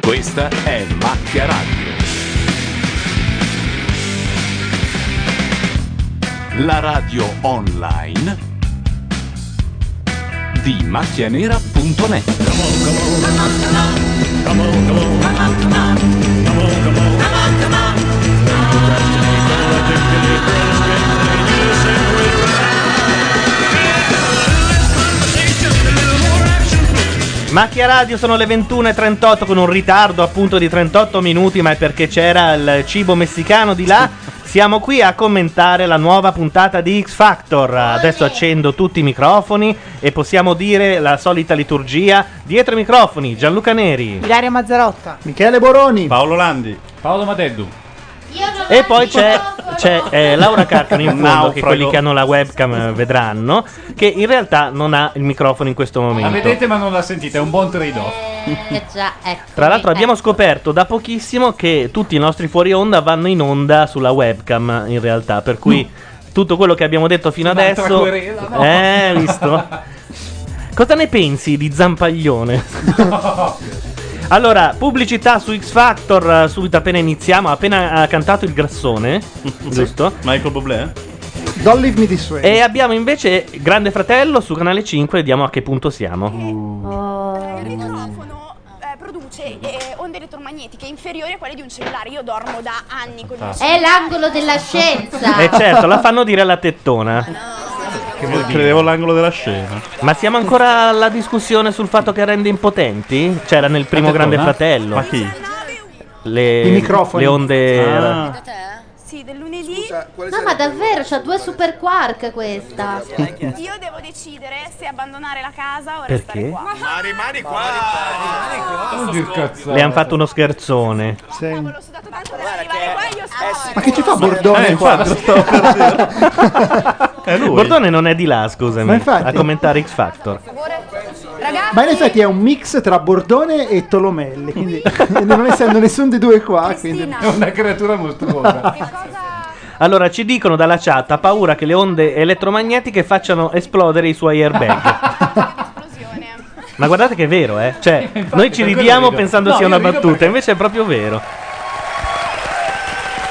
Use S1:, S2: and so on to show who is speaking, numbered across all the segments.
S1: Questa è Macchia Radio. La radio online di macchianera.net.
S2: Macchia Radio sono le 21.38 con un ritardo appunto di 38 minuti, ma è perché c'era il cibo messicano di là. Siamo qui a commentare la nuova puntata di X Factor. Adesso accendo tutti i microfoni e possiamo dire la solita liturgia. Dietro i microfoni Gianluca Neri.
S3: Ilaria Mazzarotta.
S2: Michele Boroni. Paolo Landi. Paolo Mateddu. E poi c'è, c'è, eh, Laura Carcano in fondo, che
S4: Naufrago.
S2: quelli che hanno la webcam eh, vedranno, che in realtà non ha il microfono in questo momento.
S4: La vedete ma non la sentite, è un buon trade-off.
S5: Eh già, ecco.
S2: Tra l'altro abbiamo scoperto da pochissimo che tutti i nostri fuori onda vanno in onda sulla webcam in realtà, per cui tutto quello che abbiamo detto fino
S4: Un'altra
S2: adesso...
S4: querela, no?
S2: Eh, visto? Cosa ne pensi di Zampaglione? Allora, pubblicità su X Factor, eh, subito appena iniziamo, appena ha cantato il grassone, giusto? Michael Bublé? eh?
S6: Don't leave me this way.
S2: E abbiamo invece Grande Fratello su canale 5, vediamo a che punto siamo.
S7: Il microfono eh, produce eh, onde elettromagnetiche inferiori a quelle di un cellulare. Io dormo da anni con il
S2: Fantastico.
S5: È l'angolo della scienza.
S2: E certo, la fanno dire alla tettona.
S8: vuol dire?
S2: Credevo l'angolo della scena. Ma siamo ancora alla discussione sul fatto che rende impotenti? C'era nel primo
S8: tettona?
S2: Grande Fratello.
S8: Ma chi?
S2: Le,
S8: I microfoni.
S2: Le onde.
S8: Ah.
S7: Sì, del lunedì.
S5: No, ma davvero, c'ha due super quark questa.
S7: Io devo decidere se abbandonare la casa o
S2: Perché?
S7: restare qua. Ma rimani qua!
S2: Non dir cazzate. Le hanno fatto uno scherzone.
S6: Eh, Ma che ci fa Bordone
S2: Eh,
S6: qua?
S2: infatti,
S6: È lui.
S2: Bordone non è di là, scusami.
S6: Ma infatti.
S2: A commentare X Factor.
S6: Ma in effetti è un mix tra Bordone e Tolomelli, quindi non essendo nessuno dei due qua, quindi
S4: È una creatura mostruosa.
S2: Allora, ci dicono dalla chat: ha paura che le onde elettromagnetiche facciano esplodere i suoi airbag. Ma guardate che è vero, eh? Cioè, noi ci
S4: per quello
S2: ridiamo
S4: rido.
S2: pensando
S4: No,
S2: sia
S4: io
S2: una
S4: rido
S2: battuta, invece è proprio vero.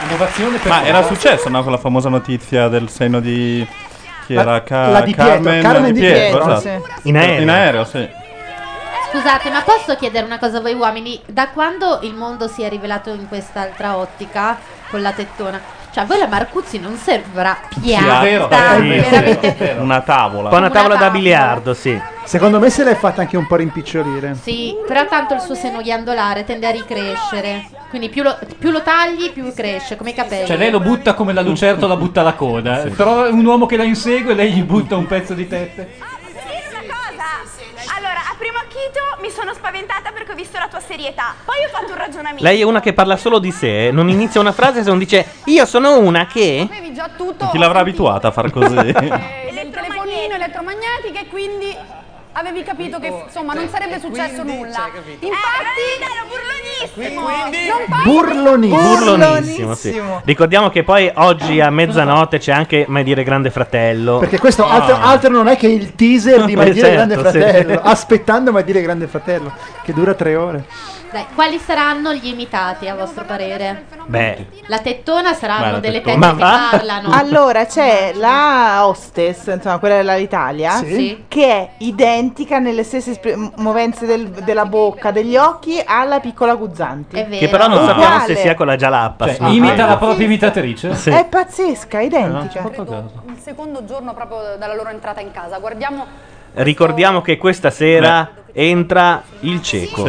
S4: Innovazione per
S8: Ma era
S4: nuovo.
S8: successo, no? Quella famosa notizia del seno di. Chi
S4: La-
S8: era? Ca-
S4: la Di Pietro,
S8: Carmen,
S4: Carmen
S8: Di
S4: Di
S8: Pietro,
S4: Pietro,
S8: esatto.
S4: sì. In aereo.
S8: In aereo, sì.
S5: Scusate, ma posso chiedere una cosa a voi uomini? Da quando il mondo si è rivelato in quest'altra ottica con la tettona? Cioè, a voi la Marcuzzi non servirà piano.
S8: Una tavola.
S2: Poi una tavola da biliardo, sì.
S6: Secondo me se l'è fatta anche un po' rimpicciolire.
S5: Sì, però tanto il suo seno ghiandolare tende a ricrescere. Quindi più lo, più lo tagli, più cresce, come i capelli.
S4: Cioè lei lo butta come la lucertola butta la coda. Trova un uomo che la insegue e lei gli butta un pezzo di tette.
S7: Allora, a primo acchito mi sono spaventata perché ho visto la tua serietà. Poi ho fatto un ragionamento.
S2: Lei è una che parla solo di sé, eh, non inizia una frase se non dice io sono una che.
S7: Avevi già tutto.
S2: Chi l'avrà abituata a far così?
S9: eh, del telefonino elettromagnetiche e quindi avevi capito che insomma non sarebbe successo nulla.
S7: Eh,
S9: Infatti, non parlo-
S6: Burlonissimo.
S2: Burlonissimo, sì. Ricordiamo che poi oggi a mezzanotte c'è anche Mai dire Grande Fratello. Ah.
S6: Perché questo altro, altro non è che il teaser di
S2: Eh,
S6: Ma dire
S2: certo,
S6: Grande
S2: sì.
S6: Fratello, aspettando Ma dire Grande Fratello, che dura tre ore.
S5: Dai, quali saranno gli imitati a vostro parere?
S2: Beh,
S5: La tettona saranno
S2: Ma la
S5: delle tette
S2: tettona.
S5: che
S2: Ma va?
S5: parlano.
S3: Allora c'è la hostess, insomma quella dell'Italia,
S5: Sì. Sì.
S3: che è identica nelle stesse espre- movenze del- della bocca, degli occhi alla piccola Guzzanti.
S2: che però non
S3: Uguale.
S2: sappiamo se sia con la gialappa.
S4: Cioè, imita la propria imitatrice.
S2: Sì. Eh,
S3: È pazzesca, identica.
S5: Ah.
S9: Il secondo giorno proprio dalla loro entrata in casa. Guardiamo
S2: Ricordiamo che questa sera entra il cieco.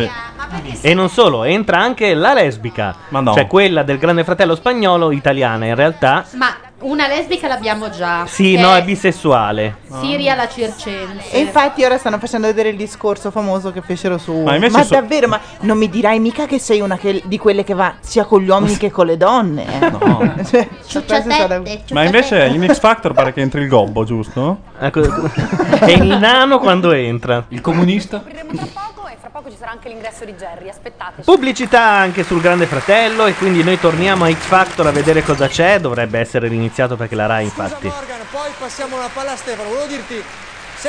S2: E non solo, entra anche la lesbica. Cioè quella del grande fratello spagnolo, italiana in realtà.
S5: Ma una lesbica l'abbiamo già.
S2: Sì,
S5: che
S2: no, è bisessuale.
S5: Siria la circense.
S3: E infatti ora stanno facendo vedere il discorso famoso che fecero su.
S2: Ma
S3: Ma,
S2: invece so-
S3: davvero, ma non mi dirai mica che sei una che- di quelle che va sia con gli uomini che con le donne. eh? Cioè, sapessi stata-
S8: Ma invece in X Factor pare che entri il gobbo, giusto?
S2: e Ecco. il nano quando entra.
S4: Il comunista?
S9: poco e fra poco ci sarà anche l'ingresso di Jerry. Aspettate.
S2: Pubblicità anche sul Grande Fratello e quindi noi torniamo a X Factor a vedere cosa c'è, dovrebbe essere riniziato perché la Rai infatti.
S10: Morgan, poi passiamo la palla a Stefano. Volevo dirti.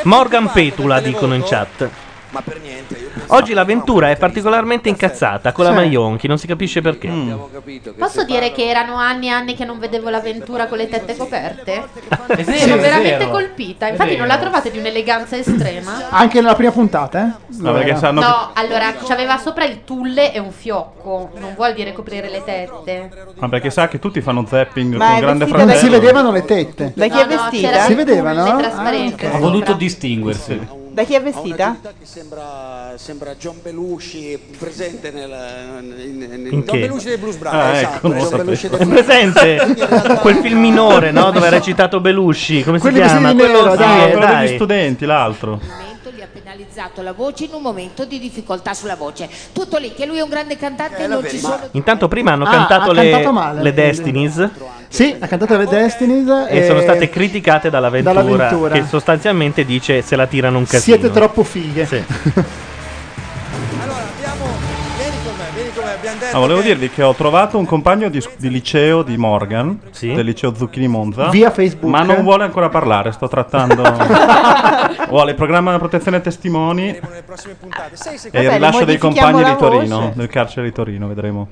S2: Morgan Petula dicono in chat.
S10: Ma per niente, io pensavo-
S2: Oggi l'avventura è particolarmente incazzata con la
S10: Sì.
S2: Maionchi, non si capisce perché.
S10: Abbiamo capito che
S5: Posso
S10: se
S5: dire che erano anni e anni che non vedevo l'avventura con le tette coperte?
S6: vero,
S5: Sono
S6: è
S5: veramente
S6: vero.
S5: colpita.
S6: È
S5: Infatti,
S6: vero.
S5: non la trovate di un'eleganza estrema.
S6: Anche nella prima puntata, eh?
S8: No, perché sanno
S5: No, allora c'aveva sopra il tulle e un fiocco. Non vuol dire coprire le tette.
S8: Ma perché sa che tutti fanno zapping
S5: Ma
S8: con
S5: è
S8: grande
S5: vestita da-
S8: fratello.
S6: si vedevano le tette.
S3: Da chi è vestita?
S6: Si Ah, vedevano?
S4: Ha voluto distinguersi.
S3: Da chi è vestita?
S10: che sembra, sembra John Belushi presente nel, in- in-
S2: In
S10: John
S2: che?
S10: Belushi dei Blues Brothers
S2: Ah,
S10: esatto,
S2: ecco, non lo
S10: John Belushi
S2: sapevo.
S10: dei
S2: è
S10: Blues
S4: esatto.
S10: Ah,
S2: presente quel film minore, no? Dove ha recitato Belushi, come
S8: Quello
S2: si
S8: vestito
S2: chiama?
S8: di nero,
S2: sì,
S8: dai.
S2: eh,
S8: Quello degli
S2: dai.
S8: studenti, l'altro.
S11: gli ha penalizzato la voce in un momento di difficoltà sulla voce. Tutto lì, che lui è un grande cantante
S8: Eh,
S11: e non ci sono...
S2: Intanto prima hanno
S6: Ah,
S2: cantato
S6: ha
S2: le,
S6: cantato male.
S2: le Destinies
S6: Sì, ha cantato The Destinies
S2: e sono state criticate dall'avventura,
S6: Eh, dall'avventura.
S2: che sostanzialmente dice se la tirano un casino.
S6: Siete troppo fighe.
S8: Ah, volevo dirvi che ho trovato un compagno di, di liceo di Morgan, del liceo Zucchini Monza.
S6: Via Facebook.
S8: Ma non vuole ancora parlare, sto trattando. vuole il programma della protezione testimoni e il rilascio dei compagni di Torino, del carcere di Torino, vedremo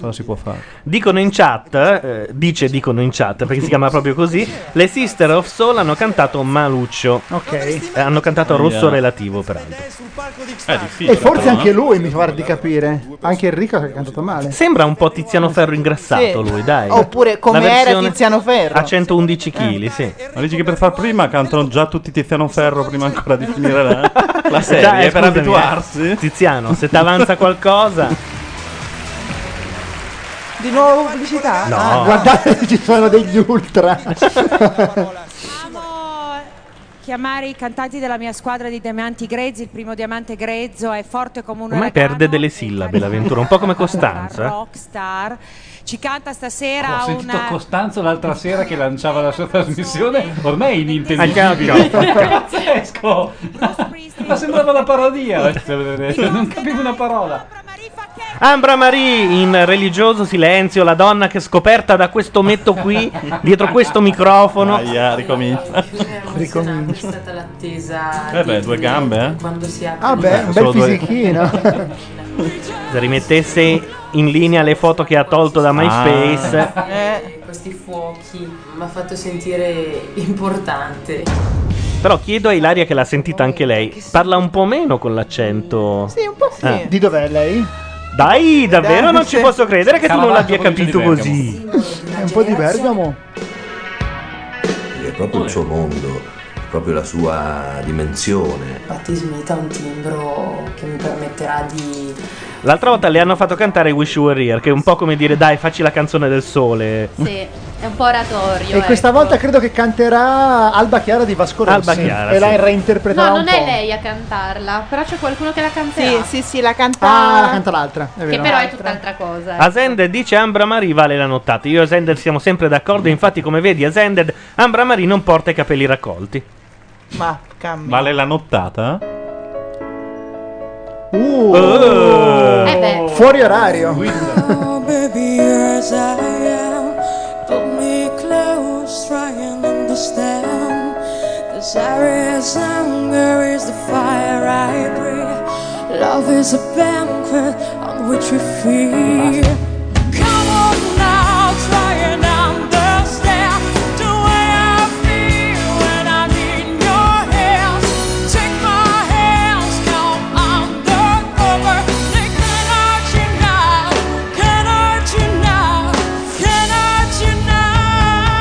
S8: cosa si può fare.
S2: Dicono in chat, eh, dice dicono in chat perché si chiama proprio così, le Sister of Soul hanno cantato Maluccio.
S6: Ok.
S2: Eh, hanno cantato
S6: Ahia.
S2: Rosso Relativo peraltro.
S8: È difficile.
S6: E forse
S2: eh.
S6: anche lui mi fa di capire. Anche Enrico che ha cantato male.
S2: Sembra un po' Tiziano Ferro ingrassato
S6: Sì.
S2: lui, dai.
S3: Oppure come
S2: La
S3: era
S2: versione- Ah.
S3: Tiziano Ferro?
S2: A 111 kg, sì.
S8: Ma dici che per far prima cantano già tutti Tiziano Ferro prima ancora di finire la, la serie,
S2: Già, eh,
S8: per
S2: scusami,
S8: abituarsi.
S2: eh. Tiziano, se ti avanza qualcosa,
S3: Di nuovo pubblicità?
S2: No.
S3: Ah,
S6: Guardate, ci sono degli ultra.
S12: Chiamare i cantanti della mia squadra di diamanti grezzi, il primo diamante grezzo è forte come un
S2: ormai
S12: uragano,
S2: perde delle sillabe l'avventura, un po' come Costanza.
S12: rockstar. Ci canta stasera
S3: Oh,
S4: Ho sentito
S12: una
S4: Costanzo l'altra sera che lanciava la sua trasmissione, ormai è
S2: Anche
S4: inintelligibile. Pazzesco! Ma sembrava una parodia. Non capivo una parola.
S2: Ambra Marie in religioso silenzio, la donna che è scoperta da questo metto qui, dietro questo microfono.
S8: Aia, ricomincia.
S13: Emozionante è stata l'attesa.
S8: Eh beh,
S13: di
S8: due gambe, eh.
S13: Quando si apre.
S6: Ah beh, un bel
S8: Solo due.
S6: fisichino.
S2: Se rimettesse in linea le foto che ha tolto da MySpace.
S8: Ah.
S13: Eh, Questi fuochi mi ha fatto sentire importante.
S2: Però chiedo a Ilaria che l'ha sentita anche lei. Parla un po' meno con l'accento. Sì,
S3: un po' sì.
S6: Di dov'è lei?
S2: Dai, davvero
S6: Dai,
S2: non ci
S6: sì.
S2: posso credere che tu non
S6: Caravaggio,
S2: l'abbia
S6: provincia
S2: capito
S6: di
S2: così.
S6: È un po' di Bergamo.
S14: È proprio il suo mondo, proprio la sua dimensione.
S13: Infatti smita un timbro che mi permetterà di
S2: L'altra volta le hanno fatto cantare Wish You Were Here, che è un po' come dire dai, facci la canzone del sole.
S5: Sì, è un po' oratorio. eh.
S6: E questa volta credo che canterà Alba Chiara di Vasco Rossi.
S2: Alba Chiara,
S6: E
S2: sì.
S6: la
S5: ecco.
S6: reinterpreterà
S5: No,
S6: un
S5: non
S6: po'.
S5: è lei a cantarla, però c'è qualcuno che la canterà.
S3: Sì, sì, sì, la canta.
S6: Ah, la canta l'altra. È
S5: Che
S6: vero.
S5: però è tutt'altra cosa. eh.
S2: Asender dice Ambra Marie vale la nottata. Io e Asender siamo sempre d'accordo, infatti come vedi Asender, Ambra Marie non porta i capelli raccolti.
S3: Ma cambia.
S8: Vale la nottata?
S6: Uh,
S8: Eh
S3: beh.
S6: Fuori orario.
S15: Oh, baby, as I am, put me close, try and understand. Desire is hunger, is the fire I breathe. Love is a banquet on which we feed. Come on now, try and understand the way I feel when I'm in your hands. Take my hands, now I'm the cover. They cannot you now, cannot you now, cannot you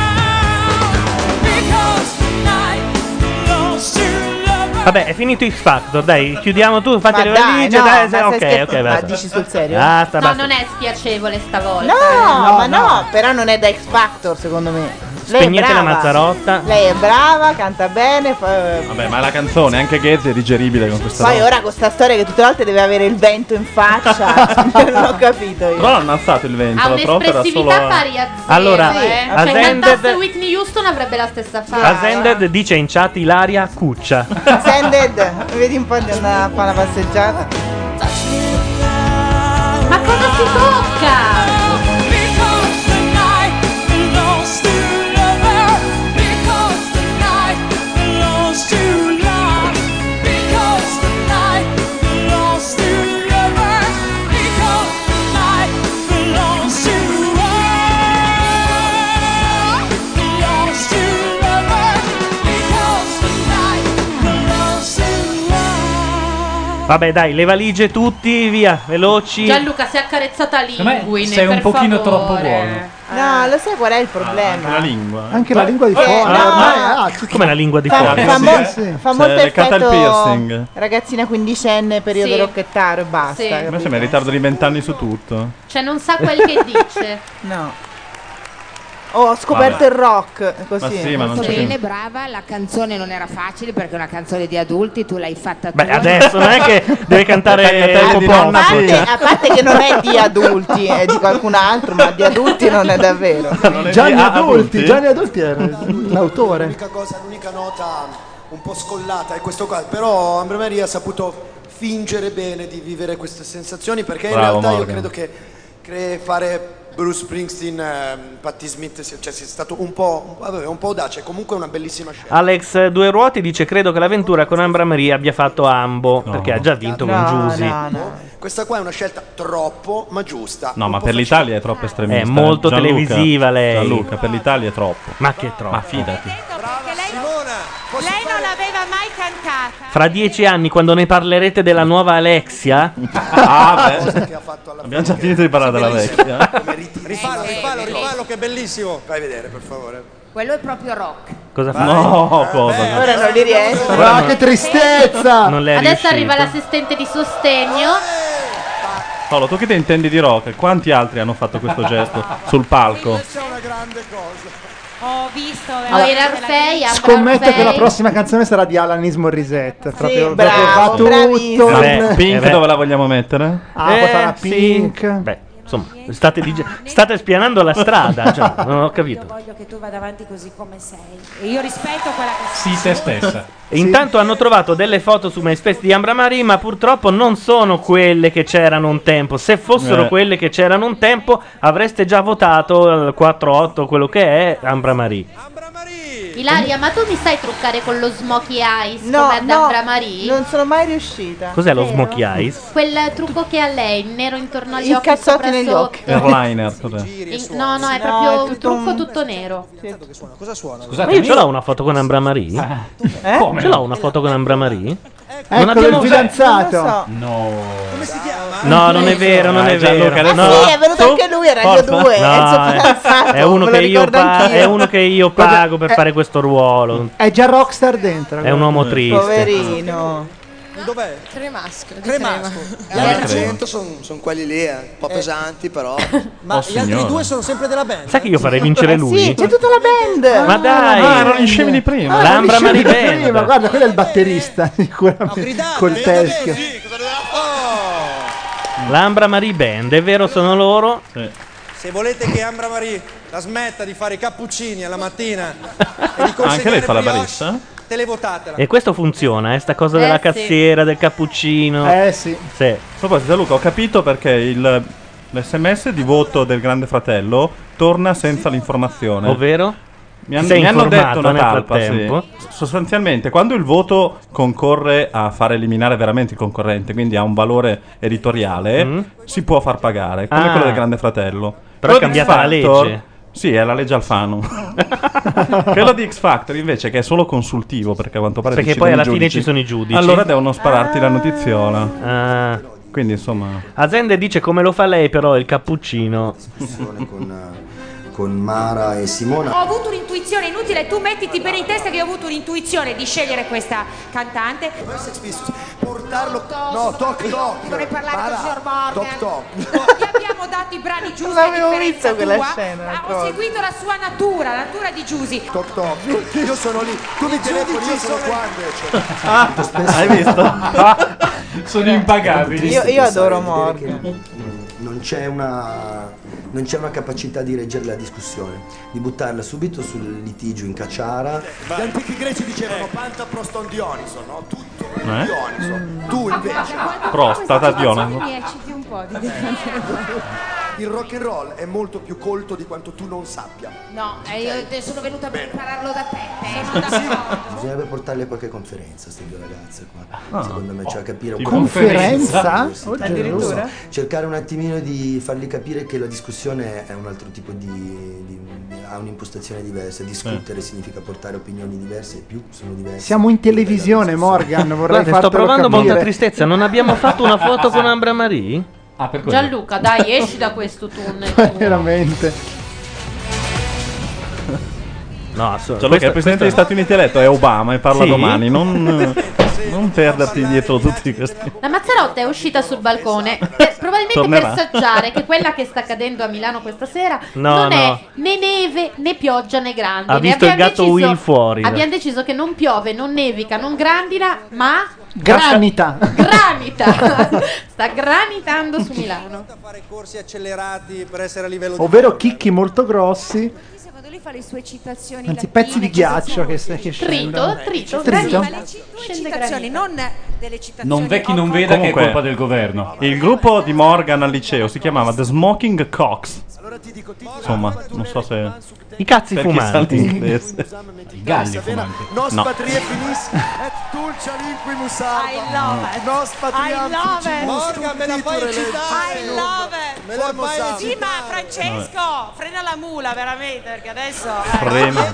S15: now? Because tonight belongs to love.
S2: Vabbè, è finito X Factor, dai, chiudiamo tu, fate
S3: Ma
S2: le
S3: dai,
S2: valigie,
S3: no, ma
S2: dai, se-
S3: stai
S2: ok, ok,
S3: scherzando?
S2: basta.
S3: Ma dici sul serio?
S2: Basta,
S5: No,
S2: basta.
S5: non è spiacevole stavolta.
S3: No,
S5: eh.
S3: ma no, però non è da X Factor secondo me. Lei è
S2: Spegnete la
S3: brava.
S2: Mazzarotta.
S3: Lei è brava, canta bene. Fa...
S8: Vabbè, ma la canzone, anche Ghezzi è digeribile con questa
S3: Poi
S8: roba.
S3: ora con sta storia che tutte le volte deve avere il vento in faccia. cioè, non ho capito io.
S8: Però hanno alzato il
S5: Ha
S8: ventre, la troppa era solo...
S5: un'espressività pari a zero.
S2: Allora,
S5: eh.
S2: a
S5: cioè,
S2: Zended-
S5: cantasse Whitney Houston avrebbe la stessa faccia.
S2: Asended dice in chat Ilaria Cuccia.
S3: Sended, vedi un po' di andare a fare una passeggiata.
S5: Ma cosa si tocca?
S15: Because tonight belongs to lover. Because tonight belongs to love. Because tonight
S2: Vabbè, dai, le valigie tutti, via, veloci.
S5: Gianluca si è accarezzata l'inguine.
S2: sei un
S5: per
S2: pochino
S5: favore. Ah.
S2: troppo buono. Ah,
S3: No, lo sai qual è il problema?
S8: lingua.
S15: Anche la lingua di
S3: Eh,
S15: fuori.
S3: no.
S2: Come la lingua di
S3: Fa,
S2: fuori?
S3: fa mo- fa molto
S2: Cioè,
S8: le cata il
S3: effetto
S8: piercing.
S3: ragazzina quindicenne, periodo
S5: Sì.
S3: rocchettaro e basta.
S5: Sì.
S8: Ma
S3: capito?
S8: siamo in ritardo di vent'anni su tutto.
S5: Cioè, non sa quel che dice.
S3: No. Oh, ho scoperto
S8: Vabbè.
S3: il rock. Così.
S8: Ma sì, ma non c'è
S16: Bene,
S8: che-
S16: brava, la canzone non era facile perché è una canzone di adulti, tu l'hai fatta
S2: Beh,
S16: tua.
S2: adesso non è che deve cantare
S8: Tagliatelle
S2: Popo
S8: di
S2: Pop.
S8: nonna
S3: Eh, a parte che non è di adulti, è di qualcun altro, ma di adulti non è davvero.
S15: Gianni
S3: Ah,
S15: Adulti,
S3: adulti?
S15: Gianni Adulti era l'autore.
S6: L'unica cosa, l'unica nota un po' scollata è questo qua, però Ambra Maria ha saputo fingere bene di vivere queste sensazioni perché in
S8: Bravo,
S6: realtà io
S8: Morgan.
S6: credo che cre- fare Bruce Springsteen, ehm, Patti Smith, si- cioè sia stato un po', vabbè, un po' audace, comunque una bellissima scelta.
S2: Alex Due Ruoti dice credo che l'avventura con Ambra Maria abbia fatto ambo, perché ha già vinto con Giusy.
S6: Questa qua è una scelta troppo, ma giusta.
S8: No, ma per l'Italia è troppo estremista.
S2: È molto
S8: Gianluca-
S2: televisiva lei.
S8: Gianluca, per l'Italia è troppo.
S2: Ma che troppo.
S8: Ma fidati.
S17: Lei non l'aveva mai cantata.
S2: Fra dieci anni, quando ne parlerete della nuova Alexia,
S8: Ah, beh. Abbiamo già finito di parlare della vecchia.
S6: Rifallo, rifallo, rifallo, che è bellissimo. Fai vedere, per favore.
S16: Quello è proprio rock.
S2: Cosa
S8: fa? No, cosa?
S3: Ora non li riesco.
S8: Ora no. Che
S15: tristezza!
S8: Non le è
S5: Adesso arriva
S8: riuscito.
S5: l'assistente di sostegno.
S8: Paolo, tu che te intendi di rock? Quanti altri hanno fatto questo gesto sul palco?
S17: Ho visto
S5: Allora, Orfei, Ambra
S15: Scommetto che la
S5: Orfei.
S15: prossima canzone sarà di Alanis Morissette. proprio proprio
S5: bravo,
S15: fa tutto.
S8: Eh beh,
S15: non-
S8: Pink dove la vogliamo mettere?
S15: Ah, poi farà
S2: Eh, sì.
S15: Pink.
S2: Beh, insomma, state, dige- state spianando la strada. cioè, non ho capito.
S17: Io voglio che tu vada avanti così come sei. E io rispetto quella che
S2: Sì, te stessa. Intanto hanno trovato delle foto su MySpace di Ambra Marie, ma purtroppo non sono quelle che c'erano un tempo. Se fossero
S8: Eh.
S2: quelle che c'erano un tempo, avreste già votato eh, 4-8, quello che è Ambra Marie.
S5: Ilaria, ma tu mi sai truccare con lo smoky eyes
S3: No,
S5: come ad
S3: no,
S5: Ambra Marie?
S3: Non sono mai riuscita.
S2: Cos'è lo
S5: Vero?
S2: smoky eyes?
S5: Quel trucco che ha lei, il nero intorno agli
S3: I
S5: occhi,
S3: cazzotti
S5: sopra
S3: negli
S5: sotto.
S3: occhi.
S8: Airliner, cos'è?
S5: In- no, no, è
S3: No,
S5: proprio
S3: è
S5: un
S3: tutto
S5: trucco
S3: un-
S5: tutto nero.
S6: Cosa suona?
S2: Ma io ce l'ho una foto con Ambra Marie?
S8: Eh.
S2: Ce l'ho una foto con Ambra Marie?
S4: Ecco,
S15: Eccolo il
S2: usato-
S15: fidanzato.
S2: No. No, non è vero, non
S8: Ah,
S2: è
S8: Gianluca,
S2: vero.
S8: adesso-
S2: No.
S3: Sì, è venuto anche lui a Radio
S2: Forza.
S3: 2.
S2: No,
S3: è il suo
S2: è-
S3: fidanzato,
S2: è uno
S3: me lo
S2: che io
S3: ricordo
S2: pa-
S3: anch'io.
S2: è uno che io
S15: Guarda,
S2: pago per
S15: è-
S2: fare questo ruolo.
S15: È già rockstar dentro.
S2: È un uomo triste.
S3: Poverino.
S6: Dov'è?
S13: Cremasco. di
S6: Cremasco.
S13: crema.
S6: E L'argento sono quelle lì, eh, un po' pesanti però. Ma
S8: Oh,
S6: gli altri
S8: signore.
S6: due sono sempre della band.
S2: Sai che io farei vincere
S3: Sì,
S2: lui?
S13: certo.
S3: c'è tutta la band.
S2: Ma dai!
S8: Ah, erano gli scemi di prima.
S15: Ah,
S2: L'Ambra
S15: non riuscivo
S2: Maribel.
S15: prima, Guarda, quello è il batterista. Sicuramente. col teschio.
S2: L'Ambra Marie Band, è vero, sono loro.
S6: Se volete che Ambra Marie la smetta di fare i cappuccini alla mattina e di consegnare
S8: Ah, Anche lei fa la
S6: brioche,
S8: barista?
S6: Televotatela.
S2: E questo funziona, eh, sta cosa
S6: Eh,
S2: della
S6: sì.
S2: cassiera, del cappuccino.
S15: Eh sì.
S2: Sì.
S8: A proposito, Luca, ho capito perché il, l'SMS di voto del Grande Fratello torna senza l'informazione.
S2: Ovvero?
S8: Mi, han-
S2: Sei
S8: mi hanno
S2: informato
S8: detto una
S2: nel
S8: talpa,
S2: frattempo?
S8: sì. Sostanzialmente, quando il voto concorre a far eliminare veramente il concorrente, quindi ha un valore editoriale, si può far pagare, come
S2: Mm. Ah.
S8: quello del Grande Fratello.
S2: Però è
S8: Quello di
S2: cambiata la
S8: X Factor-
S2: legge.
S8: Sì, è la legge Alfano. quello di X Factor invece che è solo consultivo, perché a quanto pare
S2: Perché
S8: decidono
S2: poi alla
S8: i
S2: fine
S8: giudici.
S2: ci sono i giudici. Ah.
S8: Allora devono spararti la notiziola.
S2: Quindi insomma. Azende dice come lo fa lei, però il cappuccino.
S18: con, eh, con Mara e Simona.
S17: Ho avuto un'intuizione inutile, tu mettiti bene in testa che io ho avuto un'intuizione di scegliere questa cantante.
S6: Portarlo. No, toc toc.
S17: Vorrei parlare
S6: Mara,
S17: con il signor
S6: Toc
S17: Morgan.
S6: toc.
S17: Gli abbiamo dato i brani giusti a
S3: L'avevo
S17: differenza
S3: vista quella
S17: tua.
S3: scena,
S17: ma ho
S3: d'accordo.
S17: seguito la sua natura, la natura di Giusy. Toc
S6: toc. Io sono lì, tu mi telefoni, io sono qua invece.
S8: Ah, hai visto?
S4: Sono impagabili.
S3: Io- io adoro
S18: Morgan. Non c'è, una, non c'è una capacità di reggere la discussione, di buttarla subito sul litigio in cacciara.
S6: Gli antichi greci dicevano panta proston Dioniso, no? Tutto
S18: Eh?
S6: Dioniso. Tu invece.
S8: Prostata Dioniso.
S6: Mi
S17: ecciti un po'
S6: Il rock and roll è molto più colto di quanto tu non sappia.
S16: No, eh, io te- sono venuta per impararlo da te. eh.
S18: Bisognerebbe portarle a qualche conferenza, queste due ragazze qua.
S8: Ah.
S18: Secondo me, cioè capire un
S8: Tipo Conferenza?
S15: conferenza?
S18: po' di-
S15: Oddio, Addirittura?
S18: Cercare un attimino di fargli capire che la discussione è un altro tipo di, di- di-
S14: ha un'impostazione diversa, discutere significa portare opinioni diverse e più sono diverse.
S6: Siamo in televisione, Morgan. Vorrei
S2: Guarda,
S6: fartelo
S2: sto provando
S6: capire. Esatto.
S2: molta tristezza. Non abbiamo fatto una foto con Ambra Marie?
S4: Ah, per
S5: Gianluca, dai, esci da questo tunnel.
S6: Veramente.
S2: No, assolutamente.
S8: Solo cioè, che il presidente degli Stati Uniti ha detto è Obama e parla
S2: Sì?
S8: domani. Non, eh, non perderti dietro tutti questi.
S5: La Mazzarotta è uscita sul balcone,
S2: Esatto.
S5: per- probabilmente
S8: Tornerà.
S5: per saggiare che quella che sta accadendo a Milano questa sera
S2: No,
S5: non
S2: no.
S5: è né neve né pioggia né grandine.
S2: Ha visto il
S5: Abbiamo
S2: gatto Will fuori.
S5: Abbiamo deciso che non piove, non nevica, non grandina, ma
S6: Granita.
S5: granita. sta granitando su Milano.
S10: Corsi accelerati per essere a livello di...
S6: Ovvero chicchi molto grossi,
S9: Lui fa le sue citazioni
S6: anzi pezzi di ghiaccio che, che scendono. Trito.
S9: citazioni, non delle citazioni.
S8: Non vecchi non
S4: veda che è colpa del governo.
S8: Il gruppo di Morgan al liceo si chiamava The Smoking Cox. Insomma, non so se.
S2: I cazzi
S8: per chi sa
S2: fumanti.
S8: l'inglese.
S2: I galli
S18: Savena,
S8: fumanti.
S18: Nos
S8: No.
S18: patrie finis et dulcia linquimus arba. I
S9: love
S18: it. Nos patriam
S9: I love it.
S18: Morgan, me la fai citare.
S9: I love it.
S18: Me la fai
S9: Sì, ma Francesco, frena la mula veramente perché adesso eh,
S8: Frena.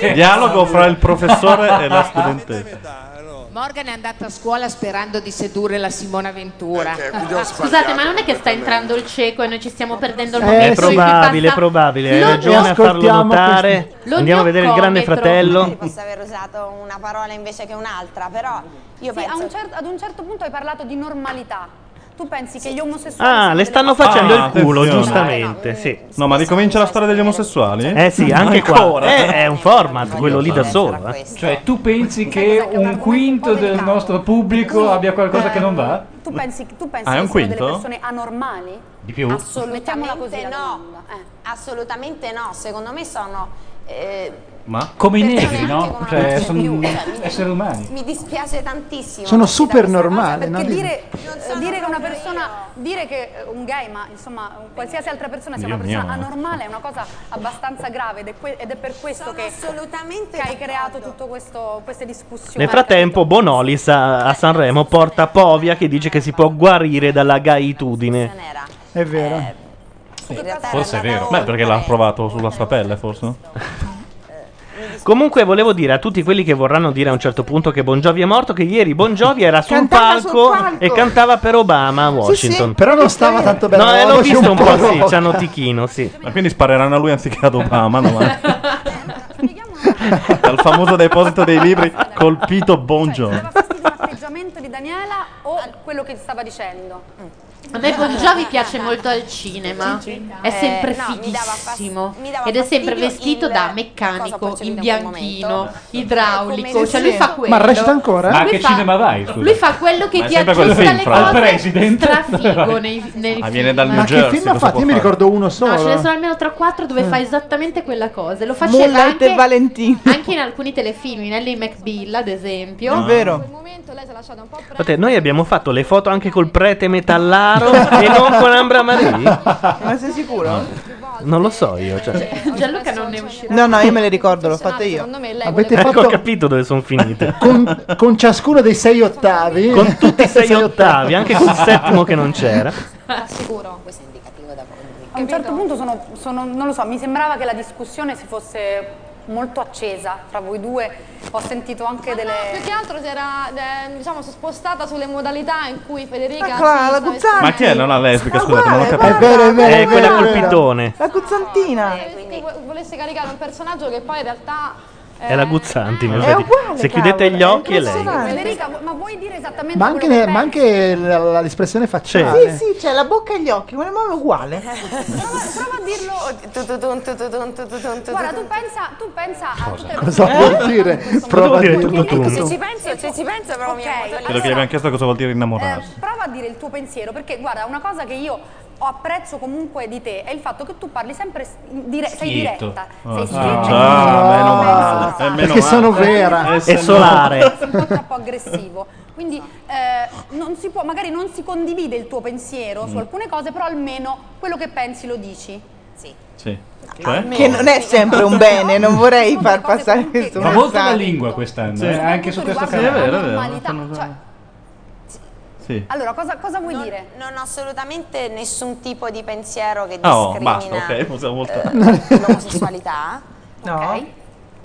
S8: Eh. Dialogo fra il professore e la studentessa.
S11: Morgan è andata a scuola sperando di sedurre la Simona Ventura.
S8: Eh,
S5: Scusate, ma non è che sta entrando il cieco e noi ci stiamo perdendo il
S2: Eh,
S5: momento
S2: è
S5: in cui
S2: probabile, è
S5: passa-
S2: probabile. Hai
S5: Lo
S2: ragione a farlo
S5: ascoltiamo
S2: notare.
S5: questo- Lo
S2: Andiamo a vedere il Grande
S5: gnoccometro.
S2: Fratello.
S9: Posso aver usato una parola invece che un'altra, però io penso... ad un certo punto hai parlato di normalità. Tu pensi che gli omosessuali...
S2: Ah,
S9: siano
S2: le
S9: delle-
S2: stanno facendo
S8: Ah,
S2: il culo,
S8: attenzione.
S2: giustamente. Sì.
S8: No, ma ricomincia la storia degli omosessuali?
S2: Eh sì, anche qua. Eh, è un format, quello lì da solo. eh.
S4: Cioè, tu pensi che un quinto del nostro pubblico abbia qualcosa che non va?
S9: Tu pensi, tu pensi
S4: Ah, è
S9: che siano
S4: un quinto?
S9: delle persone anormali?
S4: Di più?
S9: Assolutamente no. Eh. Assolutamente no. Secondo me sono... eh,
S4: Ma? Come i negri, no? Cioè, sono esseri umani.
S9: Mi dispiace tantissimo.
S6: Sono
S9: da
S6: super
S9: questa cosa,
S6: normale,
S9: Perché
S6: no?
S9: dire, eh, dire che una persona, dire che eh, un gay, ma insomma un qualsiasi altra persona sia
S8: Dio
S9: una persona
S2: eh.
S8: mio, ma-
S9: anormale è una cosa abbastanza grave ed è, que- ed è per questo che, che hai creato tutte queste discussioni.
S2: Nel frattempo, Bonolis a, a Sanremo porta Povia che dice che si può guarire dalla gaitudine.
S6: È vero.
S9: Eh,
S8: Forse è vero. Beh, perché l'ha provato sulla sua pelle, forse.
S2: Comunque, volevo dire a tutti quelli che vorranno dire a un certo punto che Bon Jovi è morto, che ieri Bon Jovi era sul
S6: Cantava sul
S2: palco,
S6: palco.
S2: e cantava per Obama a Washington.
S6: Però non stava tanto bene.
S2: No, eh,
S6: la
S2: l'ho
S6: voce
S2: visto un po' sì,
S6: rotta.
S2: c'hanno Tichino, sì.
S8: Ma quindi spareranno a lui anziché ad Obama. No, ma- Dal famoso deposito dei libri colpito Bon Jovi.
S9: L'atteggiamento di Daniela o quello che stava dicendo?
S5: Mm. A me Bon Jovi piace molto al cinema, è sempre
S9: Eh, no, mi dava
S5: fighissimo
S9: fas- mi dava
S5: ed è sempre
S9: fastidio
S5: vestito
S9: il-
S5: da
S9: cosa
S5: meccanico,
S9: percepivo
S5: in
S9: in quel
S5: bianchino,
S9: momento.
S5: idraulico,
S9: Come
S5: cioè lui
S9: se-
S5: fa quello.
S6: Ma recita ancora?
S4: Ma a
S5: Lui
S4: che
S5: fa-
S4: cinema vai? Scusa?
S5: Lui fa quello che
S8: Ma è
S5: ti
S8: sempre quello
S5: aggiusta le
S8: film, fra-
S5: cose
S8: Al president?
S5: strafigo nei, nei
S8: Ma
S5: film.
S8: viene dal New
S6: Ma che
S8: Jersey.
S6: film ha
S8: cosa
S6: fatto?
S8: può
S6: Io mi
S8: fare?
S6: ricordo uno solo.
S5: No, ce ne sono almeno tra quattro dove fa esattamente quella cosa. Lo faceva
S3: Eh. Moonlight e
S5: anche,
S3: Valentino.
S5: anche in alcuni telefilm, in Ellie McBeal, ad esempio.
S2: È vero. In quel Guardate, noi abbiamo fatto le foto anche col prete metallaro e non con Ambra Marie?
S3: Ma sei sicuro?
S2: Non lo so io. Cioè.
S5: Gianluca non ne uscirà.
S3: No, no, io me le ricordo, l'ho fatto io.
S6: Avete
S2: Ecco,
S6: fatto-
S2: ho capito dove sono finite.
S6: Con, con ciascuno dei sei ottavi.
S2: Con tutti i sei ottavi, anche col settimo che non c'era.
S19: Ah,
S9: Sicuro, questo è indicativo da voi. A un certo punto sono, sono- non lo so, mi sembrava che la discussione si fosse molto accesa tra voi due. Ho sentito anche delle.
S19: Ah, Più che altro si era, eh, diciamo, si è spostata sulle modalità in cui Federica...
S3: Ma Ah,
S19: si
S3: qua, la
S19: sta vestendo.
S3: Guzzanti.
S8: Ma chi è? Non la lesbica, scusate, non ho
S3: guarda,
S8: capito.
S3: guarda, È vero, è vero,
S8: Eh,
S3: è
S8: quella
S3: vero.
S8: col pitone.
S3: La guzzantina.
S19: Che vo- eh, volesse caricare un personaggio che poi in realtà...
S2: È la Guzzanti. non
S19: È
S2: so dire.
S19: uguale,
S2: Se chiudete
S19: cavolo,
S2: gli
S19: è
S2: occhi è lei.
S19: impressionante.
S9: Federica, vu- ma vuoi dire esattamente
S6: Ma anche,
S9: quello che
S6: ma anche la- la- l'espressione facciale.
S3: Sì, sì, c'è la bocca e gli occhi, ma è uguale.
S9: Eh, Prova a dirlo. Guarda, tu pensa, tu pensa a tutte le
S6: Cosa vuol dire? Prova a
S8: dire
S6: dirlo
S8: tutto
S6: tu.
S9: Se ci penso, se ci penso, però mi
S8: Credo che gli abbiamo chiesto cosa vuol dire innamorarsi.
S9: Eh, Prova a dire il tuo pensiero, perché guarda, una cosa che io ho apprezzo comunque di te è il fatto che tu parli sempre s- dire- sei
S8: Schietto.
S9: diretta.
S8: Ah,
S9: sei
S8: sì.
S9: schietta.
S8: Ah,
S9: Sei
S8: meno
S9: senza-
S8: male. Eh, meno
S6: Perché
S8: male.
S6: sono vera.
S8: Eh, se no-
S9: sei un po' troppo aggressivo. Quindi eh, non si può, magari non si condivide il tuo pensiero su
S8: Mm.
S9: alcune cose, però almeno quello che pensi lo dici. Sì.
S8: Sì. Cioè?
S3: Che non è sempre un bene, non vorrei far passare questo
S4: Ma molto la
S3: messaggio.
S4: lingua quest'anno,
S8: Sì.
S4: eh, anche su
S8: Sì,
S4: questa
S8: è vero, è vero.
S9: Normalità, cioè,
S8: Sì.
S20: Allora, cosa, cosa vuoi
S9: non,
S20: dire?
S9: Non ho assolutamente nessun tipo di pensiero che
S8: Ah, oh,
S9: discrimina
S8: basta, ok, possiamo voltare.
S9: eh, l'omosessualità.
S21: No.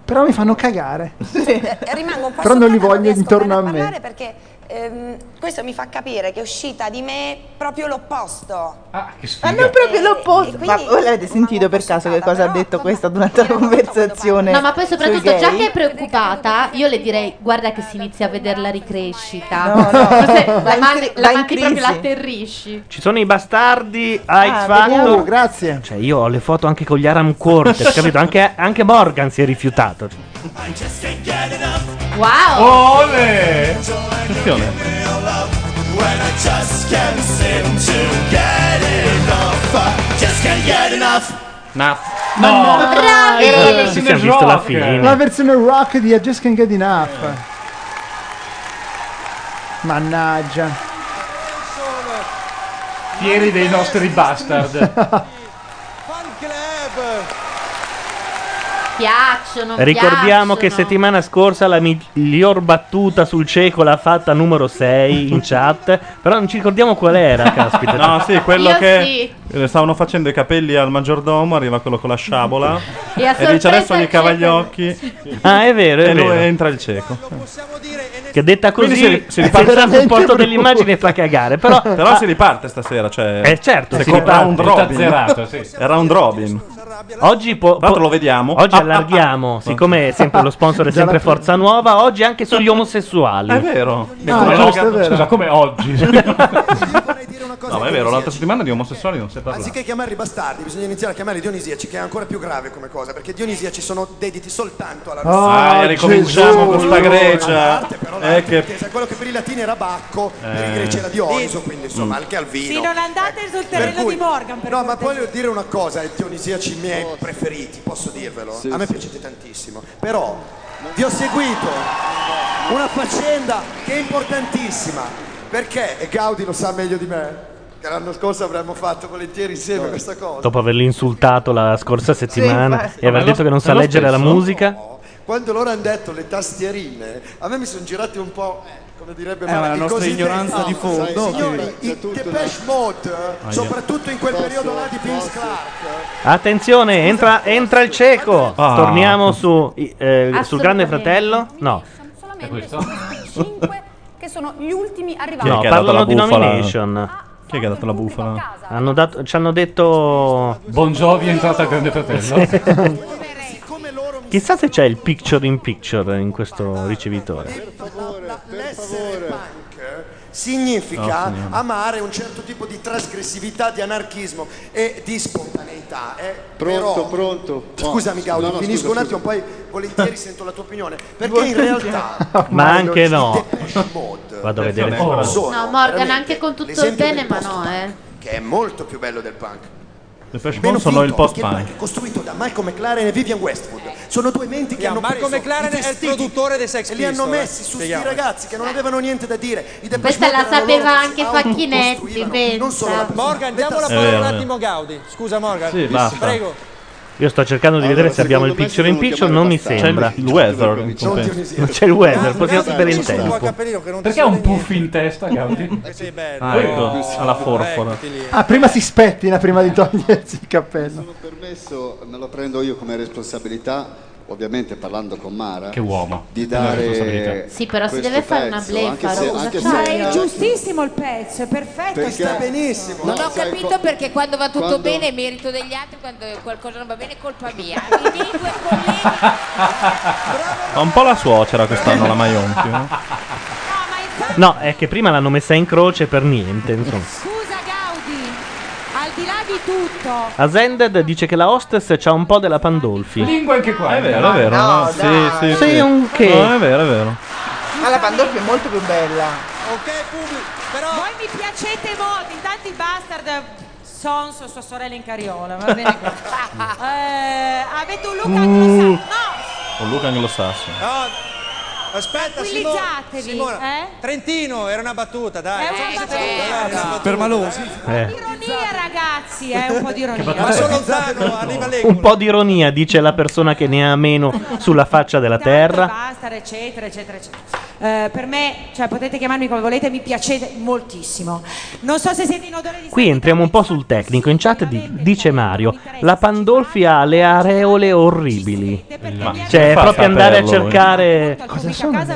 S21: Però mi fanno cagare.
S9: Eh, rimango un po'
S21: Però non li
S9: assorpresa,
S21: voglio
S9: riesco
S21: intorno
S9: bene
S21: a me.
S9: parlare perché ehm, questo mi fa capire che è uscita di me proprio l'opposto.
S3: Ah, Ma non
S17: Eh,
S3: proprio l'opposto.
S9: quindi-
S3: Ma voi l'avete sentito per caso che cosa ha detto questa durante la conversazione?
S5: No, ma poi soprattutto
S3: sui
S5: già
S3: gay?
S5: che è preoccupata, io le direi guarda che si inizia a vedere la ricrescita.
S3: No, no.
S5: Forse
S3: Va
S5: la
S3: in
S5: mandi,
S3: cri-
S5: la
S3: va in
S5: mandi proprio la
S3: crisi.
S5: atterrisci.
S2: Ci sono i bastardi a
S5: Ah,
S2: X Factor.
S5: vediamo.
S21: grazie.
S2: Cioè, io ho le foto anche con gli Aram Quartet, capito? Anche, anche Morgan si è rifiutato.
S5: Wow!
S8: Ole! Attenzione.
S13: When I just can't seem to get enough, I just can't get enough.
S8: Ah, No.
S21: Bravi!
S8: Era la
S2: Ci
S8: versione
S2: siamo visto la
S8: rock.
S2: fine.
S21: La versione rock di I Just Can't Get Enough. Mannaggia.
S4: Fieri dei nostri bastard.
S5: Piacciono,
S2: Ricordiamo
S5: piacciono.
S2: che settimana scorsa la miglior battuta sul cieco l'ha fatta numero 6 in chat. Però non ci ricordiamo qual era, caspita.
S8: No, sì, quello che eh, stavano facendo i capelli al maggiordomo, arriva quello con la sciabola
S13: E a
S8: dice
S13: sorpresa
S8: adesso mi
S13: il
S8: cava
S13: cieco."
S8: gli occhi.
S2: Ah, è vero, è
S8: e
S2: vero.
S8: lui entra il cieco.
S2: Che detta così,
S8: Quindi si- si
S2: se
S8: riparte-
S2: sta sul
S8: veramente
S2: posto
S8: brutto.
S2: dell'immagine fa cagare. Però,
S8: Però Ah, si riparte stasera, cioè
S2: Eh, certo,
S8: se
S2: si
S8: compra
S2: riparte.
S8: round robin.
S2: Tazzerato, sì.
S8: È round robin.
S2: Oggi può,
S8: Tra l'altro lo vediamo.
S2: Oggi allarghiamo, siccome sempre lo sponsor è
S8: Già
S2: sempre
S8: la-
S2: Forza Nuova, oggi anche sugli omosessuali.
S8: È vero.
S2: come
S8: no,
S2: oggi-
S8: scusa, come oggi?
S6: cosa
S8: no, ma è
S6: che
S8: vero,
S6: non
S8: l'altra settimana di omosessuali non si è parlato.
S6: Anziché chiamarli bastardi, bisogna iniziare a chiamarli dionisiaci, che è ancora più grave come cosa, perché dionisiaci sono dediti soltanto alla
S21: Oh,
S6: Russia.
S8: Ah, e ricominciamo
S6: Gesù,
S8: con sta
S6: Lord.
S8: Grecia.
S6: A parte, però,
S8: Eh,
S6: l'arte,
S8: che-
S6: perché se quello che per i latini era Bacco, per
S8: Eh.
S6: i greci era Dioniso, quindi insomma anche al vino.
S13: Sì, non andate sul terreno di Morgan. Per
S6: No, ma voglio dire una cosa, i dionisiaci miei preferiti, posso dirvelo? A me piacete tantissimo, però vi ho seguito una faccenda che è importantissima, perché, e Gaudi lo sa meglio di me, che l'anno scorso avremmo fatto volentieri insieme questa cosa.
S2: Dopo averli insultato la scorsa settimana
S6: infatti.
S2: e aver
S6: Ma
S2: detto
S6: lo-
S2: che non sa
S6: ma lo
S2: leggere la
S6: stesso?
S2: musica,
S6: Quando loro hanno detto le tastierine, a me mi sono girati un po', eh, come direbbe
S19: Eh, ma
S6: Mara,
S19: la
S6: il
S19: nostra
S6: cosiddetto-
S19: ignoranza di fondo,
S6: Sai, Signori,
S19: che-
S6: i Depeche Mode, eh,
S8: Ahia.
S6: soprattutto in quel periodo là di Vince Clark,
S2: attenzione, entra, entra il cieco.
S8: Ah.
S2: Torniamo su, i- eh, sul Grande
S20: Assolutamente.
S2: Fratello. No,
S20: Solamente cinque che sono gli ultimi arrivati.
S2: no
S8: che ha dato
S2: parlano
S8: la
S2: di
S8: bufala?
S2: nomination.
S8: Chi è che ha dato la bufala?
S2: Hanno dato- ci hanno detto.
S4: Bon Jovi è entrato al Grande Fratello.
S2: Chissà se c'è il picture in picture in questo ricevitore.
S6: l'essere punk eh, significa
S2: No, signora.
S6: amare un certo tipo di trasgressività, di anarchismo e di spontaneità. eh.
S19: Pronto,
S6: Però-
S19: pronto.
S6: Scusami
S19: No,
S6: Gaudi,
S19: no, no,
S6: finisco
S19: scusa,
S6: un attimo, poi volentieri sento la tua opinione. Perché in realtà...
S2: Ma anche no.
S6: Mode,
S2: Vado a vedere.
S6: sono
S2: ancora.
S5: No, Morgan,
S6: veramente
S5: anche con tutto il
S6: l'esempio
S5: bene,
S6: del
S5: ma no, eh.
S6: che è molto più bello del punk.
S8: Le Flash
S6: Meno
S8: Mode sono il
S6: finto,
S8: post
S6: perché il
S8: punk.
S6: punk è costruito da Michael McLaren e Vivian Westwood. Sono due menti che
S19: Yeah,
S6: hanno
S19: Michael
S6: preso
S19: McLaren
S6: i
S19: è il
S6: vestiti
S19: produttore dei Sex
S6: e li hanno
S19: Pistols, eh.
S6: messi su sti
S19: Spieghiamo.
S6: ragazzi che non avevano niente da dire. I Depeche
S5: Questa
S6: Mode
S5: la
S6: erano loro
S5: sapeva
S6: che
S5: anche
S6: auto-
S5: Facchinetti, pensa.
S19: Morgan, diamo la
S2: È
S19: parola
S2: vero,
S19: un
S2: è
S19: attimo a Gaudi. Scusa Morgan.
S2: Sì, basta.
S19: Prego.
S2: Io sto cercando di vedere se abbiamo il picture in picture, non mi sembra.
S8: C'è il weather. in compenso.
S2: Non c'è il
S8: Ah,
S2: weather, possiamo sapere il tempo.
S4: Perché ha un puff in testa, Gaudi?
S8: Ah, ecco, alla forfora.
S21: Ah, prima si spettina prima di togliersi il cappello.
S12: permesso, me lo prendo io come responsabilità, ovviamente parlando con Mara.
S8: Che uomo.
S12: Di
S8: Che responsabilità.
S12: dare.
S5: Sì, però si
S12: questo
S5: deve fare una
S12: pezzo,
S5: beffa,
S12: Anche se,
S5: Rosa,
S12: anche
S5: cioè-
S17: Ma
S12: se
S17: è giustissimo il pezzo, è perfetto.
S12: Perché-
S17: sta-
S6: benissimo.
S17: Non
S12: No,
S17: ho
S12: sai,
S17: capito
S12: co-
S17: perché quando va tutto
S12: quando-
S17: bene è merito degli altri, quando qualcosa non va bene è colpa mia. eh, I miei due
S8: Fa un po' la suocera quest'anno la Maionchi. no?
S2: No, è che prima l'hanno messa in croce per niente, insomma.
S17: Scusa Gaudi, al di là di tutto,
S2: Ascended dice che la hostess c'ha un po' della Pandolfi.
S4: Lingua anche qua.
S8: È vero, è vero.
S3: No,
S8: no? Sì,
S3: dai.
S8: sì,
S2: Sei
S8: sì.
S2: un che.
S8: No, è vero, è vero.
S3: Ma Ah, la Pandolfi è molto più bella.
S17: Ok, pubblico, però. Voi mi piacete molto, intanto i bastard Sonso, sua sorella in cariola, va bene. Eh, avete un look
S3: Mm.
S5: Uh.
S17: anglosassone.
S8: Con Luca anglosassone.
S19: Aspetta, Simo-
S17: Tranquillizzatevi,
S19: Simona. Trentino, era una battuta, dai.
S17: È una
S19: Siete
S17: battuta.
S19: tutti- era una battuta.
S8: Per Malosi.
S2: Eh.
S17: Ironia, ragazzi, eh, un po' di ironia.
S19: Ma solo Zano arriva lei.
S2: Un po' di ironia, dice la persona che ne ha meno sulla faccia della terra.
S17: Bastard, eccetera, eccetera, eccetera. eh, per me, cioè potete chiamarmi come volete, mi piacete moltissimo. Non so se siete in odore di
S2: Qui entriamo un po' sul tecnico. In chat di- dice Mario: La Pandolfi ha le areole orribili.
S8: Ma
S2: Cioè,
S8: come
S2: è
S8: fa
S2: proprio andare a
S8: saperlo?
S2: cercare.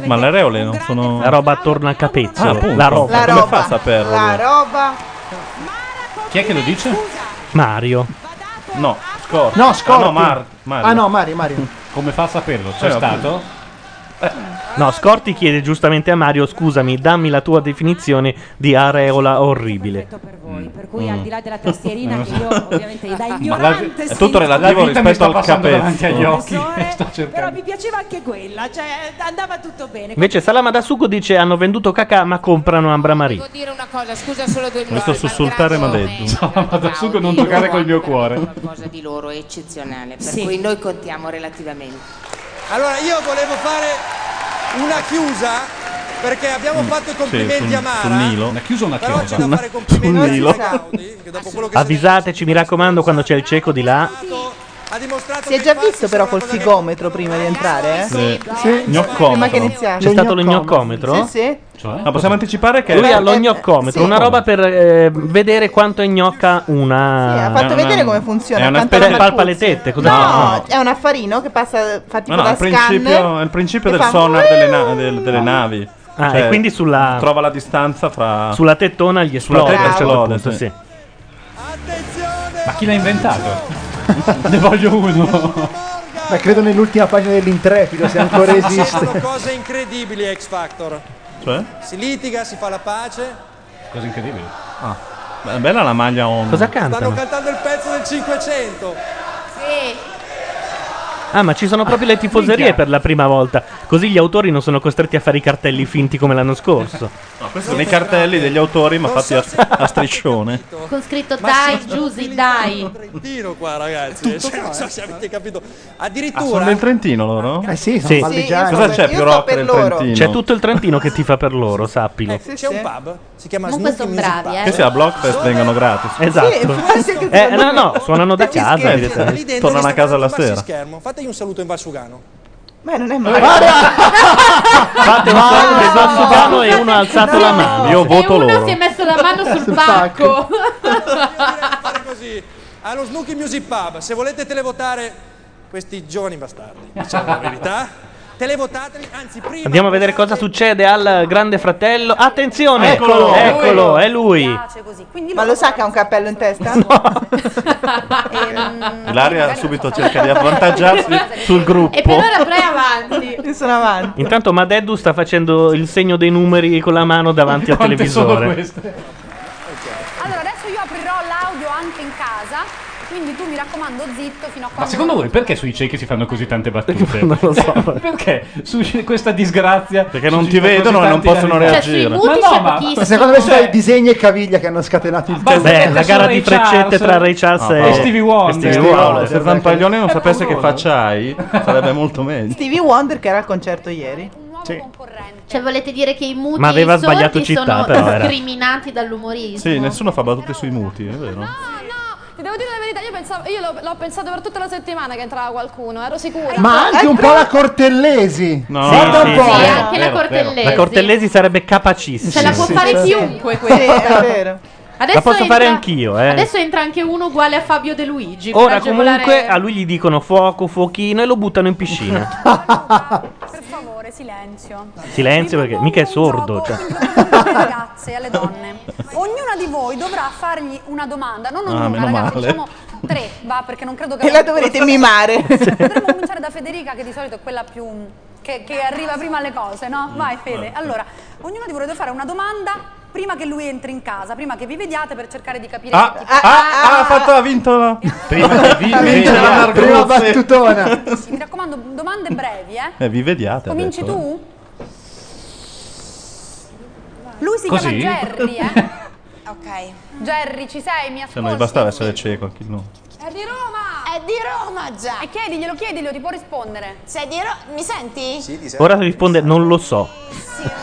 S8: Ma le areole non sono.
S2: La roba attorno al capezzo.
S8: Ah, appunto.
S2: la roba.
S8: Come fa a saperlo?
S3: La roba.
S8: Chi è che lo dice?
S2: Mario.
S8: No, Scorpio.
S6: No, Scorpio.
S8: Ah, no, Mar- Mario.
S6: Ah, no, Mario, Mario.
S4: Come fa a saperlo? C'è
S8: Cioè,
S2: Eh,
S4: stato?
S2: No, Scorti chiede giustamente a Mario: Scusami, dammi la tua definizione di areola orribile.
S17: Per cui al di là della tastierina che io ovviamente da
S2: Mm. Ma la-
S17: ignorante
S2: è tutto relativo
S4: La vita mi
S2: rispetto
S4: sta
S2: al
S4: passando
S2: capezzo.
S4: davanti agli occhi.
S17: professore,
S4: Sto cercando.
S17: però mi piaceva anche quella, cioè andava tutto bene.
S2: Invece, Salama da Sugo dice: Hanno venduto cacà, ma comprano Ambramari.
S16: Devo dire una cosa, scusa solo due
S2: Mi sto
S16: minuti.
S2: sussultare, ma
S16: malgrado
S2: detto.
S16: me,
S4: Ma da sugo non
S16: Io
S4: toccare
S16: ho
S4: col mio
S16: anche
S4: cuore.
S16: Qualcosa di loro è eccezionale, per
S19: Sì.
S16: cui noi contiamo relativamente.
S19: Allora io volevo fare una chiusa perché abbiamo
S8: Mm.
S19: fatto i complimenti a Mara.
S4: Una chiusa una
S19: Però c'è
S2: chiusa.
S19: da fare complimenti
S2: Sul
S19: a
S2: Nilo.
S19: Gaudi, che dopo quello che
S2: Avvisateci, mi raccomando, quando c'è il cieco di là.
S19: ha dimostrato
S3: Si è già visto però col figometro prima di entrare? Eh?
S2: Sì. Gnoccometro.
S3: Prima che iniziasse.
S2: C'è stato lo gnoccometro? Ah,
S3: Sì, sì.
S2: Cioè?
S8: No, possiamo anticipare che.
S2: Lui ha lo
S3: Eh,
S2: gnoccometro,
S3: sì.
S2: una roba per eh, vedere quanto è gnocca una.
S3: Sì, ha fatto vedere come funziona,
S2: È una
S3: quanto
S2: specie
S3: la
S2: palpa le
S3: Marcuzzi.
S2: tette,
S3: No, cioè,
S2: cos'è?
S3: è un affarino che passa, fa tipo
S8: No, no, è
S3: da
S8: il principio,
S3: scanner
S8: è il principio
S3: e
S8: del
S3: fa-
S8: sonar delle, na- del- delle navi. Cioè,
S2: Ah, e quindi sulla-
S8: Trova la distanza fra.
S2: Sulla tettona gli
S8: Sulla
S2: esplode.
S8: testa
S2: a un certo
S8: esplode,
S2: punto,
S8: sì.
S2: sì.
S4: Ma chi l'ha inventato? ne voglio uno.
S6: Beh, credo nell'ultima pagina dell'intrepido, se ancora
S19: Succedono
S6: esiste.
S19: cose incredibili a X Factor.
S8: Cioè?
S19: Si litiga, si fa la pace.
S8: Cosa incredibile. Ah. Ma È bella la maglia on.
S2: Cosa
S19: Stanno
S2: cantano?
S19: cantando il pezzo del 500. Sì.
S2: Ah, ma ci sono proprio le tifoserie per la prima volta. Così gli autori non sono costretti a fare i cartelli finti come l'anno scorso.
S8: No, questi sono i cartelli degli autori, ma fatti a, a striscione.
S5: Con scritto
S19: Ma
S5: dai,
S19: sì.
S5: Giusy, dai.
S19: Trentino qua, ragazzi. Cioè, non so se avete capito.
S8: Ah, sono
S19: Addirittura
S8: del Trentino loro? Eh
S6: sì,
S19: sono valleggiani.
S8: Cosa c'è
S19: Io
S8: più
S19: so
S8: rock
S19: per
S8: del
S19: loro.
S8: Trentino?
S2: C'è tutto il Trentino che tifa per loro,
S3: Eh,
S2: sappilo.
S19: c'è un pub, si chiama
S5: Comunque
S19: Snoopy
S5: son
S19: Music
S5: bravi,
S19: Pub.
S5: eh.
S8: Che sia Blockfest vengono gratis.
S2: Esatto. Eh, no, no, suonano da casa.
S19: Scherzi,
S2: direttamente.
S19: lì dentro
S8: Tornano
S19: che stanno
S8: a casa la
S19: farsi
S8: sera.
S19: Schermo. Fategli un saluto in Valsugano.
S3: Beh, non è male.
S2: Fate un saluto in Valsugano e uno ha alzato la mano.
S8: Io voto
S5: Uno
S8: loro.
S5: si è messo la mano sul,
S19: Sul
S5: pacco.
S19: Fare così. Allo Snooki Music Pub, se volete televotare questi giovani bastardi, diciamo la verità, televotateli, anzi prima
S2: Andiamo a vedere cosa succede al Grande Fratello. Attenzione!
S3: Eccolo!
S2: Eccolo, è lui.
S3: Ma lo sa che ha un cappello in testa?
S8: Ilaria subito cerca di avvantaggiarsi sul gruppo.
S5: vai avanti.
S3: Sono avanti.
S2: Intanto Madeddu sta facendo il segno dei numeri con la mano davanti al
S4: Quante sono
S2: televisore.
S4: queste?
S9: Allora, adesso io aprirò l'audio anche in casa, quindi tu mi raccomando zitto fino a quando...
S4: Ma secondo voi perché sui ciechi si fanno così tante battute?
S2: Non lo so.
S4: perché su questa disgrazia? Perché
S8: non ti vedono e non possono reagire. Cioè, sui
S6: Ma no, ma, ma secondo me sono i disegni e caviglia che hanno scatenato il tempo.
S2: Ah, Beh, la gara di freccette tra Ray Charles
S8: No,
S2: Ah, e,
S8: però-
S2: e Stevie Wonder.
S8: Se Zampaglione non sapesse che faccia hai, sarebbe molto meglio.
S3: Stevie Wonder che era al concerto ieri.
S5: Cioè, volete dire che i muti
S8: Ma aveva
S5: e i sordi
S8: sbagliato città,
S5: sono
S8: però, era.
S5: discriminati dall'umorismo?
S8: Sì, nessuno fa battute sui muti, è vero?
S22: Ti devo dire la verità, io, pensavo, io l'ho, l'ho pensato per tutta la settimana che entrava qualcuno, ero
S4: Eh,
S22: sicura.
S6: Ma anche un po' la Cortellesi.
S8: No,
S6: Guarda
S2: sì,
S6: un po'.
S2: sì,
S6: eh.
S5: anche la Cortellesi.
S2: La Cortellesi sarebbe capacissima.
S5: Ce la può fare chiunque questa. Adesso
S2: La posso
S5: entra-
S2: fare anch'io, eh.
S5: Adesso entra anche uno uguale a Fabio De Luigi. per
S2: Ora
S5: agevolare-
S2: comunque a lui gli dicono fuoco, fuochino e lo buttano in piscina.
S9: Per favore, silenzio.
S2: Silenzio perché mica è sordo. cioè.
S9: Alle ragazze e alle donne. Ognuna di voi dovrà fargli una domanda, non
S2: Ah,
S9: ognuna,
S2: meno
S9: ragazzi,
S2: male.
S9: diciamo tre, va, perché non credo che...
S3: E la dovrete mimare.
S9: Potremmo cominciare da Federica, che di solito è quella più... che, che arriva prima alle cose, no? Vai Fede. Allora, ognuno di voi deve fare una domanda prima che lui entri in casa, prima che vi vediate per cercare di capire...
S8: Ah,
S9: che tipo-
S8: ah, ah, ha fatto, ha vinto la... Prima che
S6: Ha vinto la prima battutona.
S9: Sì, mi raccomando, domande brevi, eh.
S8: Eh, vi vediate. ha
S9: Cominci
S8: detto, eh.
S9: tu? Lui si
S8: Così?
S9: chiama Jerry, eh? ok. Jerry, ci sei? Mi
S8: Se
S9: ascolti?
S8: non gli bastava essere cieco, chi no.
S9: È di Roma! È di Roma già! E chiediglielo, chiediglielo, ti può rispondere. Sei di Roma... Mi senti? Sì, ti
S2: Ora risponde non lo so.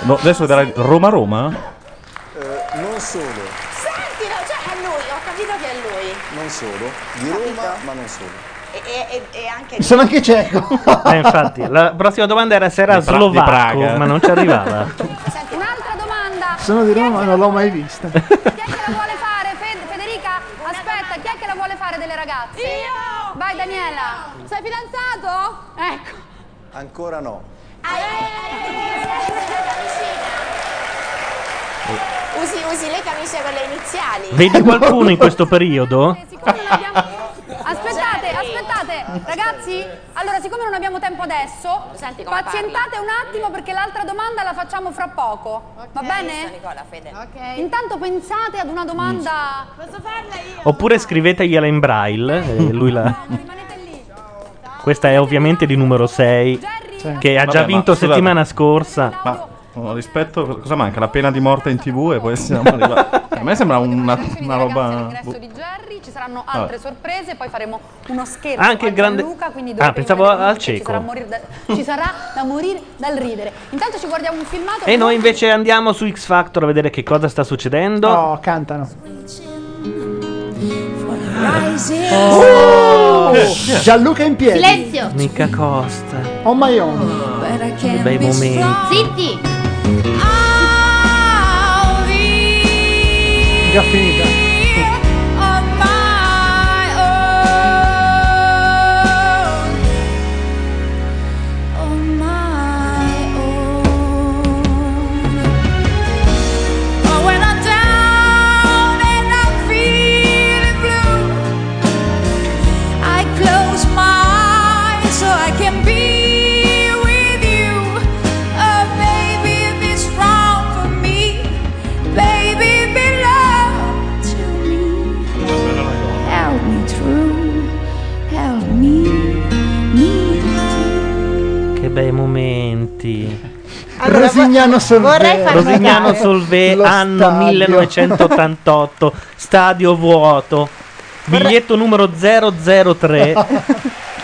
S8: No, adesso vedrai Roma-Roma?
S23: eh, non solo,
S24: Sentilo, cioè è lui, ho capito che è lui.
S23: non solo, di Roma, ma non solo.
S25: E, e- e- e anche
S13: Sono anche cieco.
S2: Eh, infatti, la prossima domanda era se era
S13: Di Pra- di
S2: slovacco,
S13: Praga.
S2: ma non ci arrivava.
S9: Un'altra domanda.
S13: Sono di Roma, non l'ho mai vista.
S9: Chi è che la vuole fare? Fed- Federica, aspetta, chi è che la vuole fare delle ragazze? Io! Vai Daniela. Sei fidanzato? Ecco.
S6: Ancora no.
S23: Usi, usi le camicie con le iniziali.
S2: Vedi qualcuno in questo periodo?
S9: Aspettate, aspettate, ragazzi. Allora, siccome non abbiamo tempo adesso,
S25: come
S9: pazientate un attimo perché l'altra domanda la facciamo fra poco. Va
S25: Giusto,
S9: bene?
S25: Nicola, Fede.
S9: Intanto pensate ad una domanda. Posso farla io?
S2: Oppure scrivetegliela in braille e lui la... Questa è ovviamente di numero 6, che ha
S8: Vabbè,
S2: già
S8: ma
S2: vinto
S8: scusate.
S2: settimana scorsa.
S8: Ma oh, rispetto, cosa manca? La pena di morte in tv e poi siamo arrivati. A me sembra una, una roba. boh.
S9: Di Jerry, ci saranno altre
S8: Vabbè.
S9: sorprese, poi faremo uno scherzo
S8: Anche il grande-
S9: Luca, quindi
S8: Ah,
S9: dovete
S8: pensavo
S9: rimanere
S8: al
S9: lì perché ci sarà,
S2: cieco.
S9: morir da, ci sarà da morire dal ridere. Intanto ci guardiamo un filmato
S2: E noi invece andiamo su X Factor a vedere che cosa sta succedendo. Oh, cantano.
S13: Oh!
S8: Eh,
S13: Gianluca in piedi.
S5: Silenzio!
S2: Mica Costa.
S13: On my own.
S2: Che bei momenti.
S5: Zitti!
S13: Già finita.
S15: Oh, Oh, Baby, be love to me. Help me through. Help me. Me
S2: Che bei momenti.
S13: Allora, Rosignano Solvè.
S2: Rosignano Solvè, anno 1988, stadio vuoto, biglietto numero 003.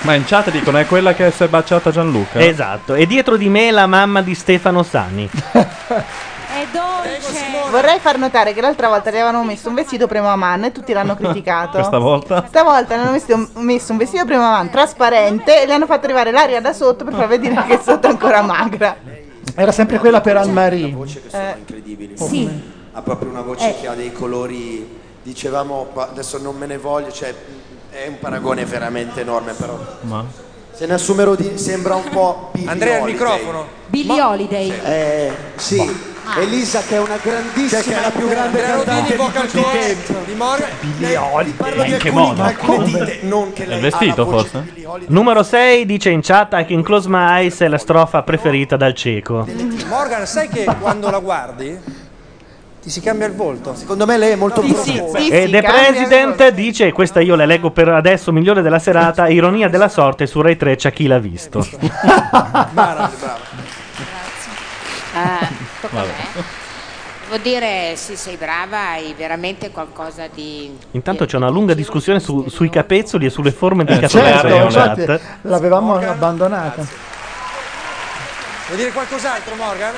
S8: Ma in chat dicono è quella che si è baciata Gianluca.
S2: Esatto, e dietro di me la mamma di Stefano Sani.
S3: Vorrei far notare che l'altra volta gli avevano messo un vestito prima a mano e tutti l'hanno criticato.
S8: Questa volta.
S3: Stavolta ne hanno messo un, messo un vestito prima mano trasparente e le hanno fatto arrivare l'aria da sotto per far vedere che sotto è ancora magra.
S13: Era sempre quella per Anne-Marie.
S3: Eh.
S6: incredibili.
S3: Sì.
S6: Ha proprio una voce
S3: Eh.
S6: che ha dei colori. Dicevamo, pa- adesso non me ne voglio, cioè è un paragone veramente enorme, però
S8: Ma.
S6: se ne assumero di sembra un po' Billie
S19: Andrea, il
S6: Holiday.
S19: microfono.
S16: Billy Holiday.
S6: Eh, sì. Ah. Elisa che è una grandissima
S19: Cioè, che è la più grande
S6: Andrea Rodini,
S19: cantante di
S6: vocal
S19: tutti i
S6: coach
S19: tempi.
S6: di Morgan.
S8: Billie Holiday.
S6: Parlo di
S8: In che
S6: alcuni,
S8: modo?
S6: alcune dite, non che
S8: È
S6: lei
S8: il vestito,
S6: ha la voce
S8: forse?
S6: di Billie Holiday.
S2: Numero 6 dice in chat I can close my eyes è la strofa preferita dal cieco.
S19: Morgan, sai che quando la guardi ti si cambia il volto?
S6: Secondo me lei è molto più
S2: E The President dice, questa io la leggo per adesso migliore della serata, ironia della sorte su Rai 3 c'è chi l'ha visto.
S16: Ah, tocca a me. Devo dire, sì, sei brava, hai veramente qualcosa di...
S2: Intanto c'è una lunga discussione su- sui capezzoli e sulle forme
S8: Eh,
S2: di
S13: Certo,
S2: capezzoli in
S13: infatti,
S2: chat.
S13: l'avevamo abbandonata.
S6: Vuoi dire qualcos'altro, Morgan?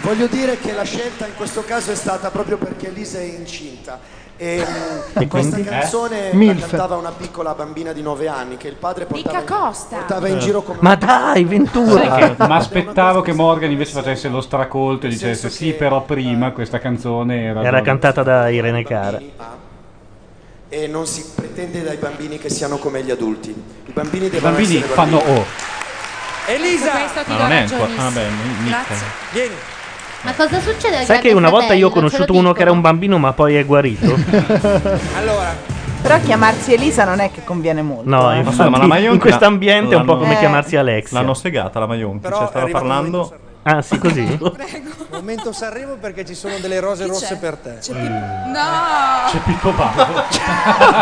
S6: Voglio dire che la scelta in questo caso è stata proprio perché Elisa è incinta. E, mm,
S13: E
S6: questa
S13: quindi?
S6: canzone
S13: Eh?
S6: la
S13: Milf.
S6: cantava una piccola bambina di 9 anni che il padre portava, in- portava in
S4: Eh.
S6: giro come
S2: Ma dai, Ventura!
S4: Ma aspettavo che Morgan invece facesse lo stracolto e dicesse sì, però
S23: eh,
S4: prima questa canzone era...
S2: Era cantata da Irene Cara.
S6: e non si pretende dai bambini che siano come gli adulti. I bambini
S4: I
S6: devono
S4: bambini
S6: essere
S4: fanno
S6: bambini.
S4: oh.
S19: Elisa!
S8: Ma non è ancora. Ah, beh,
S5: Grazie.
S19: Vieni.
S5: Ma cosa succede? al
S2: Sai che
S5: Grande
S2: una volta io
S5: Fratello?
S2: ho
S5: Ce
S2: conosciuto
S5: lo
S2: uno
S5: dico.
S2: che era un bambino ma poi è guarito?
S3: Però chiamarsi Elisa non è che conviene molto.
S2: No,
S3: eh.
S2: infatti, in questo ambiente è un po' come
S3: Eh.
S2: chiamarsi Alexia.
S8: L'hanno segata la Maionchi, cioè stava parlando.
S2: Ah, sì, così?
S5: Cioè,
S19: Momento Sanremo perché ci sono delle rose rosse per te.
S15: No!
S8: Eh, C'è Pippo Paolo.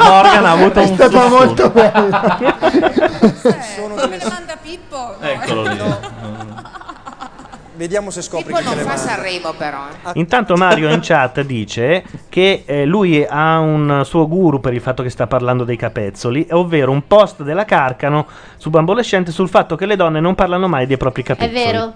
S8: Morgan ha avuto
S13: È
S8: un
S13: stata
S8: sussulto.
S13: molto bella.
S19: Sono
S15: Come
S19: delle...
S15: le manda Pippo?
S8: Eccolo lì.
S19: Vediamo se scopri
S16: Pippo
S19: chi te
S16: non
S19: le
S16: fa
S19: manda.
S16: Sanremo però. eh.
S2: Intanto Mario in chat dice che eh, lui ha un suo guru per il fatto che sta parlando dei capezzoli, ovvero un post della Carcano su Bambolescente sul fatto che le donne non parlano mai dei propri
S5: È
S2: capezzoli.
S5: vero.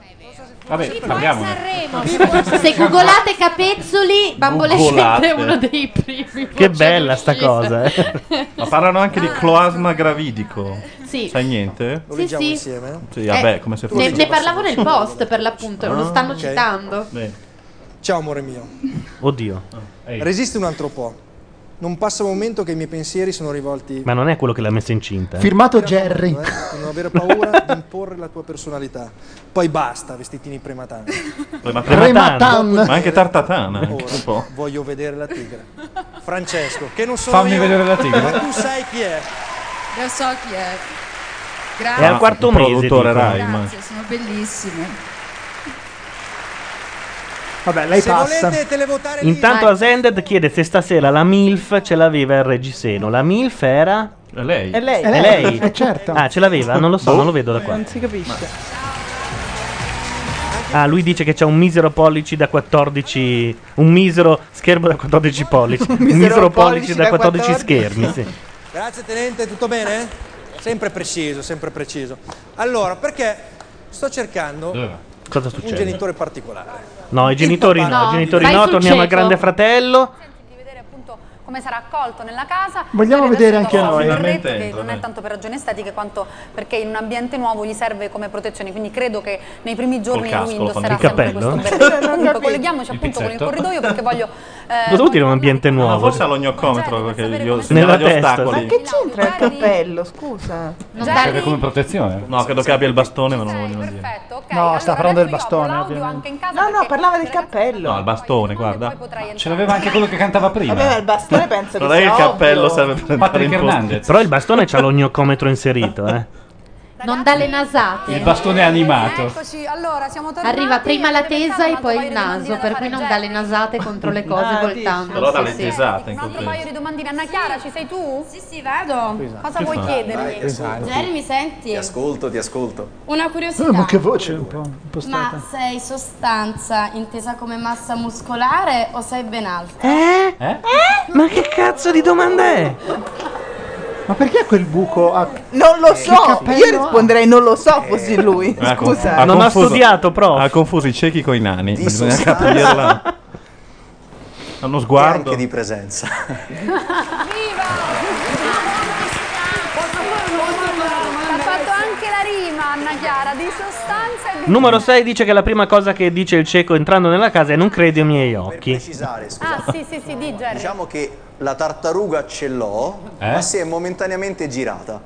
S8: Vabbè,
S5: Poi
S8: parliamone.
S5: Sanremo. Se googolate Capezzoli, Bambole
S8: Googolate.
S5: Scelte è uno dei primi.
S8: Che bella sta
S5: cosa,
S8: eh. Ma parlano anche di cloasma gravidico.
S5: Ah. Sì.
S8: Sai niente?
S5: Lo leggiamo Sì, sì.
S18: insieme?
S8: Cioè, Sì,
S5: Eh,
S8: vabbè, come se
S5: Ne,
S8: fosse...
S5: ne parlavo nel post per l'appunto, lo
S8: Ah,
S5: stanno
S18: ok.
S5: citando.
S18: Ciao amore mio.
S2: Oddio.
S18: Resisti un altro po'. Non passa un momento che i miei pensieri sono rivolti
S2: Ma non è quello che l'ha messa incinta. eh.
S6: Firmato Jerry.
S18: Eh, di non avere paura di imporre la tua personalità. Poi basta, vestitini prematani.
S8: Ma,
S18: Rematan.
S8: ma anche tartatana, anche un po'.
S18: Voglio vedere la tigre. Francesco, che non sono
S8: Fammi
S18: io,
S8: vedere la tigre.
S18: Ma tu sai chi è?
S1: Lo so chi è.
S2: È al quarto mese.
S8: produttore
S2: dicono.
S8: Rai, ma-
S1: Grazie, sono bellissime.
S6: Vabbè, lei
S18: Se
S6: passa.
S18: volete televotare lì.
S2: Intanto Asended chiede se stasera la MILF ce l'aveva il reggiseno. La MILF era...
S8: È lei.
S3: È lei.
S2: È
S3: È
S2: lei?
S3: lei, eh, certo.
S2: Ah, ce l'aveva? Non lo so,
S3: Boh.
S2: non lo vedo da qua.
S3: Non si capisce.
S2: Ah, lui dice che c'è un misero pollice da 14... Un misero schermo da 14 pollici. un misero, pollice da 14, schermi, sì.
S18: Grazie tenente, tutto bene? Sempre preciso, sempre preciso. Allora, perché sto cercando
S2: Cosa
S18: un
S2: succede?
S18: genitore particolare.
S2: No, i genitori no,
S9: No,
S2: i genitori
S9: vai
S2: no,
S9: sul
S2: torniamo al
S9: cieco.
S2: Grande Fratello.
S9: come sarà accolto nella casa.
S6: Vogliamo
S9: Noi
S6: vedere
S9: adesso
S6: anche
S9: abbiamo
S6: noi.
S9: un
S6: Finalmente
S9: berretto che
S6: entra,
S9: non è
S6: dai.
S9: tanto per ragioni estetiche quanto perché in un ambiente nuovo gli serve come protezione. Quindi credo che nei primi giorni
S2: casco,
S9: lui
S2: lo fanno
S9: indosserà
S2: il
S9: sempre
S2: cappello?
S9: questo berretto.
S2: Non
S9: Comunque
S2: capisco.
S9: colleghiamoci
S2: Il
S9: appunto con il
S2: pizzetto.
S9: corridoio perché voglio eh,
S2: Cosa vuol dire un ambiente nuovo?
S8: Ma Ah, forse
S5: Certo,
S8: all'ognocometro, perché io
S2: Nella
S8: segnalo gli
S2: testa,
S8: ostacoli.
S3: Che c'entra il cappello, scusa?
S8: Serve come protezione? No, credo che abbia il bastone, ma non lo vogliono dire.
S6: No, sta parlando del bastone. ovviamente.
S3: No, no, parlava del cappello.
S8: No, il bastone, guarda.
S9: Ce
S8: l'aveva anche quello che cantava prima.
S3: Vabbè, il bastone penso che
S8: Non è che
S3: sia
S8: il cappello
S3: ovvio.
S8: serve per entrare in posto.
S2: Però il bastone c'ha l'ognocometro inserito, eh.
S5: Non dà le nasate.
S2: Il bastone animato.
S9: Eccoci, allora siamo tornati.
S5: Arriva prima la tesa e poi il naso, per cui non dà le nasate contro le cose
S9: Ah,
S5: voltando.
S8: Però dalle
S5: Sì, sì.
S8: tesate in
S9: Un altro
S8: contesto.
S9: paio di domandine. Anna Chiara, ci sei tu? Sì, sì, vado. Cosa
S23: Che
S9: vuoi
S23: fa?
S9: chiedermi?
S23: Dai, esatto.
S1: Jerry, mi
S23: Ti
S1: senti?
S23: ascolto, ti ascolto.
S1: Una curiosità.
S6: Eh, ma che voce un po'
S1: Ma
S6: impostata.
S1: sei sostanza intesa come massa muscolare o sei ben alta?
S2: Eh? Ma che cazzo di domanda è?
S6: Ma perché quel buco ha...
S3: Non lo
S6: Che
S3: so,
S6: cappello
S3: io risponderei non lo so fossi lui.
S8: Eh, Ha con-
S3: Scusa.
S8: ha
S2: Non Ah, ha
S8: confuso-
S2: studiato, prof.
S8: Ha confuso i ciechi con i nani.
S23: Di
S8: Bisogna
S23: sostanza.
S8: capirla. Ha uno sguardo.
S23: Anche di presenza.
S9: Ha fatto anche la rima, Anna Chiara, di sostanza e di...
S2: Numero 6 dice che la prima cosa che dice il cieco entrando nella casa è non credo ai miei occhi.
S23: Precisare, scusa.
S9: Ah, sì, sì, sì, di Jerry.
S23: Diciamo che la tartaruga ce l'ho, ma si è momentaneamente girata.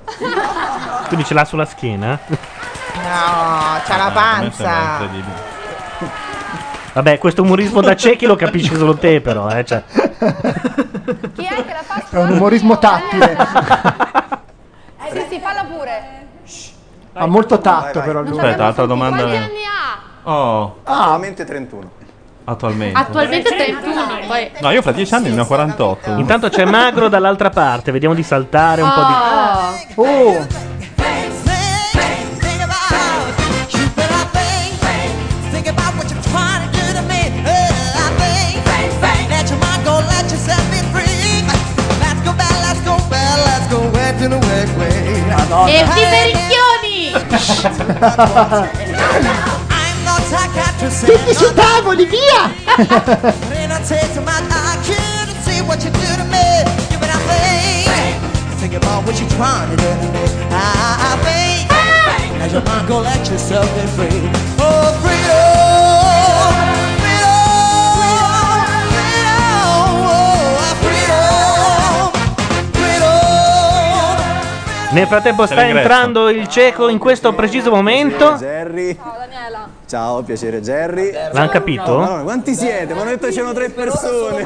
S2: Tu dici là sulla schiena?
S3: No, c'ha la panza.
S2: Vabbè, questo umorismo da ciechi lo capisci solo te però, eh. Cioè.
S6: È un umorismo tattile.
S9: Eh, sì, sì, falla pure.
S6: ha molto tatto però lui.
S8: Aspetta, altra domanda. Oh,
S23: Attualmente 31.
S8: attualmente.
S1: Cioè,
S5: Attualmente 31, poi...
S8: No, io fra 10 anni ne ho 48.
S2: Intanto c'è Magro dall'altra parte, vediamo di saltare un po' di...
S5: Oh.
S2: Oh!
S15: Think about what you're trying to do to me. Uh, I think that you might go let yourself be free. Let's go back, let's go back, let's go back to the way, way.
S18: Oh.
S5: E di vericchioni!
S15: I'm not psychiatrist. Tutti sui tavoli, via!
S19: Ah.
S15: Then I take to my IQ to see what you do to me. You and I think. Think about what you're trying to do to me. I think. Ah, As your mind go let yourself be free. Oh, freedom! Freedom! Freedom! Oh, freedom! Freedom!
S2: Nel frattempo
S23: C'è
S2: sta
S23: l'ingresso.
S2: entrando il cieco in questo preciso momento.
S23: Jerry. Ciao Daniela. Ciao, piacere Jerry.
S2: L'hanno capito?
S23: Madonna, quanti siete? Mi hanno detto che c'erano tre persone.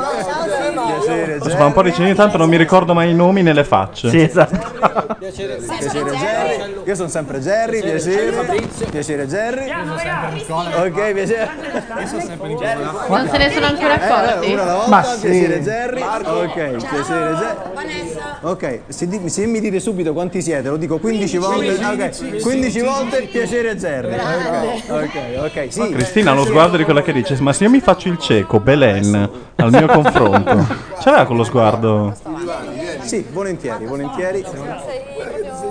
S23: Piacere
S8: Posso fare un po' di cigno, tanto non mi ricordo mai i nomi nelle facce.
S2: Sì, esatto.
S23: Jerry. Piacere Jerry. Io sono sempre Jerry, piacere. Piacere Jerry. Ok, piacere.
S5: Non se ne sono ancora
S23: Eh,
S5: accorti.
S23: una alla volta,
S6: Ma sì.
S23: piacere Jerry. Ok, piacere Jerry. Ok, se, di- se mi dite subito quanti siete, lo dico 15 volte.
S18: Quindici.
S23: ok,
S18: Sì, sì,
S23: 15
S18: sì,
S23: volte
S18: sì, sì.
S23: piacere Jerry. Ok, ok, ok, sì.
S8: Cristina ha lo sguardo di quella che dice: Ma se io mi faccio il cieco, Belen, al mio confronto, ce l'ha quello sguardo?
S23: Sì, volentieri, volentieri. sei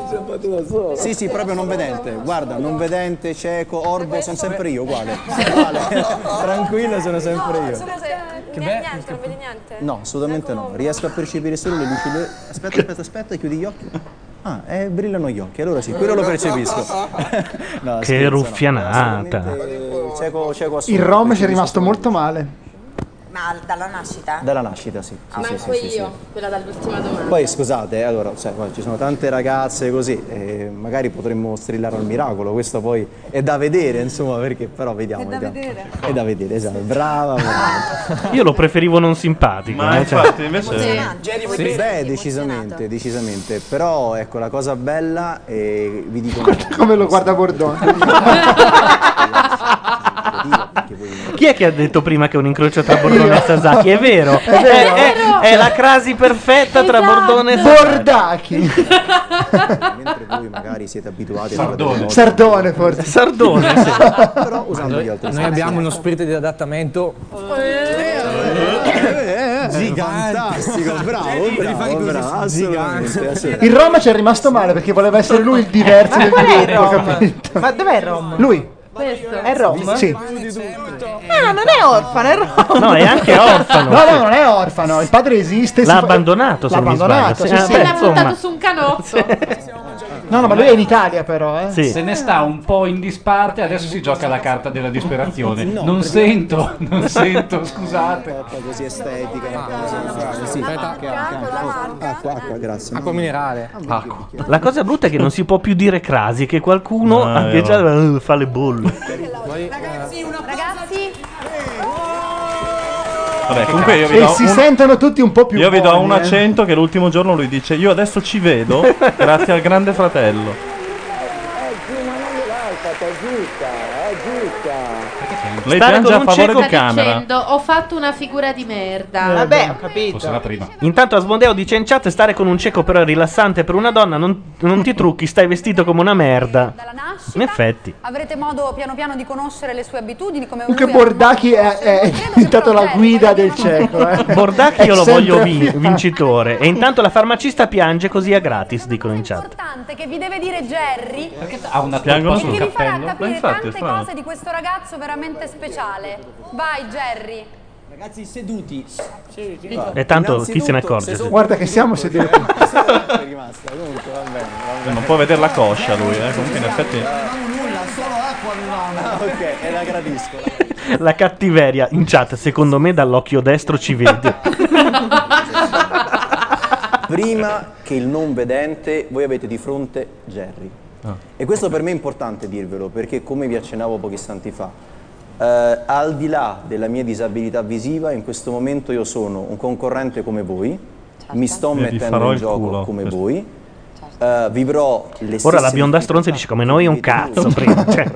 S23: sempre tu da sola. Sì, sì, proprio non vedente. Guarda, non vedente, cieco, orbo, sono sempre io, uguale. Uguale. Tranquillo, sono sempre io.
S7: Che
S23: bello.
S7: niente, non vedi niente.
S23: No, assolutamente no. Riesco a percepire solo le luci. le- Aspetta, aspetta, aspetta, chiudi gli occhi. Ah, eh, brillano gli occhi, allora sì, quello lo percepisco.
S6: Ah,
S23: No,
S2: che
S23: scherzo, no.
S2: ruffianata.
S23: Eh, Cieco, cieco
S6: Il
S23: assoluto.
S6: Rom ci è rimasto molto male.
S26: Ma dalla nascita?
S23: Dalla nascita, sì. Sì, sì,
S1: Manco
S23: Ah, sì, sì, sì.
S1: io, quella dall'ultima domanda.
S23: Poi scusate, eh, allora, cioè, guarda, ci sono tante ragazze così, eh, magari potremmo strillare al miracolo, questo poi è da vedere, insomma, perché però vediamo. vediamo.
S26: vedere.
S23: È da vedere, esatto. Brava, brava.
S2: Io lo preferivo non simpatico.
S23: Ma
S2: eh, cioè-
S23: infatti, invece-
S26: Emozionante. Jerry, vuoi
S23: Sì.
S26: bere?
S23: Beh, decisamente, decisamente. Però ecco la cosa bella e vi dico
S6: Come lo guarda Bordone.
S2: Chi è che ha detto prima che è un incrocio tra Bordone e Sasaki? È vero,
S6: È vero.
S2: È, è- è la crasi perfetta tra Bordone e Sasaki.
S6: Bordachi.
S23: mentre voi magari siete abituati
S6: Sardone.
S23: a
S6: Sardone forse.
S2: Sardone,
S23: sì. Però usando gli altri
S13: Noi abbiamo uno spirito di adattamento
S23: Fantastico, bravo, bravo, bravo, assolutamente, assolutamente.
S6: Il Rom ci è rimasto male perché voleva essere lui il diverso
S3: Ma
S6: del
S23: Eh,
S3: qual è il
S6: gruppo,
S3: Rom?
S6: capito?
S3: Ma dov'è il Rom?
S6: Lui.
S3: Questo. È Rom?
S6: Sì.
S3: Ah, non è orfano, è Rom.
S2: No, è anche orfano.
S6: No, no, non è orfano, il padre esiste.
S2: L'ha
S6: si fa-
S2: abbandonato, se
S6: L'ha
S2: non mi
S6: abbandonato,
S2: sbaglio.
S6: sì,
S2: Sì,
S6: sì.
S2: vabbè, L'ha buttato insomma.
S5: su un canotto.
S6: No, no, ma lui è in Italia però, eh.
S4: Se ne sta un po' in disparte, adesso si gioca la carta della disperazione. non sento, non sento, scusate.
S23: Così estetica, una cosa Ah, sì. Acqua, acqua, grazie.
S13: acqua minerale.
S4: Ah,
S2: Acqua. La cosa brutta è che non si può più dire crasi, che qualcuno
S13: Ah,
S2: anche
S13: è
S2: già "Eh, fa le bolle.
S9: Ragazzi, una Ragazzi,
S8: Vabbè, comunque io vi
S6: E
S8: do
S6: si
S8: un-
S6: sentono tutti un po' più
S8: Io vi do
S6: buoni,
S8: un
S6: eh.
S8: accento che l'ultimo giorno lui dice io adesso ci vedo grazie al grande fratello.
S2: Stare
S8: Lei piange
S2: con
S8: a
S2: un
S8: favore
S2: cieco-
S8: di camera.
S5: Dicendo, ho fatto una figura di merda.
S6: Eh,
S3: Vabbè, ho
S2: Forse la prima. Intanto Asmodeo dice in chat stare con un cieco però è rilassante per una donna, non, non ti trucchi, stai vestito come una merda.
S9: dalla nascita
S2: In effetti.
S9: avrete modo piano piano di conoscere le sue abitudini, come
S6: Comunque
S9: lui ha avuto-
S6: Bordachi è, è diventato la guida del cieco, eh.
S2: Bordacchi io
S6: È
S2: lo
S6: sempre
S2: voglio
S6: a
S2: vi-
S6: fianco.
S2: vincitore. E intanto la farmacista piange così a gratis, dicono in chat.
S9: importante che vi deve dire Jerry perché
S2: ha una Ah, Piangono colpa sul
S9: vi farà
S2: cappello?
S9: capire
S2: Ma infatti, è
S9: tante
S2: strano.
S9: cose di questo ragazzo veramente speciale vai Jerry ragazzi seduti
S2: E tanto chi se ne accorge? se-
S6: Guarda che siamo seduti.
S8: Non può vedere la coscia lui, eh. comunque in effetti
S23: Nulla, solo acqua minerale. Ah, Ok, e la gradisco.
S2: La cattiveria in chat, secondo me, dall'occhio destro ci vede.
S23: Prima che il non vedente, voi avete di fronte Jerry. E questo per me è importante dirvelo, perché come vi accennavo pochi istanti fa, eh, al di là della mia disabilità visiva, in questo momento io sono un concorrente come voi, mi sto
S2: Io vi farò
S23: mettendo in
S2: il
S23: gioco
S2: culo, Certo.
S23: come voi, eh, vivrò le stesse
S2: Ora la bionda stronza dice come noi è un cazzo. prima, cioè.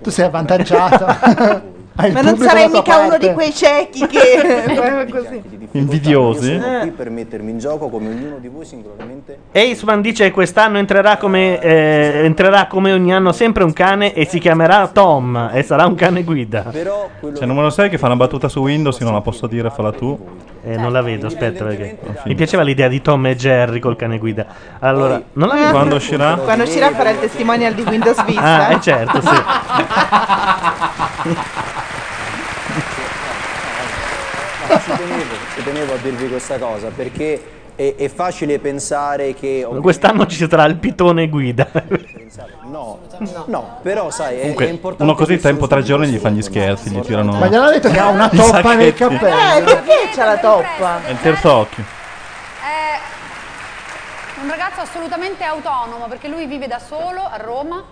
S6: Tu sei avvantaggiato. Hai il
S3: Ma non
S6: pubblico
S3: sarai
S6: dalla tua
S3: mica uno
S6: parte.
S3: di quei ciechi che... così.
S8: invidiosi.
S23: Io
S2: Eh.
S23: sono qui per mettermi in gioco come ognuno di voi singolarmente.
S2: Eisman dice che quest'anno entrerà come, eh, entrerà come ogni anno sempre un cane e si chiamerà Tom e sarà un cane guida.
S8: Se non me lo sai che fa una battuta su Windows, io non la posso dire, falla tu.
S2: Eh, non la vedo, aspetta perché mi piaceva l'idea di Tom e Jerry col cane guida. Allora, non la vedo.
S8: Quando uscirà?
S3: Quando uscirà farà il testimonial di Windows Vista.
S2: Ah, eh, certo, sì.
S23: Ma ci tenevo, ci tenevo a dirvi questa cosa perché è, è facile pensare che
S2: Quest'anno ci sarà il pitone guida.
S23: no, no, però sai, è- è,
S8: Comunque,
S23: importante
S8: uno così in tempo tre giorni gli fa gli scherzi, gli tirano.
S6: Ma gliel'ha detto che ha una
S8: i
S6: toppa nel
S8: sacchetti.
S3: Eh, perché c'ha la toppa?
S8: È il terzo occhio.
S9: è un ragazzo assolutamente autonomo perché lui vive da solo a Roma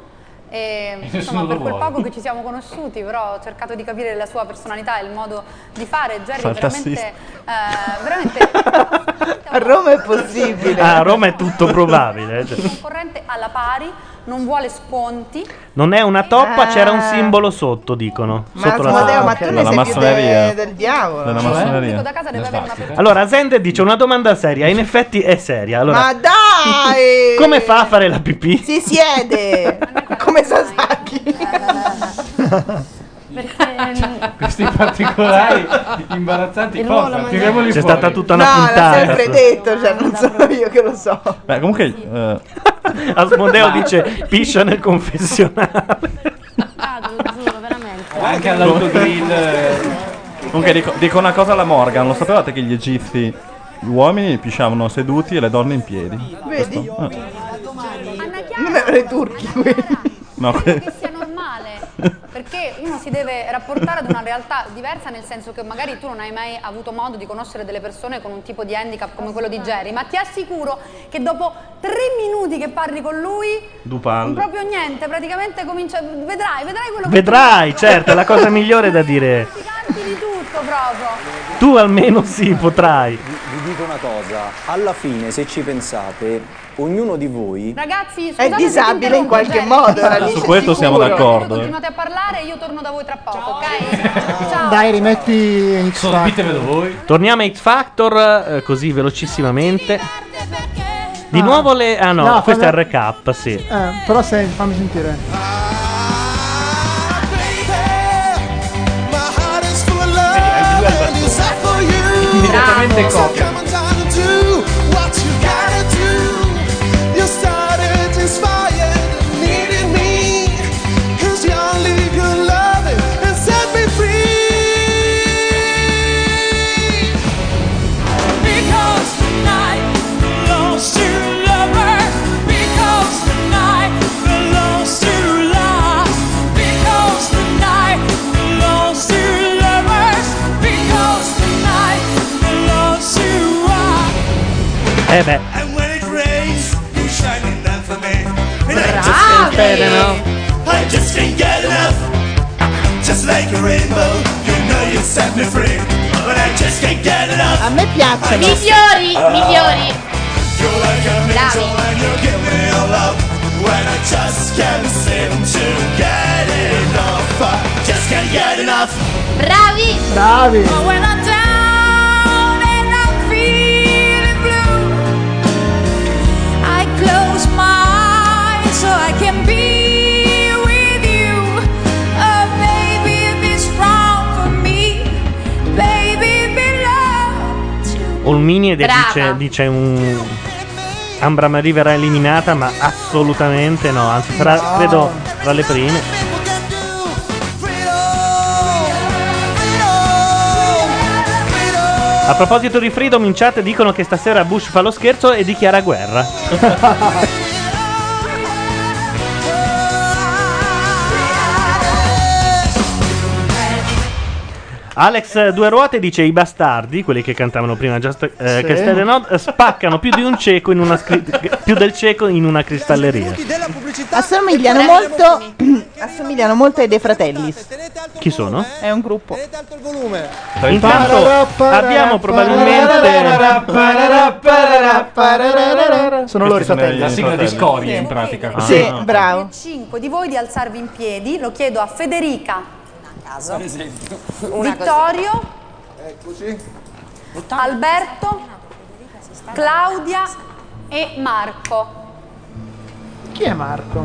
S9: e
S23: nessuno
S9: insomma
S23: lo
S9: per quel
S23: vuole.
S9: poco che ci siamo conosciuti però ho cercato di capire la sua personalità e il modo di fare Jerry è
S2: Fa il
S9: veramente, eh, veramente
S3: A Roma è possibile.
S2: Ah, a Roma è tutto probabile. eh, cioè.
S9: concorrente alla pari non vuole sconti
S2: Non è una toppa,
S9: Ah.
S2: c'era un simbolo sotto, dicono.
S9: Ma
S2: sotto la
S9: Asmodeo,
S2: toppa.
S9: ma tu ne Della sei più
S3: massoneria. de- del diavolo.
S2: Della
S3: Cioè?
S2: massoneria.
S9: da casa deve avere una persona
S2: Allora, Zender dice una domanda seria. In effetti è seria. Allora,
S3: Ma dai!
S2: come fa a fare la pipì?
S3: Si siede! Come Sasaki.
S4: Questi particolari imbarazzanti cosa? Tiriamoli
S2: C'è
S4: fuori.
S2: stata tutta
S3: No,
S2: una
S3: l'ha
S2: puntata.
S3: sempre detto, cioè non sono io che lo so.
S8: Beh, comunque, eh,
S2: Asmodeo dice piscia nel confessionale.
S4: Anche all'autogrill. eh,
S8: Comunque dico, dico una cosa alla Morgan, lo sapevate che gli egizi gli uomini pisciavano seduti e le donne in piedi?
S3: Vedi?
S8: Questo- eh,
S3: Non erano i turchi quelli.
S8: no,
S9: che sia normale, perché uno si deve rapportare ad una realtà diversa nel senso che magari tu non hai mai avuto modo di conoscere delle persone con un tipo di handicap come quello di Jerry, ma ti assicuro che dopo tre minuti che parli con lui,
S8: Dupal.
S9: proprio niente, praticamente comincia, vedrai, vedrai quello che
S2: Vedrai, certo, è la cosa migliore da dire.
S9: Tanti di tutto proprio.
S2: Tu almeno sì, potrai.
S23: Vi dico una cosa, alla fine se ci pensate, ognuno di voi
S9: Ragazzi,
S3: È
S9: scusate se ti
S3: disabile in
S9: interrompo,
S3: qualche
S9: Jerry,
S3: modo,
S9: però
S12: eh,
S3: Alice,
S8: Su questo Esatto, siamo
S9: sicuro.
S8: d'accordo, eh.
S9: Continuate a parlare e io torno da voi tra poco, ok?
S6: Dai, rimetti X Factor.
S2: voi. Torniamo a X Factor eh, così velocissimamente. Di nuovo le. Ah no,
S6: No,
S2: questo è il
S6: fanno-
S2: recap, sì.
S6: Eh, però se, fammi sentire.
S4: Direttamente
S15: copia.
S2: Eh beh,
S15: I just can't get enough. Just like a rainbow, you know you set me free. But I just can't get enough. Ah.
S3: A me piacciono.
S5: Migliori,
S2: Ah.
S5: migliori. Bravi.
S15: When I just can't seem to get enough. I just can't get enough.
S5: Bravi.
S6: Bravi.
S15: Oh,
S2: Olmini
S15: Brava.
S2: dice, dice un. Ambra Marie verrà eliminata, ma assolutamente no. Anzi, sarà
S15: No.
S2: credo tra le prime. A proposito di Freedom, in chat dicono che stasera Bush fa lo scherzo e dichiara guerra. Alex Due Ruote dice i bastardi, quelli che cantavano prima Just eh, Castel e Nod, eh, spaccano più di un cieco in una scri- più del cieco in una cristalleria.
S3: Assomigliano molto, assomigliano molto ai De Fratellis.
S2: Chi sono?
S3: È un gruppo.
S2: Intanto abbiamo
S6: probabilmente sono loro i fratelli. Ah.
S4: La sigla di scorie in pratica.
S6: Sì,
S4: questa, no?
S9: E cinque di voi di alzarvi in piedi, lo chiedo a Federica, a caso, Vittorio, Alberto, Claudia e Marco.
S6: Chi è Marco?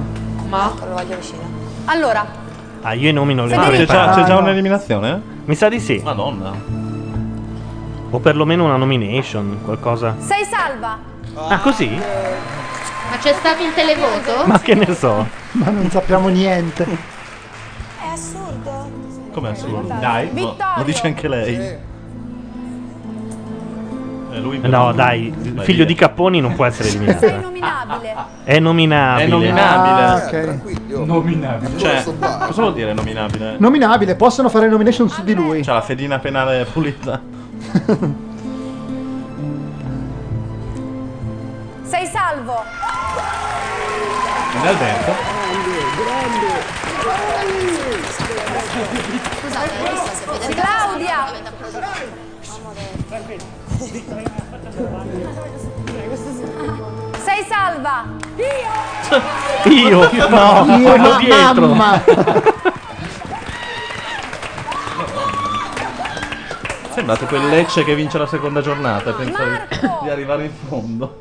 S9: Marco, lo voglio vicino. Allora,
S2: Ah, io i nomi non li
S9: Federico.
S2: ho
S8: C'è già, c'è già
S2: preparati.
S8: un'eliminazione?
S2: Mi sa di sì.
S8: Madonna.
S2: O perlomeno una nomination, qualcosa.
S9: sei salva?
S2: Ah, così?
S5: Ma c'è stato il televoto?
S2: Ma che ne so.
S6: Ma non sappiamo niente.
S9: È assurdo.
S8: Com'è assurdo?
S9: Dai.
S8: No,
S9: Vittorio.
S8: lo dice anche lei. Eh, lui
S2: No, dai, il
S8: Vai
S2: figlio
S8: via.
S2: di Capponi non può essere
S9: Sei
S2: eliminato.
S9: nominabile.
S2: È nominabile.
S8: È nominabile.
S6: Ah, ok.
S8: Nominabile. Cioè, cosa vuol dire nominabile?
S6: Nominabile, possono fare nomination su di lui.
S8: C'ha la fedina penale pulita.
S9: Sei salvo?
S8: Non è Alberto?
S9: Claudia! Sei salva?
S2: Io, no,
S6: Io,
S2: quello
S6: ma-
S2: dietro.
S6: mamma.
S8: Sembrate quel Lecce che vince la seconda giornata. Pensa di- di arrivare in fondo.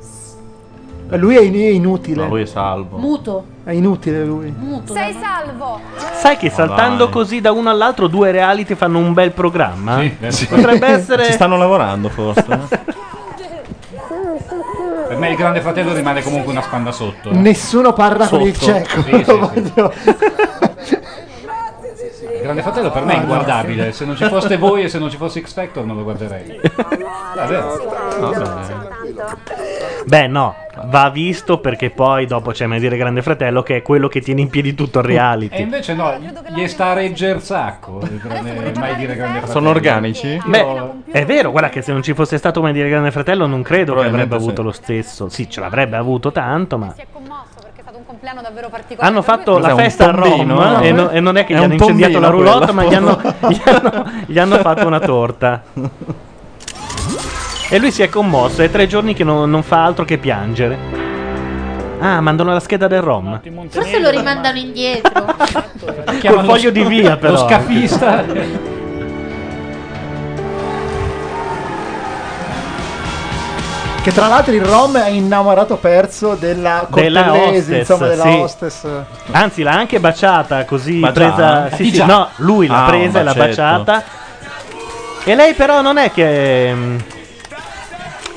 S6: Eh, Lui è, in- è inutile.
S8: No, lui è salvo.
S5: Muto.
S6: È inutile lui.
S9: Sei salvo?
S2: Sai che saltando
S8: dai.
S2: così da uno all'altro due reality fanno un bel programma? Potrebbe essere
S6: eh.
S8: Ci stanno lavorando forse.
S2: Per
S4: me il grande fratello rimane comunque una spanna sotto. eh.
S6: Nessuno parla con il
S4: Sotto.
S6: cieco.
S4: Sì, sì, sì.
S6: Voglio-
S4: Il grande fratello per me è inguardabile. Se non ci foste voi e se non ci fosse X Factor non lo guarderei. Ah, Vabbè.
S2: Beh, no, va visto perché poi dopo c'è me dire Grande Fratello che è quello che tiene in piedi tutto il
S4: E
S2: reality.
S4: invece no, gli sta a regger sacco. il grande- Mai dire grande fratello.
S2: Sono organici? Beh, è vero, guarda che se non ci fosse stato Come dire Grande Fratello non credo che avrebbe
S8: Probabilmente
S2: avuto
S8: sì.
S2: lo stesso. Sì, ce l'avrebbe avuto tanto, ma
S9: un compleanno davvero particolare.
S2: hanno fatto
S8: Cos'è,
S2: la
S8: un
S2: festa a
S8: tombino,
S2: Roma
S8: no?
S2: e, no- e non è che
S8: È
S2: gli hanno
S8: un
S2: incendiato la
S8: tombino
S2: roulotte, ma gli
S8: quello.
S2: hanno, gli hanno- gli hanno fatto una torta. E lui si è commosso, è tre giorni che non, non fa altro che piangere. Ah, mandano la scheda del ROM.
S5: Forse lo rimandano indietro.
S2: Col foglio di via, però.
S4: Lo scafista.
S6: Che tra l'altro il Rom è innamorato perso della
S2: Della
S6: cortellese,
S2: hostess,
S6: insomma, della
S2: sì.
S6: hostess.
S2: Eh. Anzi, l'ha anche baciata così.
S8: Ma già?
S2: presa, sì,
S8: Eh,
S2: sì,
S8: già.
S2: no, lui l'ha
S8: Ah, un
S2: presa e l'ha
S8: bacetto.
S2: baciata. E lei, però, non è che. mm,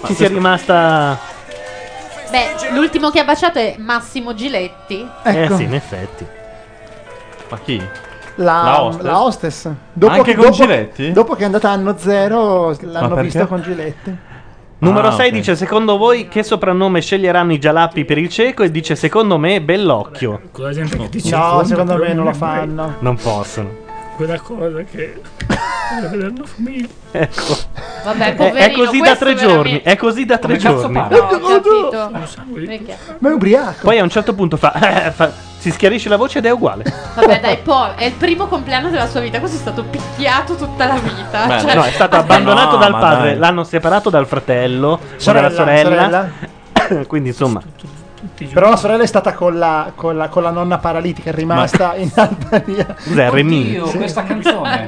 S2: ci sia rimasta.
S5: Beh, l'ultimo che ha baciato è Massimo Giletti.
S6: Ecco.
S2: Eh sì, in effetti.
S8: Ma chi?
S6: La,
S8: La
S6: la
S8: hostess?
S6: hostess.
S8: Anche
S6: che-
S8: con Giletti?
S6: Dopo che è andata anno zero, l'hanno
S2: perché?
S6: vista con Giletti.
S2: Numero
S6: Ah,
S2: 6
S6: ok.
S2: dice: Secondo voi che soprannome sceglieranno i gialappi per il cieco? E dice: Secondo me, Bellocchio.
S7: Con la gente che dice
S6: No,
S7: "Fonda,
S6: secondo me
S7: però
S6: non lo
S7: mai
S6: fanno.
S2: Non possono.
S7: Quella cosa che. Vedendo famiglia.
S2: Ecco.
S7: Vabbè,
S2: È- è,
S7: poverino,
S2: così da
S7: questo
S2: tre giorni.
S7: veramente-
S2: È così da
S7: Come
S2: tre
S7: cazzo
S2: giorni.
S7: parla?
S5: Ho capito.
S6: Ma è ubriaco.
S2: Poi a un certo punto fa, fa- si schiarisce la voce ed è uguale.
S5: Vabbè, dai, poi è il primo compleanno della sua vita. Questo è stato picchiato tutta la vita.
S2: Beh,
S5: Cioè,
S2: no, è stato abbandonato
S8: Ah, certo. No,
S2: dal
S8: ma
S2: padre,
S8: dai.
S2: l'hanno separato dal fratello,
S6: Sorella,
S2: dalla sorella. Quindi insomma,
S6: Però la sorella è stata con la, con la, con la nonna paralitica, è rimasta in Albania.
S2: cos'è Remy?
S4: Io questa canzone.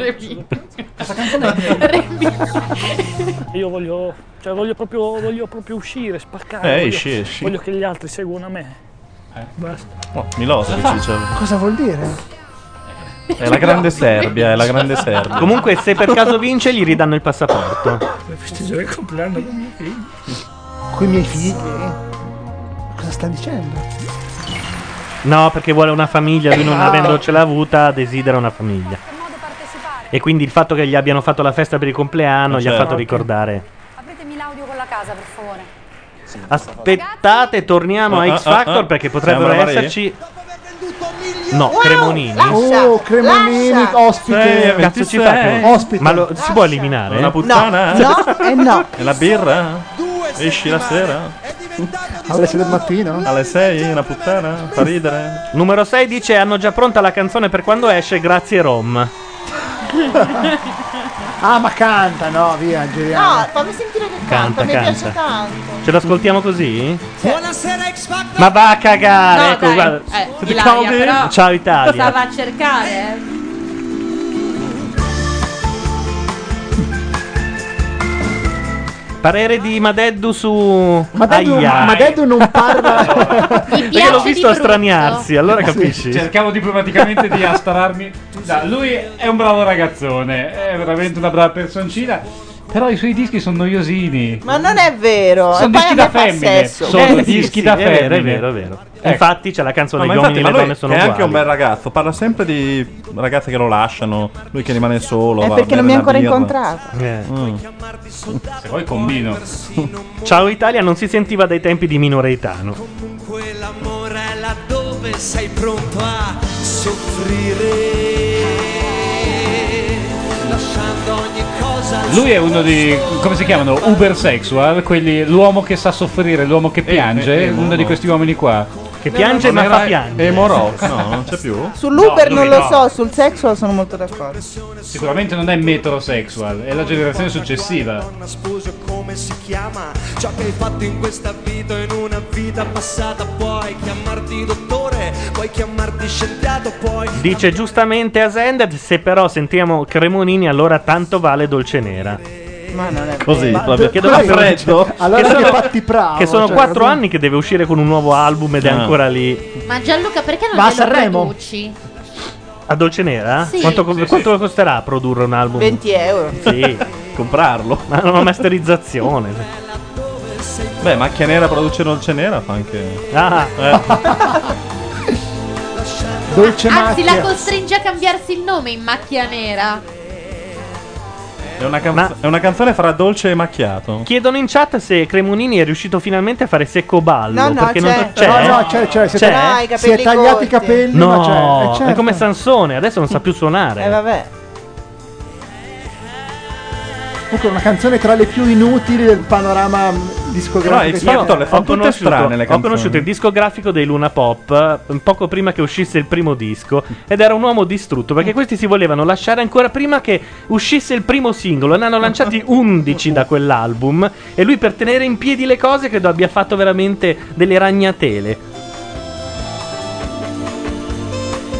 S7: Io voglio, cioè, voglio, proprio, voglio proprio uscire, spaccare.
S8: Eh,
S7: voglio,
S8: esci, esci.
S7: voglio che gli altri seguano me. Basta. Ah,
S8: Oh, Milosevic, cioè.
S6: Cosa vuol dire?
S8: È la grande Serbia, è la grande Serbia.
S2: Comunque, se per caso vince, gli ridanno il passaporto.
S7: Per festeggiare il compleanno con i miei figli.
S6: Con i miei figli? Cosa sta dicendo?
S2: No, perché vuole una famiglia, lui non
S6: Ah.
S2: avendocela avuta, desidera una famiglia. E quindi il fatto che gli abbiano fatto la festa per il compleanno
S8: Eh,
S2: gli ha
S8: certo.
S2: fatto ricordare.
S9: Apritemi l'audio con la casa, per favore.
S2: Aspettate, torniamo
S8: Ah,
S2: a X
S8: ah, ah,
S2: Factor
S8: ah.
S2: perché
S8: Siamo
S2: potrebbero
S8: alla Maria?
S2: esserci. Ah, No, Cremonini.
S6: oh, Cremonini,
S8: Sei,
S6: ospite. cioè, oh,
S2: Cazzo ci
S8: sei.
S2: fa? Ma lo, si può eliminare?
S8: Una
S2: eh?
S8: puttana?
S6: No, e no.
S8: E la birra? Esci la sera?
S6: Alle 6 del mattino?
S8: Alle 6? Una puttana? Fa ridere?
S2: Numero 6 dice: Hanno già pronta la canzone per quando esce, grazie Rom.
S6: Ah, ma canta, no, via, giriamo.
S3: No, fammi sentire che canta,
S2: Canta,
S3: mi
S2: canta.
S3: piace tanto.
S2: Ce l'ascoltiamo così?
S3: Buonasera X
S2: Ma va a cagare!
S5: No,
S2: ecco,
S5: dai,
S2: guarda.
S5: eh, Ilaria,
S2: Ciao,
S5: però-
S2: Ciao Italia.
S5: Stava a cercare. eh.
S2: Parere di Madeddu su.
S6: Madeddu,
S2: Aia.
S6: Madeddu non parla.
S2: Perché l'ho visto straniarsi, allora capisci?
S4: Cercavo diplomaticamente di astararmi. No, lui è un bravo ragazzone, è veramente una brava personcina. Però i suoi dischi sono noiosini.
S3: Ma non è vero.
S4: Sono
S3: e poi
S4: dischi
S3: a me
S4: da
S3: fa
S4: femmine.
S3: sesso.
S4: Sono
S2: Eh, sì,
S4: dischi
S2: sì,
S4: da
S2: è vero,
S4: femmine.
S2: è vero, è vero. Infatti c'è la canzone Gli uomini e le
S8: Ecco. ma lui
S2: donne sono
S8: è anche
S2: uguali.
S8: un bel ragazzo, parla sempre di ragazze che lo lasciano, lui che rimane solo.
S3: È
S8: va a
S3: perché non mi ha ancora
S8: bere una
S3: incontrato.
S8: birra.
S2: Eh.
S8: Mm.
S4: Se vuoi combino.
S2: Ciao Italia non si sentiva dai tempi di Minoreitano.
S15: Ora è laddove sei pronto a soffrire, lasciando ogni cosa al
S4: Lui è uno di. come si chiamano? Uber sexual, quelli, l'uomo che sa soffrire, l'uomo che piange,
S8: eh,
S4: uno
S8: no.
S4: di questi uomini qua.
S2: Che
S3: piange, ma fa
S8: piangere.
S4: E Morò, no, non c'è
S8: più.
S3: Sull'Uber
S4: No,
S3: non
S4: lui
S3: lo
S4: no.
S3: so, sul sexual sono molto d'accordo.
S4: Sicuramente non è metrosexual, è la generazione successiva.
S15: Una sposo come si chiama Ciò che hai fatto in questa vita o in una vita passata Puoi chiamarti dottore, puoi chiamarti scienziato Puoi
S2: Dice giustamente Asended, se però sentiamo Cremonini allora tanto vale Dolce Nera.
S3: Ma non è
S2: Così,
S3: vero.
S2: proprio, che doveva freddo.
S6: Cioè, Allora
S2: che
S6: che
S2: sono,
S6: fatti bravo.
S2: che sono
S6: cioè,
S2: quattro
S6: proprio-
S2: anni che deve uscire con un nuovo album ed è
S8: Ah.
S2: ancora lì.
S5: Ma Gianluca, perché non
S6: Va a
S5: glielo
S6: Sanremo?
S5: produci?
S2: A Dolce Nera?
S5: Sì.
S2: Quanto,
S5: Sì,
S2: quanto costerà produrre un album?
S3: 20 euro.
S8: Eh.
S2: Sì, comprarlo. Ma una masterizzazione.
S15: Sei
S8: Beh, macchia nera produce dolce nera, fa anche.
S2: Ah.
S6: Dolce
S5: Anzi, la
S6: macchia.
S5: costringe a cambiarsi il nome in macchia nera.
S8: È, una canz- è una canzone fra dolce e macchiato.
S2: Chiedono in chat se Cremonini è riuscito finalmente a fare secco ballo.
S8: No, no,
S2: perché
S8: c'è.
S2: Non c'è.
S6: No, no, c'è, eh? c'è, si è
S2: C'è?
S6: tagli- No, i capelli si è tagliati corti. i capelli,
S2: No,
S6: ma c'è, eh,
S2: è
S6: certo.
S2: come Sansone, adesso non sa più
S3: Eh,
S2: suonare.
S3: vabbè.
S6: Comunque, una canzone tra le più inutili del panorama mh, discografico.
S2: Io ho conosciuto- Ho conosciuto il discografico dei Luna Pop eh, poco prima che uscisse il primo disco ed era un uomo distrutto perché questi si volevano lasciare ancora prima che uscisse il primo singolo. Ne hanno lanciati 11 da quell'album e lui per tenere in piedi le cose credo abbia fatto veramente delle ragnatele.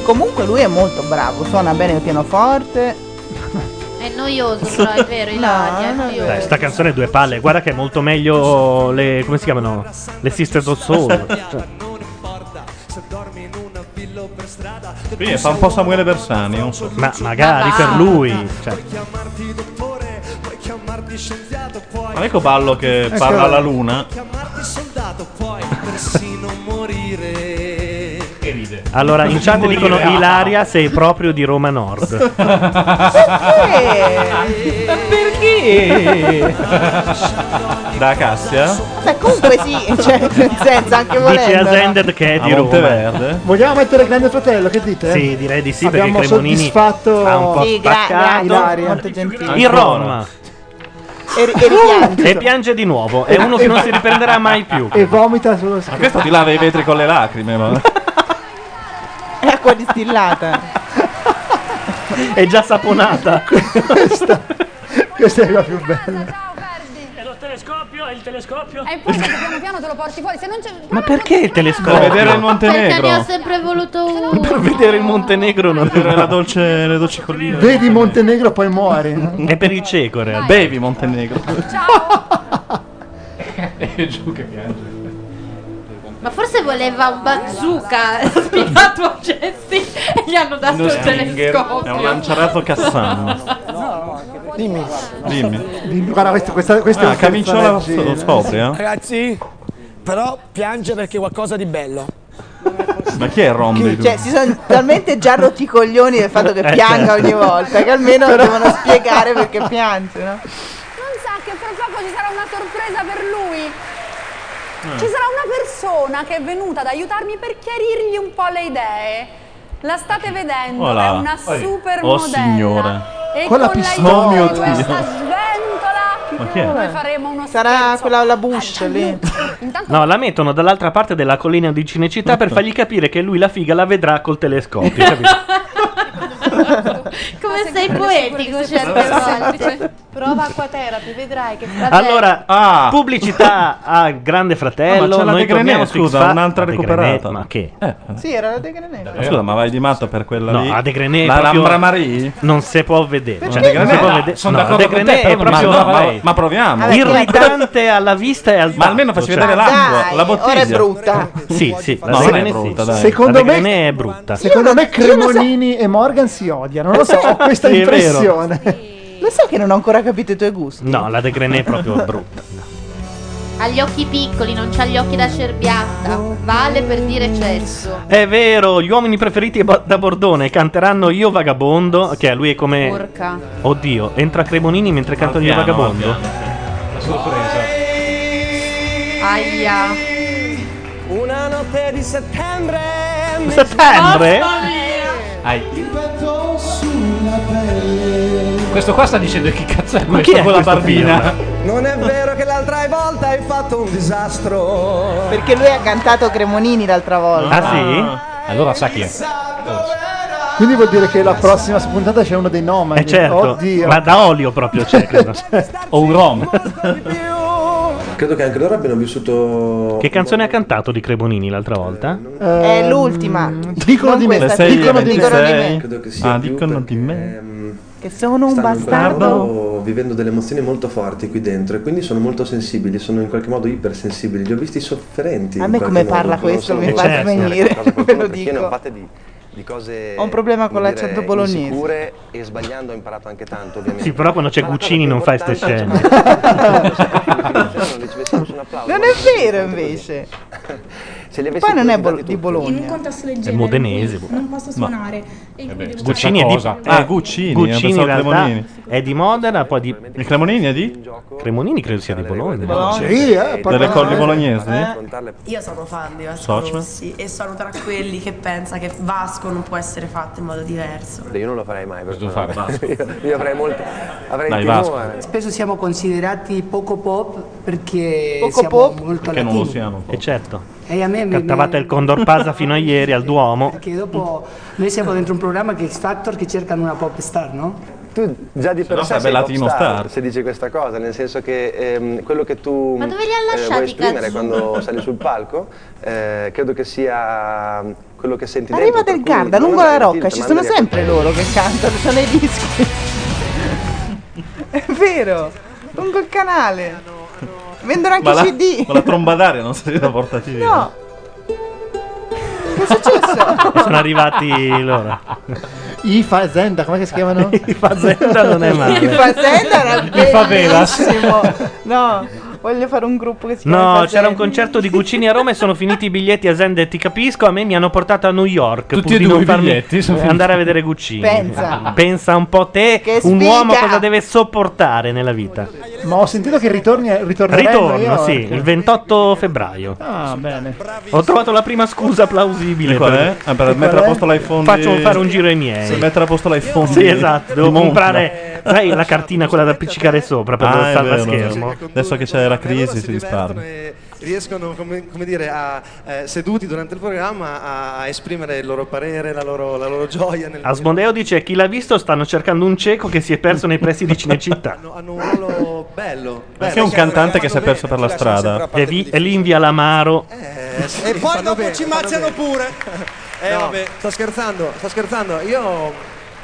S3: Comunque lui è molto bravo, suona bene il pianoforte.
S5: È noioso, però è vero, Ilaria, è noioso.
S2: Dai, sta canzone è due palle, guarda che è molto meglio le come si chiamano? Le Sisters of Soul. Cioè,
S8: Qui è- fa un po' Samuele Bersani, non so.
S2: Ma magari per lui. Cioè.
S8: Ma ecco Ballo che
S2: Ecco.
S8: parla alla luna.
S15: Chiamarti soldato, puoi persino morire.
S8: Che ride.
S2: Allora, in chat dicono
S8: Morire.
S2: Ilaria sei proprio di Roma Nord.
S3: Perché?
S8: Da Cassia?
S3: Beh, comunque sì, cioè, nel senso, anche
S6: eh.
S2: Dice
S3: volendo. no?
S2: Ascended che è di
S8: A
S2: Roma.
S8: Monteverde?
S6: Vogliamo mettere Grande Fratello, che
S8: Eh?
S6: dite?
S2: Sì, direi di sì,
S6: Abbiamo
S2: perché Cremonini
S6: soddisfatto
S2: ha un po'
S3: Sì, gra-
S2: spaccato.
S3: grazie, molto gentile.
S2: In Roma.
S3: E, e ripiange.
S2: E piange di nuovo. È uno che non si riprenderà mai più.
S6: E vomita sullo
S8: Ma questo ti lava i vetri con le lacrime, ma.
S3: È acqua distillata.
S2: È già saponata.
S6: Questa è la più bella.
S19: È
S7: lo telescopio, è il telescopio.
S19: E poi se piano piano te lo porti fuori, se non c'è...
S2: Ma perché il telescopio?
S8: Per vedere
S5: Perché ne
S8: il
S5: ho
S8: Montenegro.
S5: sempre voluto uno.
S2: Per vedere il Montenegro non
S8: Vedere la dolce, le dolci colline.
S6: Vedi Montenegro poi muori. no?
S2: È per il cieco, in realtà.
S8: Bevi Montenegro.
S4: E giù che piange.
S5: Ma forse voleva un bazooka spinato a gesti e gli hanno dato
S8: Uno
S5: il
S8: Stinger.
S5: telescopio.
S8: È un lanciarazzo Cassano.
S6: Dimmi.
S8: Dimmi.
S6: Dimmi, Guarda, questa, questa, questa
S8: Ah,
S6: è una terza
S8: camicciola
S6: leggera.
S8: lo scopri, eh?
S27: Ragazzi, però piange perché è qualcosa di bello.
S8: Ma chi è Rom dei
S3: Cioè,
S8: due?
S3: si sono talmente già rotti i coglioni del fatto che
S8: Eh,
S3: pianga
S8: certo.
S3: ogni volta, che almeno devono spiegare perché piange, no?
S9: Non sa che fra poco ci sarà una sorpresa per lui.
S3: Eh.
S9: Ci sarà una persona che è venuta ad aiutarmi per chiarirgli un po' le idee. La state vedendo,
S8: Voilà.
S9: è una
S8: Oh,
S9: super
S8: oh
S9: signore.
S8: signora.
S9: E
S3: Con la
S9: l'aiuto
S3: pistola.
S9: di
S3: Oh, mio
S9: questa
S3: Dio.
S8: Ma
S9: sventola
S8: chi è?
S9: noi faremo uno
S3: Sarà quella la Bush lì.
S2: No, la mettono dall'altra parte della collina di Cinecittà
S8: Ecco.
S2: per fargli capire che lui la figa la vedrà col telescopio. capito?
S5: Come sei poetico certe volte.
S14: Prova acquaterapy, vedrai che fratello.
S2: Allora, pubblicità a Grande
S8: Ah, ma
S2: Fratello.
S8: c'è la
S2: Noi
S8: De Grenet,
S2: torniamo su
S8: scusa,
S2: X-Fa-
S8: un'altra
S2: la De
S8: recuperata.
S2: Grenet, Ma che?
S3: Sì, era la De Granelli.
S8: Ma Eh, Scusa, ma vai di matto per quella
S2: Eh, No,
S8: lì?
S2: a De Grenet
S8: La
S2: proprio-
S8: Lambra Marie?
S2: Non si può vedere.
S8: Cioè, De Grenet-
S2: non si può
S8: no,
S2: vedere.
S8: sono
S2: No,
S8: d'accordo
S2: De
S8: con
S2: Grenet
S8: te,
S2: è
S8: però non
S2: proprio
S8: si può vedere. Ma- ma proviamo. Vabbè,
S2: irritante alla vista e al cioè. Ma
S8: almeno facci vedere l'angolo, Dai, la bottiglia.
S3: Cioè, ora è brutta.
S2: Sì, sì,
S8: No,
S2: De
S8: ora è
S2: Grenet sì.
S8: brutta, dai.
S6: Secondo
S2: La De
S6: me-
S2: Grenet è brutta.
S6: Secondo me
S3: io non so-
S6: Cremonini e Morgan si odiano, non lo so, ho questa
S2: Sì, è vero.
S6: impressione.
S3: Lo sai che non ho ancora capito i tuoi gusti?
S2: No, la De Grenet è proprio brutta.
S5: Ha gli occhi piccoli, non c'ha gli occhi da cerbiatta. Vale per dire cesso.
S2: È vero, gli uomini preferiti bo- da Bordone canteranno Io Vagabondo, che a lui è
S8: Eh.
S2: come...
S5: Porca.
S2: Oddio, entra Cremonini mentre cantano Io
S8: piano,
S2: Vagabondo.
S8: al
S4: La sorpresa.
S5: Aia.
S15: Una notte di settembre. mi-
S2: Settembre?
S15: Mamma mia.
S4: Ai.
S15: Il vento sulla pelle.
S4: Questo qua sta dicendo che cazzo è questo
S2: Ma chi è
S4: con la
S2: questo
S4: barbina?
S15: Non è vero che l'altra volta hai fatto un disastro.
S3: Perché lui ha cantato Cremonini l'altra volta.
S4: Ah, sì? Allora sa chi è.
S6: Quindi vuol dire che la prossima puntata c'è uno dei nomadi.
S2: Eh certo,
S6: Oddio.
S2: ma da olio proprio c'è. credo.
S6: O un rom.
S28: Credo che anche loro abbiano vissuto.
S2: Che canzone ha cantato di Cremonini l'altra volta?
S3: È l'ultima.
S6: Ehm, Dicono
S3: Non
S6: di me,
S3: questa,
S6: sei
S3: dicono di
S6: dicono di
S3: me.
S28: Credo che sia
S8: Ah,
S28: più
S8: dicono di
S28: perché,
S8: me.
S28: ehm,
S3: Che sono
S28: stanno
S3: un
S28: in qualche
S3: bastardo.
S28: modo vivendo delle emozioni molto forti qui dentro e quindi sono molto sensibili, sono in qualche modo ipersensibili, li ho visti sofferenti.
S3: A
S28: in
S3: me
S28: qualche
S3: come
S28: modo,
S3: parla
S28: non
S3: questo
S28: sono
S3: mi
S23: Eh,
S28: molto
S3: fa
S23: certo.
S28: interessante
S3: svenire,
S28: qualcosa a qualcuno
S3: ve lo
S28: perché
S3: dico.
S28: non fate di
S23: di cose
S3: Ho un problema con
S23: come
S3: l'accento
S23: dire,
S3: bolognese.
S23: insicure e sbagliando ho imparato anche tanto ovviamente
S2: Sì, però quando c'è
S23: Ma la cosa
S2: Guccini
S23: più
S2: non fai ste
S23: importante-
S2: scene.
S23: Non ricevessimo un applauso,
S3: Non è vero invece.
S23: Se li avessi
S3: Poi non è
S23: utilizzati
S3: Bolo- di
S10: In un
S3: Bologna.
S10: contesto del
S2: È
S10: genere in
S2: modenese,
S10: cui
S2: boh.
S10: Non posso
S2: Ma-
S10: suonare. e quindi devo
S2: Guccini è
S10: fare-
S2: di,
S8: cosa?
S4: eh,
S8: Ah, Guccini,
S2: Guccini in
S8: pensavo
S2: realtà
S8: Cremonini.
S2: è di Modena, poi di...
S8: Il Cremonini è di?
S2: Cremonini credo sia di Bologna.
S8: Bologna. Sì, eh, Delle colli bolognesi?
S10: Io sono fan di Vasco
S23: Socio?
S10: Rossi e sono tra quelli che pensa che Vasco non può essere fatto in modo diverso.
S23: Io non lo farei mai per
S8: fare Vasco.
S23: Io, io avrei molto avrei
S8: Dai,
S23: il
S8: Vasco.
S23: timore.
S12: Spesso siamo considerati poco pop perché
S3: Poco
S12: siamo
S3: pop?
S12: molto
S2: Perché non
S12: latini.
S2: lo siamo. E certo.
S12: E a me
S13: Eh,
S12: mi-
S2: Cantavate il Condor Pasa fino a ieri al Duomo.
S12: Perché dopo noi siamo dentro un programma che è X Factor che cercano una pop star, no?
S23: Tu già di per
S8: no
S23: sé
S8: sarebbe
S23: sei
S8: latino
S23: popstar,
S8: star.
S23: se dici questa cosa, nel senso che ehm, quello che tu
S5: Ma dove li ha
S23: eh,
S5: lasciati
S23: vuoi
S5: i
S23: esprimere
S5: cazzo?
S23: quando sali sul palco, eh, credo che sia mm, quello che senti
S3: La
S23: dentro.
S3: riva
S23: per
S3: del
S23: cui
S3: Garda,
S23: non
S3: lungo la
S23: andare in
S3: rocca,
S23: tilt,
S3: ci
S23: ma
S3: sono
S23: andare a
S3: sempre loro che cantano, sono i dischi. È vero, lungo il canale. Vendono anche
S8: Ma la,
S3: i CD.
S8: ma la tromba d'aria non si la portati via.
S3: No. Che è successo?
S2: Sono arrivati loro.
S6: I Fazenda, come si chiamano? I
S2: Fazenda non è male.
S3: Il Fazenda era
S2: Il Favelas.
S3: bellissimo. No, voglio fare un gruppo che si chiama
S2: No,
S3: Il
S2: c'era un
S3: Fazenda.
S2: concerto di Guccini a Roma e sono finiti i biglietti a Zend e ti capisco, a me mi hanno portato a New York.
S8: Tutti
S2: pur
S8: e
S2: di
S8: due
S2: non
S8: i
S2: farmi
S8: biglietti sono
S2: eh,
S8: finiti.
S2: andare a vedere Guccini.
S6: Pensa.
S2: Pensa un po' te,
S6: Che
S2: un
S6: sfiga.
S2: uomo cosa deve sopportare nella vita.
S6: Ma ho sentito che ritorni, ritorneremo
S2: Ritorno, sì, il 28 febbraio.
S6: Ah, bene.
S2: Ho trovato la prima scusa plausibile.
S8: E qual è? Ah, per
S2: E
S8: mettere
S2: qual
S8: a
S2: è?
S8: posto l'iPhone
S2: eh? Faccio
S8: di-
S2: fare un giro ai miei.
S8: Per mettere a posto l'iPhone
S2: Sì,
S8: di-
S2: esatto.
S8: di
S2: Devo
S8: Montla.
S2: comprare, sai, la cartina quella da appiccicare sopra per
S8: Ah, è
S2: salva
S8: Ah, vero,
S2: schermo.
S8: vero. Adesso che c'è la crisi si risparmia.
S18: riescono, come, come dire, a, eh, seduti durante il programma a, a esprimere il loro parere, la loro, la loro gioia. Nel,
S2: Asmodeo dice: Chi l'ha visto stanno cercando un cieco che si è perso nei pressi di Cinecittà.
S18: hanno un ruolo bello. bello. cioè,
S8: Anche un cantante che si è perso per la strada.
S2: E, vi- e li invia l'amaro.
S18: Eh, sì,
S27: E poi
S18: fanno
S27: dopo
S18: bene,
S27: ci
S18: fanno
S27: mazziano
S18: bene.
S27: pure. Eh,
S18: No,
S27: vabbè.
S18: Sto scherzando, sto scherzando. Io.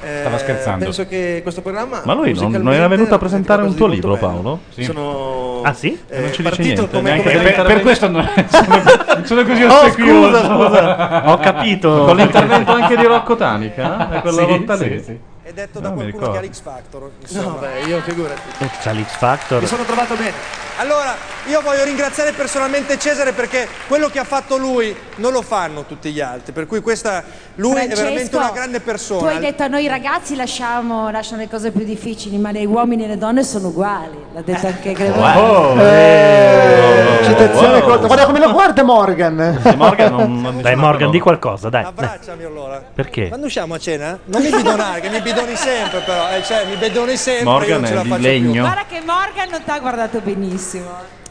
S18: eh,
S8: Stava scherzando.
S18: Penso che questo programma.
S8: Ma lui non, non era
S18: musicalmente,
S8: venuto a presentare un tuo
S18: di
S8: libro,
S18: molto
S8: Paolo?
S18: Sono.
S8: Ah, sì?
S18: eh,
S8: non ci dice
S18: partito
S8: niente.
S18: come-
S8: neanche
S18: come
S8: per-
S18: l'intervento-
S8: per questo eh, non
S4: Sono così
S8: Oh,
S4: ossequioso.
S8: scusa, scusa. Ho capito. Con l'intervento anche di Rocco Tanica? eh? È quella
S4: Sì,
S8: volta
S4: sì,
S8: lì?
S4: sì.
S18: È detto
S8: da qualcuno
S18: Qualcuno che ha l'X Factor. No, beh, io figurati.
S2: Eh, C'ha l'X Factor.
S18: Mi sono trovato bene.
S27: Allora, io voglio ringraziare personalmente Cesare perché quello che ha fatto lui non lo fanno tutti gli altri. Per cui questa lui è
S17: Francesco,
S27: veramente una grande
S17: Tu hai
S27: persona.
S17: detto a noi ragazzi lasciamo, lasciano le cose più difficili, ma le uomini e le donne sono uguali. L'ha detto anche Gregorio.
S6: Eh, citazione
S2: Wow.
S6: colta. Guarda come lo guarda Morgan.
S2: dai, Morgan, di qualcosa, dai.
S27: Abbracciami allora.
S2: Perché?
S27: Quando usciamo a cena? Non mi bidonare, che mi bidoni sempre però, eh, cioè mi bidoni sempre, io
S8: Morgan
S27: non ce
S8: è
S27: la
S8: di
S27: faccio più.
S8: legno.
S17: Guarda che Morgan non ti ha guardato benissimo.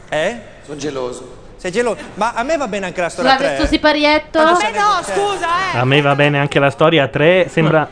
S27: Eh? Sono geloso. Sei geloso? Ma a me va bene anche la storia
S5: Sulla
S27: 3.
S5: Vestusi Parietto.
S27: Tanto se
S17: Eh no, scusa, eh!
S2: A me va bene anche la storia 3. Sembra.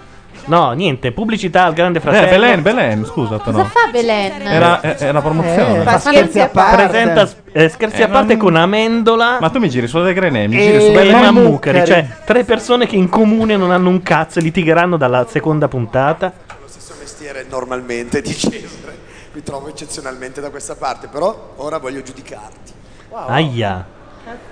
S2: No, niente. Pubblicità al grande fratello.
S8: Eh, Belen, Belen, scusa però.
S5: Cosa fa Belen?
S8: Era, eh, era promozione.
S2: Eh, fa scherzi a parte. Presenta s- eh, scherzi a parte con Amendola.
S8: Ma tu mi giri su dei grenemi, mi giri
S2: E
S5: Eh,
S8: su
S2: Belen
S8: delle
S2: Mammucari, cioè tre persone che in comune non hanno un cazzo e litigheranno dalla seconda puntata.
S18: stesso mestiere normalmente di Cesare. Mi trovo eccezionalmente da questa parte, però ora voglio giudicarti.
S5: Oh.
S2: Aia.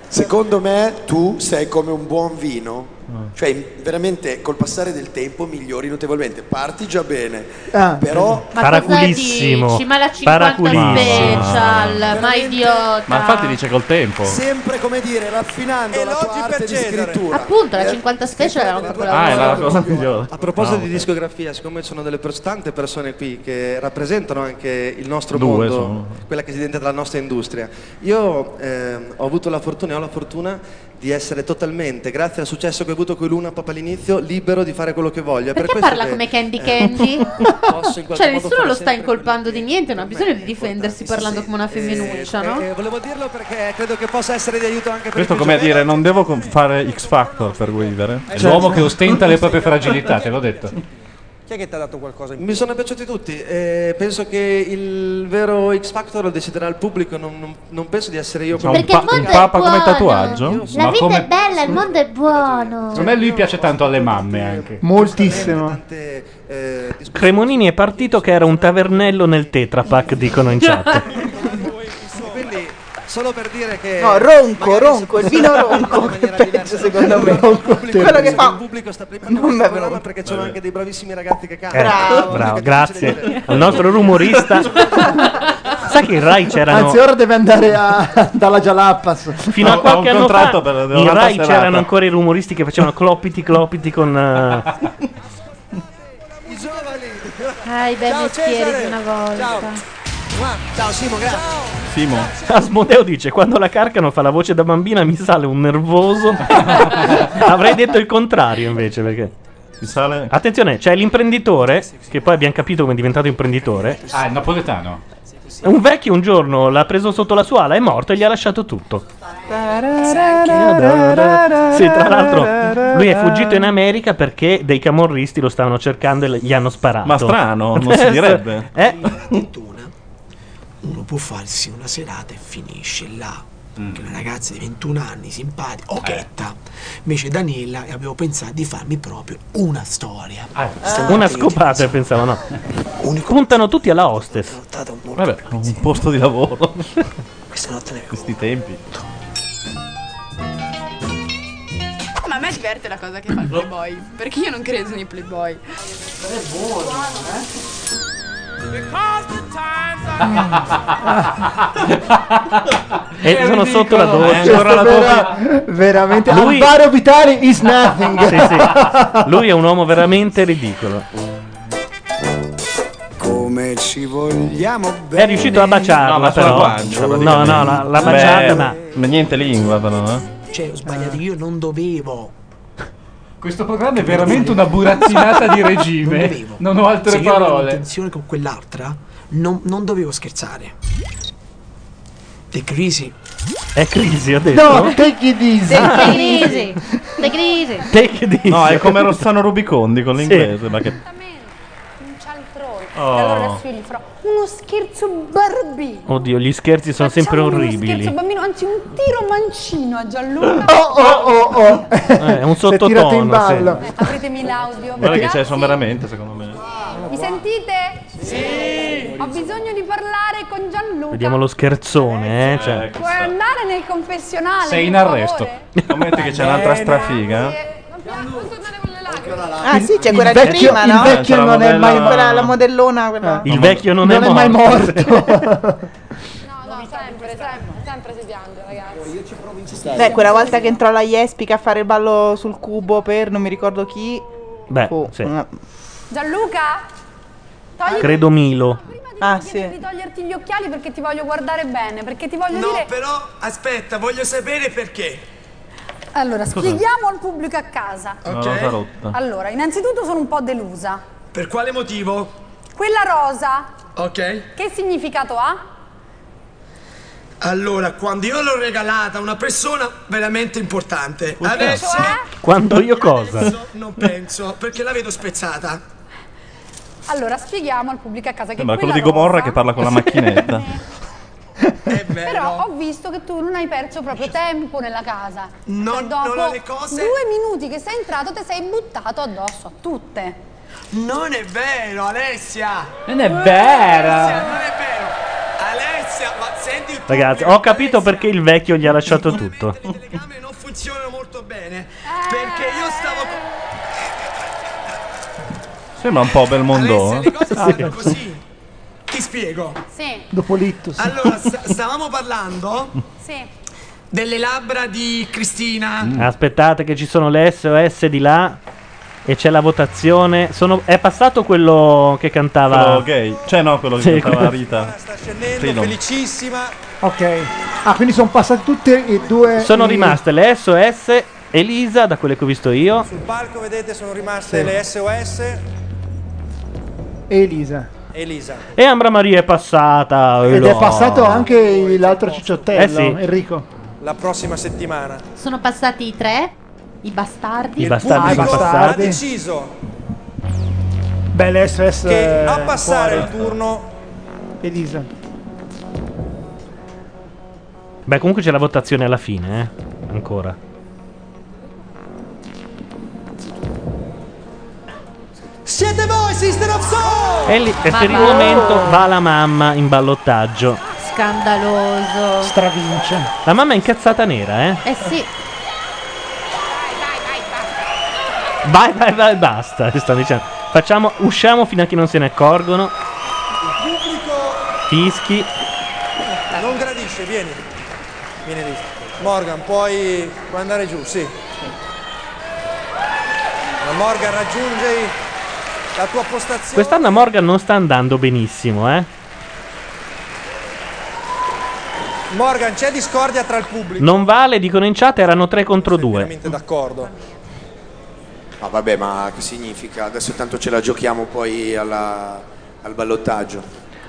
S18: Secondo me tu sei come un buon vino,
S2: Ah.
S18: cioè in- veramente col passare del tempo migliori notevolmente. Parti già bene,
S6: Ah.
S18: però
S5: Ma Paraculissimo. cosa dici? Ma la 50 Paraculissimo. special, ma
S18: Veramente
S5: idiota.
S8: Ma infatti dice col tempo.
S18: Sempre come dire, raffinando la tua arte di scrittura. Eh,
S5: Appunto, la 50 special era una cosa.
S8: Ah, è la cosa migliore.
S18: A proposito
S8: No.
S18: di discografia, siccome ci sono delle pers- tante persone qui che rappresentano anche il nostro
S8: Due
S18: mondo,
S8: sono.
S18: quella che si diventa la nostra industria, io ehm, ho avuto la fortuna e ho la fortuna di essere totalmente, grazie al successo che ho avuto con Luna Papa all'inizio, libero di fare quello che voglio. È Cioè, per
S5: Perché
S18: questo
S5: parla
S18: che,
S5: come Candy
S18: eh,
S5: Candy?
S18: posso in qualche modo
S5: cioè, nessuno
S18: fare
S5: lo sta
S18: sempre
S5: incolpando di niente, non ha bisogno di difendersi parlando come una femminuccia, no?
S18: Eh, volevo dirlo perché credo che possa essere di aiuto anche per
S8: Questo
S18: i più
S8: come a
S18: giovani.
S8: dire, non devo con- fare X Factor per vivere.
S4: È l'uomo che ostenta le proprie fragilità, te l'ho detto.
S27: Chi è che ti ha dato qualcosa in più?
S18: Mi sono piaciuti tutti, eh, penso che il vero X Factor lo deciderà il pubblico, non, non- non penso di essere io
S8: C'ha un, pa- un papa come tatuaggio?
S4: La vita come- è
S5: bella, il mondo è buono.
S4: Secondo me lui piace tanto alle mamme anche.
S6: Moltissimo.
S2: Cremonini è partito che era un tavernello nel Tetrapack, dicono in chat.
S18: Quindi solo per dire che...
S3: No, ronco,
S18: magari
S3: ronco, il
S18: si
S3: vino
S18: può
S3: ronco,
S18: in
S3: che
S18: maniera
S3: è
S18: diversa.
S3: peggio, secondo me.
S18: Il
S3: Quello
S18: pubblico,
S3: che
S18: pensa
S3: fa-
S18: il pubblico sta
S3: Non
S18: premiando questo
S3: me-
S18: programma perché ci sono anche dei bravissimi ragazzi che
S2: Eh,
S18: cantano.
S2: bravo, grazie al nostro rumorista. Sai che in Rai c'erano
S6: Anzi, ora deve andare a- dalla Jalappas.
S2: fino a qualche anno fa in Rai c'erano ancora i rumoristi che facevano cloppiti cloppiti con eh,
S5: Ai bei
S29: Ciao,
S5: mestieri
S29: Cesare.
S5: di una volta.
S18: Ciao Simo, grazie.
S2: Simo. Asmodeo dice quando la Carcano fa la voce da bambina mi sale un nervoso. Avrei detto il contrario invece perché Attenzione, c'è l'imprenditore che poi abbiamo capito come è diventato imprenditore.
S4: Ah, il napoletano.
S2: Un vecchio un giorno l'ha preso sotto la sua ala, è morto e gli ha lasciato tutto. Sì, tra l'altro lui è fuggito in America perché dei camorristi lo stavano cercando e gli hanno sparato.
S8: Ma strano, non si direbbe.
S2: Eh,
S30: uno può farsi una serata e finisce là.
S4: Mm.
S30: Che una ragazza di 21 anni,
S4: Eh.
S30: simpatica, ochetta. Invece Daniela avevo pensato di farmi proprio una storia.
S4: Ah.
S30: Stamattina
S2: Ah. una
S30: io ti ho
S2: scopata pensavo, no. Puntano tutti alla hostess. Vabbè, un posto di lavoro.
S30: Questa notte ne
S2: Questi tempi.
S31: Ma a me diverte la cosa che fa il playboy, perché io non credo nei playboy.
S30: è buono, eh.
S2: E Eh, sono sotto la doccia.
S6: Questo vera- veramente
S2: Lui-
S6: Alvaro Vitali is nothing.
S2: Sì, sì. Lui è un uomo veramente ridicolo.
S30: Come ci vogliamo
S2: È riuscito a baciarla,
S8: No, ma sulla
S2: però.
S8: guancia,
S2: no, no, la, la baciata, ma.
S8: Niente lingua, però, eh.
S30: Cioè, ho sbagliato, io non dovevo. Cioè,
S4: Questo programma è veramente una burattinata di
S30: Non
S4: regime.
S30: dovevo.
S4: Non ho altre
S30: Se io avevo
S4: parole.
S30: intenzione con quell'altra, non, non dovevo scherzare. De Crisi.
S2: È crisi, ho detto.
S6: No, take it easy.
S5: Sei crisi, sei crisi.
S2: Take it easy.
S8: No, è come Rossano Rubicondi con l'inglese. Ma che...
S9: Non c'è altrove.
S8: Oh.
S9: E allora adesso io gli farò uno scherzo barbino.
S2: Oddio, gli scherzi sono sempre
S9: Facciamo Uno
S2: orribili.
S9: scherzo bambino, anzi un tiro mancino a Gianluca.
S6: Oh, oh, oh, oh.
S2: Eh, è un
S6: Si è tirato in
S2: sottotono. sì.
S6: ballo.
S9: Apritemi l'audio.
S8: Guarda che
S9: Ragazzi,
S8: ce ne sono veramente, secondo me.
S9: Mi sentite? Sì. Ho bisogno di parlare con Gianluca.
S2: Vediamo lo scherzone, eh. Cioè.
S9: Puoi andare nel confessionale. per favore?
S8: Ammetti che c'è un'altra strafiga.
S3: Ah, sì, c'è
S6: Il
S3: quella di
S6: vecchio-
S3: prima,
S6: il
S3: no?
S6: vecchio
S8: C'era la
S6: non è
S8: modella-
S6: mai-
S3: Quella, la modellona, quella.
S2: Il vecchio non,
S6: non è mai morto.
S9: No, no,
S15: cioè-
S9: sempre, sempre, sempre si piange, ragazzi. Io ci provo in
S3: Beh, quella volta che entrò la Jespica a fare il ballo sul cubo per non mi ricordo chi.
S2: Beh, sì.
S9: Gianluca, togli
S2: credo Milo.
S3: Ah,
S9: di toglierti gli occhiali perché ti voglio guardare bene, perché ti voglio
S13: No,
S9: dire...
S13: però aspetta, voglio sapere perché.
S9: Allora,
S13: Cos'è?
S9: spieghiamo al pubblico a casa.
S13: Una Ok. rosa rotta.
S9: Allora, innanzitutto sono un po' delusa.
S13: Per quale motivo?
S9: Quella rosa,
S13: Ok.
S9: che significato ha?
S13: Allora, quando io l'ho regalata a una persona veramente importante, adesso
S9: Cioè?
S2: Quando io cosa?
S13: non penso perché la vedo spezzata.
S9: Allora, spieghiamo al pubblico a casa che
S8: Sembra
S9: quella
S8: Eh, quello di Gomorra che parla con la macchinetta.
S9: Però ho visto che tu non hai perso proprio tempo nella casa.
S13: No,
S9: Cioè, dopo
S13: non ho le cose-
S9: due minuti che sei entrato ti sei buttato addosso a tutte.
S13: Non è vero, Alessia!
S4: Non è
S13: Alessia,
S4: vera.
S13: non è vero! Alessia, ma senti il
S2: Ragazzi, ho capito perché il vecchio gli ha lasciato tutto.
S13: telecamere non funzionano molto bene.
S9: Eh.
S13: Perché io stavo. co-
S8: Sembra un po'
S2: Oh.
S8: Belmondo.
S13: Alessia, le cose
S2: Ah,
S4: Ah,
S8: eh.
S13: stanno così. Ti spiego.
S9: Sì.
S6: Dopo Littus.
S13: Allora, sta- stavamo parlando
S9: Sì.
S13: delle labbra di Cristina.
S2: Aspettate che ci sono le SOS di là e c'è la votazione. Sono- è passato quello che cantava
S8: Quello gay. Cioè no, quello
S2: Sì,
S8: che cantava
S2: quello-
S8: Rita.
S13: Sto felicissima.
S6: ok. Ah, quindi sono passati tutti e due.
S2: Sono
S6: i-
S2: rimaste le SOS Elisa da quelle che ho visto io.
S18: Sul palco, vedete, sono rimaste
S2: Sì.
S18: le SOS e
S6: Elisa.
S18: Elisa.
S2: E Ambra Maria è passata.
S6: Ed
S2: Elò.
S6: è passato anche l'altro cicciottello,
S2: Eh sì.
S6: Enrico.
S18: La prossima settimana.
S5: Sono passati i tre, i bastardi.
S2: I bastardi
S6: Ah, i
S2: sono
S18: Ha
S2: passati.
S18: deciso
S6: Beh, le SS.
S18: che a
S6: eh,
S18: passare
S6: fuori.
S18: il turno
S6: Elisa.
S2: Beh, comunque c'è la votazione alla fine, eh. Ancora.
S13: Siete voi, Sister of Soul!
S2: E lì, e per il momento va la mamma in ballottaggio.
S5: scandaloso.
S2: Stravincia. La mamma è incazzata nera, eh?
S5: Eh sì.
S2: Vai, vai, vai, basta. Sto dicendo. Facciamo, usciamo fino a che non se ne accorgono. Fischi.
S27: Non gradisce, vieni. Vieni lì. Morgan, puoi, puoi andare giù, sì. La Morgan raggiunge la tua postazione.
S2: Quest'anno a Morgan non sta andando benissimo, eh?
S27: Morgan, c'è discordia tra il pubblico.
S2: Non vale, dicono in chat, erano 3 contro 2.
S27: Veramente d'accordo.
S18: Ma Ah, vabbè, ma che significa? Adesso tanto ce la giochiamo poi alla- al ballottaggio.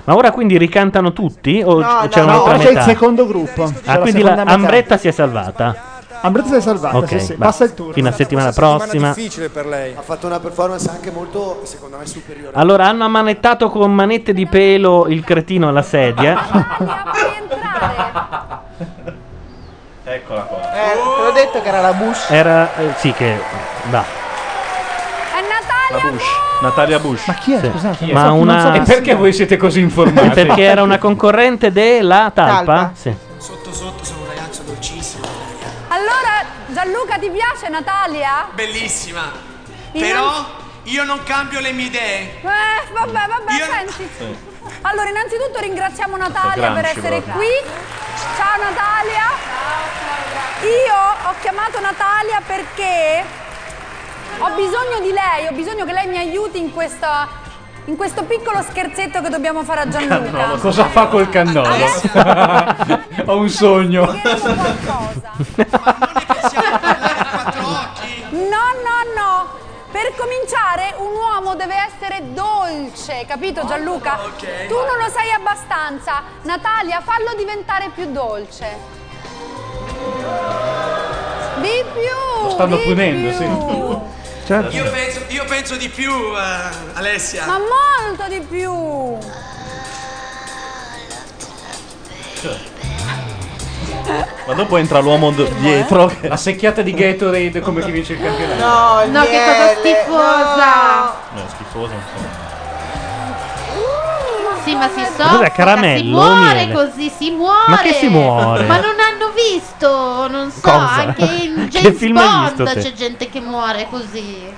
S2: Ma ora quindi ricantano tutti? O c- c'è un'altra
S6: c'è il
S2: metà?
S6: secondo gruppo. C'è
S2: Ah,
S6: la
S2: quindi
S6: seconda
S2: la
S6: metà.
S2: Ambretta si è salvata.
S6: Ambretta si è salvata,
S2: Ok,
S6: sì, sì.
S2: va.
S6: Passa il turno.
S2: Fino a settimana prossima.
S27: difficile per lei.
S18: Ha fatto una performance anche molto, secondo me, superiore.
S2: Allora hanno ammanettato con manette di pelo il cretino alla sedia.
S8: Eccola qua.
S3: Eh, te l'ho detto che era la Bush.
S2: Era. eh, sì, che. Va.
S8: La Bush. Natalia Bush. Ma chi
S2: è? Sì. Scusate, Ma non so- una- non so-
S4: E perché voi siete così informati?
S2: Perché era una concorrente della talpa?
S4: Talpa.
S2: Sì.
S18: Sotto sotto sono un ragazzo dolcissimo.
S9: Allora, Gianluca, ti piace Natalia?
S18: Bellissima.
S9: Io non-
S18: io non cambio le mie idee.
S9: Eh, vabbè, vabbè, senti. Allora, innanzitutto ringraziamo Natalia per
S18: Gramsci,
S9: essere
S18: proprio.
S9: qui. Ciao Natalia. Io ho chiamato Natalia perché ho bisogno di lei, ho bisogno che lei mi aiuti in questa- in questo piccolo scherzetto che dobbiamo fare a Gianluca.
S4: Cosa fa col cannolo? Ho un sogno.
S9: No, no, no. Per cominciare, un uomo deve essere dolce, capito Gianluca? Tu non lo sei abbastanza. Natalia, fallo diventare più dolce. Di Oh, più!
S4: Lo stanno
S9: di
S4: punendo, sì.
S18: Io, penso, io penso di più, eh, Alessia.
S9: Ma molto di più!
S13: Cioè.
S8: Ma dopo entra l'uomo d- dietro.
S4: La secchiata di Gatorade come chi vince il campionato.
S3: No, il
S5: No, che cosa
S3: DL,
S5: schifosa.
S8: No, è schifoso.
S5: Sì, ma si so.
S2: Cos'è, caramello
S5: Si
S2: o
S5: muore
S2: miele?
S5: così, si muore.
S2: Ma che si muore?
S5: Ma non hanno visto, non so,
S2: Cosa?
S5: anche in
S2: Che
S5: James
S2: film hai visto
S5: Bond
S2: te?
S5: c'è gente che muore così.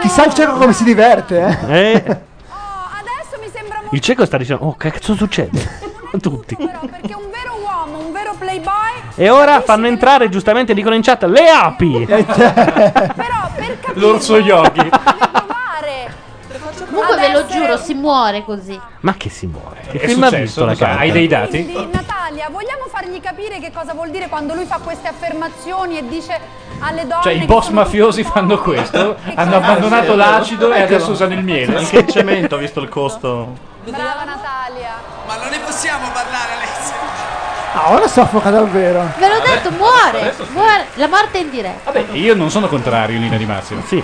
S6: Chissà il cieco come si diverte, eh.
S2: Eh. Il cieco sta dicendo: Oh, che cazzo succede? A tutti.
S9: Perché un vero uomo, un vero playboy,
S2: E ora fanno entrare, giustamente dicono in chat, le api.
S6: Eh, cioè.
S2: L'orso yogi.
S9: pare.
S5: Comunque
S9: Ad
S5: ve lo
S9: essere
S5: giuro, si muore così.
S2: Ma che si muore? Che
S4: È
S2: film ha
S4: successo?
S2: visto la
S4: Lo sai,
S2: carta?
S4: hai dei dati?
S9: Quindi, Natalia, vogliamo fargli capire che cosa vuol dire quando lui fa queste affermazioni e dice alle donne.
S4: Cioè, i
S9: che
S4: boss
S9: sono
S4: mafiosi fanno questo,
S13: Ecco.
S4: hanno
S8: Esatto.
S4: abbandonato l'acido
S8: Ecco.
S4: e adesso usano il miele.
S8: Anche il cemento, visto il costo.
S9: tutte- Brava Natalia.
S18: Ma non ne possiamo parlare, Alessia.
S6: Ah, ora soffoca davvero.
S5: Ve l'ho detto, muore. muore. La morte è in diretta.
S4: Vabbè, io non sono contrario in linea di massima.
S2: Sì.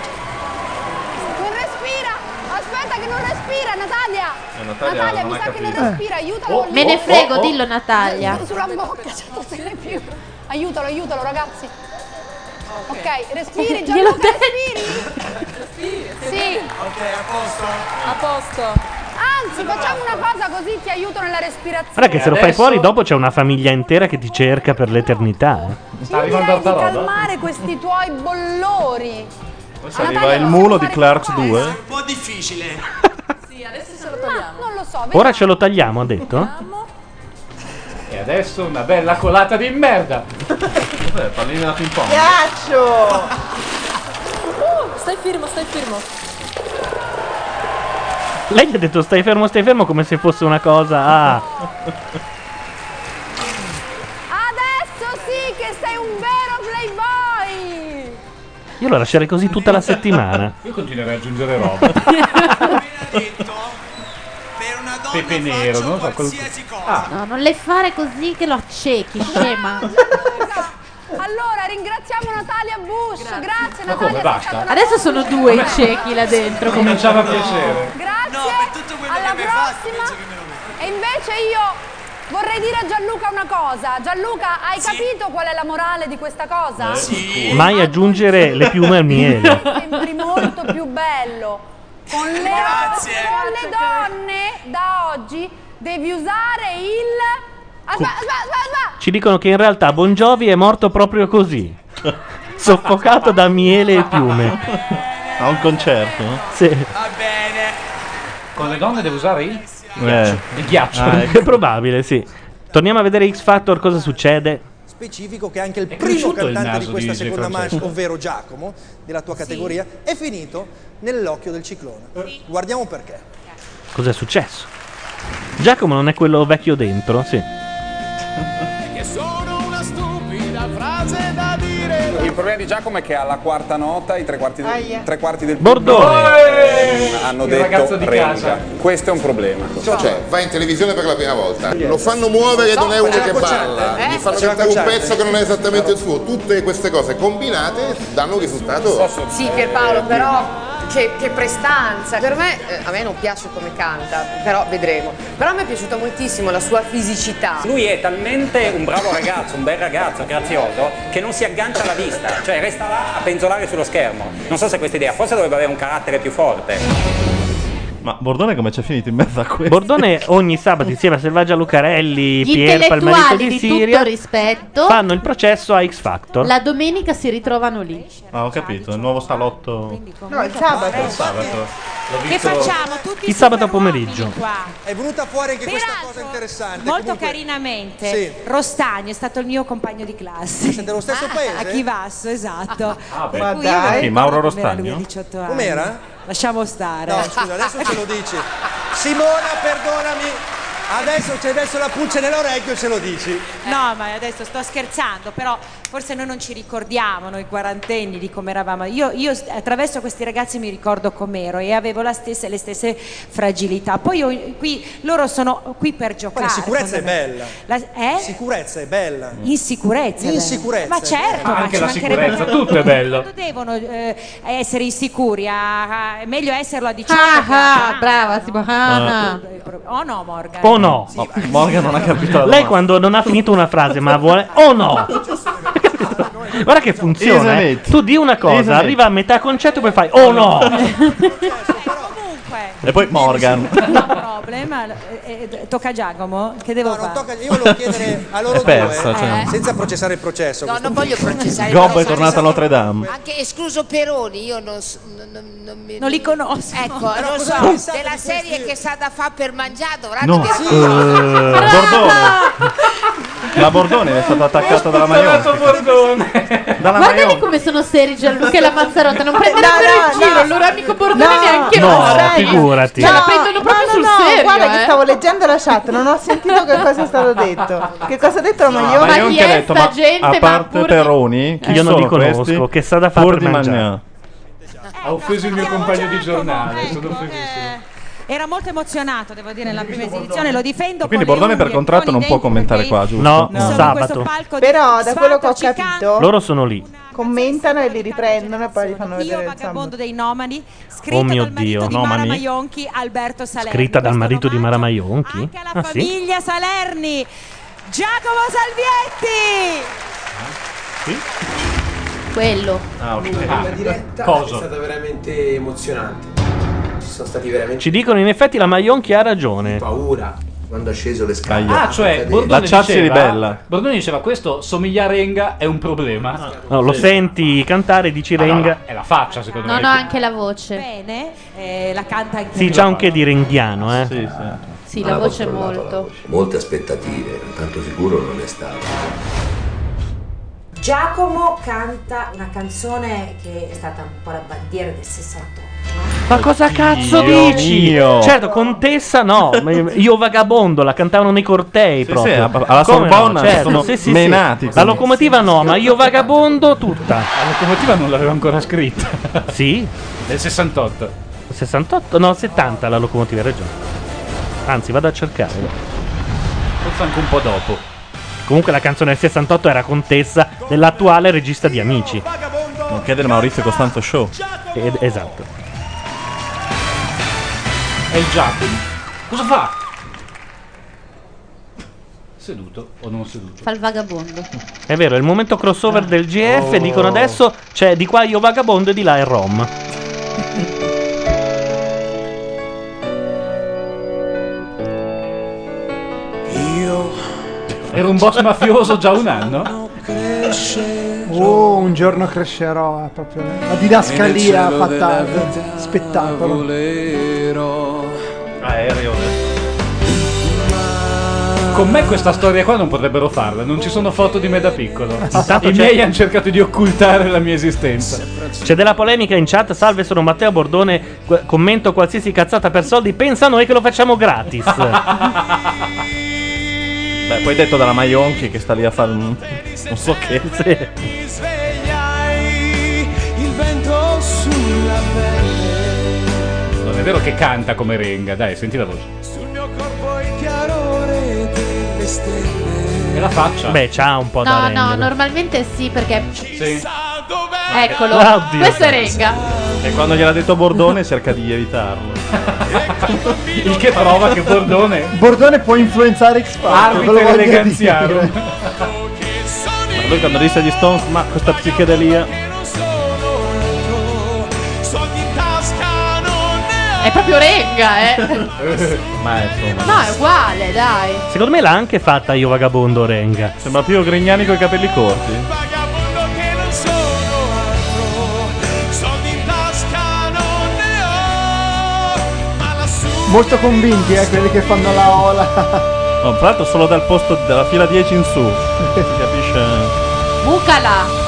S9: Non respira! Aspetta, che non respira, Natalia!
S4: Eh,
S9: Natalia,
S4: Natalia
S9: mi
S4: non
S9: sa
S4: ha
S9: che non
S4: capito.
S9: respira, aiutalo!
S4: Oh,
S5: Me ne
S4: oh,
S5: frego,
S4: oh, oh.
S5: dillo Natalia.
S9: Sulla bocca, c'è non se ne più! Aiutalo, aiutalo, ragazzi! Ok, respiri,
S5: Glielo
S9: Gianluca, respiri! Sì!
S18: Ok, a posto.
S9: A posto! Anzi, facciamo una cosa così ti aiuto nella respirazione!
S2: Guarda che se lo fai fuori, dopo c'è una famiglia intera che ti cerca per l'eternità. eh.
S9: Io direi di calmare questi tuoi bollori!
S2: Ah,
S8: Adesso arriva il mulo di Clarks 2.
S18: Un po' difficile.
S9: Sì, adesso se lo togliamo. non lo so,
S2: Ora ce lo tagliamo, ha detto?
S4: E adesso una bella colata di merda.
S8: Cos'è? Pallina da ping pong.
S3: Ghiaccio!
S14: stai fermo, stai fermo.
S2: Lei gli ha detto stai fermo, stai fermo come se fosse una cosa. Ah.
S9: Adesso sì che sei un vero playboy!
S2: Io lo lascerei così tutta la settimana.
S4: Io continuerei ad aggiungere roba. Pepe nero, non lo so. quello- Ah.
S5: No, non le fare così che lo accechi, scema.
S9: Esatto, Allora, ringraziamo Natalia Bush, grazie,
S4: Ma
S9: Natalia.
S4: come, basta?
S5: Adesso sono due i ciechi là dentro.
S4: Cominciava a piacere.
S9: Grazie. Alla prossima. E invece io vorrei dire a Gianluca una cosa. Gianluca, hai capito qual è la morale di questa cosa?
S2: Mai aggiungere le piume al miele.
S9: Sembri molto più bello. Con le, con le donne da oggi devi usare il... Aspetta, aspetta, aspetta,
S2: Ci dicono che in realtà Bon Jovi è morto proprio così, soffocato da miele e piume. A un concerto? Sì.
S4: Con le donne devo usare il
S2: Eh.
S4: Il ghiaccio.
S2: Ah, è probabile, sì. Torniamo a vedere X Factor cosa succede.
S18: Specifico che anche il primo
S2: cresciuto il
S18: cantante
S2: naso
S18: di questa
S2: di
S18: seconda
S2: Francesco.
S18: manche, ovvero Giacomo, della tua categoria, è finito nell'occhio del ciclone.
S2: Eh.
S18: Guardiamo perché.
S2: Cos'è successo? Giacomo non è quello vecchio dentro, sì.
S13: Che sono una stupida frase da dire.
S26: Il problema di Giacomo è che alla quarta nota i tre quarti, del-
S13: Aia.
S26: tre quarti del
S2: Bordone
S26: hanno
S13: Il
S26: detto
S13: ragazzo di
S26: renga.
S13: casa.
S26: Questo è un problema.
S13: Cioè, va in televisione per la prima volta, lo fanno muovere e non è uno Faceva che cocciante, balla, eh? gli fanno Faceva cantare un cocciante. pezzo che non è esattamente il suo. Tutte queste cose combinate danno un risultato.
S32: Sì,
S2: Eh,
S32: Pierpaolo, però che, che prestanza. Per me, eh, a me non piace come canta, però vedremo. Però mi è piaciuta moltissimo la sua fisicità.
S33: Lui è talmente un bravo ragazzo, un bel ragazzo, grazioso, che non si aggancia alla vista, cioè resta là a penzolare sullo schermo. Non so se è questa idea, forse dovrebbe avere un carattere più forte.
S8: Ma Bordone come c'è finito in mezzo a questo?
S2: Bordone ogni sabato insieme a Selvaggia Lucarelli,
S5: Gli
S2: Pierpa, il marito
S5: intellettuali
S2: di
S5: di
S2: Siria,
S5: tutto rispetto
S2: fanno il processo a X Factor.
S5: la domenica si ritrovano lì.
S8: Ah, ho capito, il nuovo salotto.
S3: No, il sabato.
S8: Il sabato. L'ho
S3: Che
S8: visto-
S3: facciamo?
S8: Il sabato pomeriggio.
S18: È venuta fuori anche questa cosa interessante.
S17: Molto
S18: Comunque,
S17: carinamente,
S18: Sì.
S17: Rostagno è stato il mio compagno di classe. Siete dello stesso paese? A Chivasso, esatto.
S8: Ah, beh.
S17: Per
S8: Ma
S17: cui
S8: dai.
S17: io
S8: Chi, Mauro
S17: ricordo quando
S8: Rostagno?
S17: Era lui a 18 anni.
S18: Com'era?
S17: Lasciamo
S2: Eh.
S17: stare. Eh,
S18: No, scusa, adesso ce lo dici. Simona, perdonami, adesso c'è adesso la pulce nell'orecchio e ce lo dici.
S17: No, ma adesso sto scherzando, però forse noi non ci ricordiamo, noi quarantenni, di come eravamo. Io, io s- attraverso questi ragazzi mi ricordo com'ero e avevo la stessa- le stesse fragilità. Poi io- qui, loro sono qui per
S18: Poi
S17: giocare.
S18: la sicurezza è
S17: secondo me.
S18: bella.
S17: La- eh?
S18: Sicurezza è bella.
S17: Insicurezza. è bella.
S18: L'insicurezza
S17: Ma
S18: è bella.
S17: certo,
S18: Ma
S17: ma
S18: anche
S17: ci
S18: la
S17: mancherebbe
S18: sicurezza,
S17: altro.
S18: tutto è bello.
S17: Quando devono eh, essere insicuri, a- a- è meglio esserlo a 18
S5: Ah, ah, brava, tipo, ah, ah.
S17: Oh no, Morgan.
S2: O no?
S8: Oh,
S2: Morgan non ha capito Lei quando non ha finito una frase ma vuole... O Oh, no? Guarda che funziona. eh.
S8: Isn't
S2: Tu di una
S8: Isn't
S2: cosa,
S8: it?
S2: arriva a metà concetto e poi fai... Oh no!
S8: E poi Morgan.
S17: problema. eh, eh, tocca a Giacomo? Che devo fare? Eh.
S18: Io volevo chiedere a loro
S8: È persa,
S18: due,
S2: Eh.
S8: cioè.
S18: senza processare il processo.
S16: No, non voglio processare.
S8: Gobbo
S16: però
S8: è tornato a Notre Dame.
S16: Anche escluso Peroni, io non, s- non, non- non mi-
S17: Non li conosco.
S16: Ecco,
S17: Però
S16: lo
S17: cosa ha
S16: so,
S17: pensato
S16: della
S17: di
S16: serie che sa da fa per mangiare dovrà
S8: No,
S16: dire-
S8: eh, Bordone. La Bordone è stata attaccata dalla Maionchi. Dalla
S5: Guardate
S8: Maionchi.
S5: come sono seri Gianluca e la Mazzarotta, non prendono
S3: No,
S5: per
S3: no,
S5: il giro,
S3: no.
S5: il loro amico Bordone
S3: No.
S5: neanche
S2: No,
S5: lo sa.
S2: figurati.
S5: Cioè, la prendono proprio
S3: no,
S5: sul
S3: no,
S5: serio,
S3: Guarda
S5: eh.
S3: che stavo leggendo la chat, non ho sentito che cosa è stato detto. Che cosa ha detto la
S8: Ma
S3: Maglione?
S8: io anche ho detto, ma a parte Peroni, chi
S2: Io non
S8: sono
S2: li conosco,
S8: questi?
S2: che sa da fare
S8: Pur
S2: per
S8: di
S2: mangiare.
S8: mangiare.
S5: Eh,
S4: Ha offeso il mio compagno
S5: certo,
S4: di
S5: ecco,
S4: giornale, sono offesissimo.
S17: Era molto emozionato, devo dire, nella prima esibizione. Lo difendo
S8: Quindi
S17: con le
S8: Bordone per
S17: unghie,
S8: contratto
S17: con i
S8: non può
S17: denti,
S8: commentare
S17: perché
S8: qua, giusto?
S17: sono
S2: No,
S17: in questo
S2: sabato.
S17: palco di
S3: Però da quello che ho
S17: Sfatto, ci
S3: capito,
S2: Loro sono lì.
S3: commentano e li riprendono e poi li fanno vedere il
S17: Mondo dei nomadi, scritto
S2: Oh mio
S17: dal marito
S2: Dio,
S17: di Mara
S2: Nomani.
S17: Maionchi, Alberto Salerni.
S2: Scritta dal
S17: Questo
S2: marito di Mara Maionchi.
S17: La
S2: Ah sì?
S17: famiglia Salerni, Giacomo Salvietti.
S5: Quello.
S8: Ah, ok.
S5: Ah.
S34: La diretta
S2: Coso.
S34: è stata veramente emozionante. Ci sono stati veramente
S2: Ci dicono in effetti la Maionchi ha
S5: eh.
S2: ragione.
S34: paura quando ha sceso le scale.
S4: Ah, cioè, Bordone
S2: La chat si
S4: diceva-
S2: ribella.
S4: Bordone diceva questo somiglia a Renga è un problema.
S2: No, lo senti cantare, dici
S4: Ah, no,
S2: Renga.
S4: È la faccia, secondo
S5: No,
S4: me.
S5: no, anche la voce.
S17: Bene, eh, la canta anche
S2: Sì, c'ha un che di renghiano, eh. Sì,
S5: Sì, la
S34: Ah,
S5: voce
S34: ho controllato
S5: molto.
S34: la voce. Molte aspettative, tanto sicuro non è stato.
S35: Giacomo canta una canzone che è stata un po' la bandiera del 68.
S2: Ma cosa cazzo
S8: Dio
S2: dici?
S8: mio.
S2: Certo, contessa no, ma io vagabondo la cantavano nei cortei proprio.
S8: sì, a- alla
S2: Come Certo,
S8: Sorbonna sono menati
S2: La
S8: così.
S2: locomotiva no, ma io vagabondo tutta.
S4: La locomotiva non l'aveva ancora scritta.
S2: Sì?
S4: Nel 68.
S2: 68? No, 70 la locomotiva, hai ragione. Anzi, vado a cercare.
S4: Forse anche un po' dopo.
S2: Comunque la canzone del 68 era contessa dell'attuale regista di Amici.
S8: Nonché del Maurizio Costanzo Show.
S2: esatto.
S4: È il Giacomo. Cosa fa? Seduto o non seduto?
S5: Fa il vagabondo.
S2: È vero, è il momento crossover del GF.
S4: Oh.
S2: Dicono adesso c'è di qua io vagabondo e di là è Rom.
S4: Ah, Era un boss mafioso già un anno.
S6: Oh, un giorno crescerò, è proprio la didascalia fatale, spettacolo.
S4: Ah, Aereo. eh. Con me questa storia qua non potrebbero farla, non ci sono foto di me da piccolo.
S2: Intanto
S4: I
S2: c'è-
S4: miei hanno cercato di occultare la mia esistenza.
S2: C'è della polemica in chat. Salve, sono Matteo Bordone. qu- commento qualsiasi cazzata per soldi. Pensa a noi che lo facciamo gratis.
S8: Beh, poi detto dalla Maionchi che sta lì a fare un. non so che.
S7: Ti svegliai il vento sulla pelle,
S4: Non è vero che canta come Renga, dai, senti la voce.
S7: sul mio corpo il chiarore delle stelle.
S4: E la faccia.
S2: Beh, c'ha un po' da
S5: No, no,
S2: rendere.
S5: normalmente sì, perché. Eccolo.
S8: Ah, oddio.
S5: Questo è Renga.
S8: E quando gliel'ha detto Bordone cerca di evitarlo.
S2: Ecco,
S4: Il che prova che Bordone.
S6: Bordone può influenzare X Factor, ve lo voglio dire.
S8: Ma lui quando disse agli Stones, ma questa psichedelia.
S5: È proprio Renga, eh.
S8: Ma insomma.
S5: No, è uguale, dai.
S2: Secondo me l'ha anche fatta io, vagabondo Renga.
S8: Sembra più Grignani con i capelli corti.
S6: Molto convinti, eh, quelli che fanno la ola.
S8: No, tra l'altro solo dal posto dalla fila 10 in su. Si capisce.
S5: Bucala.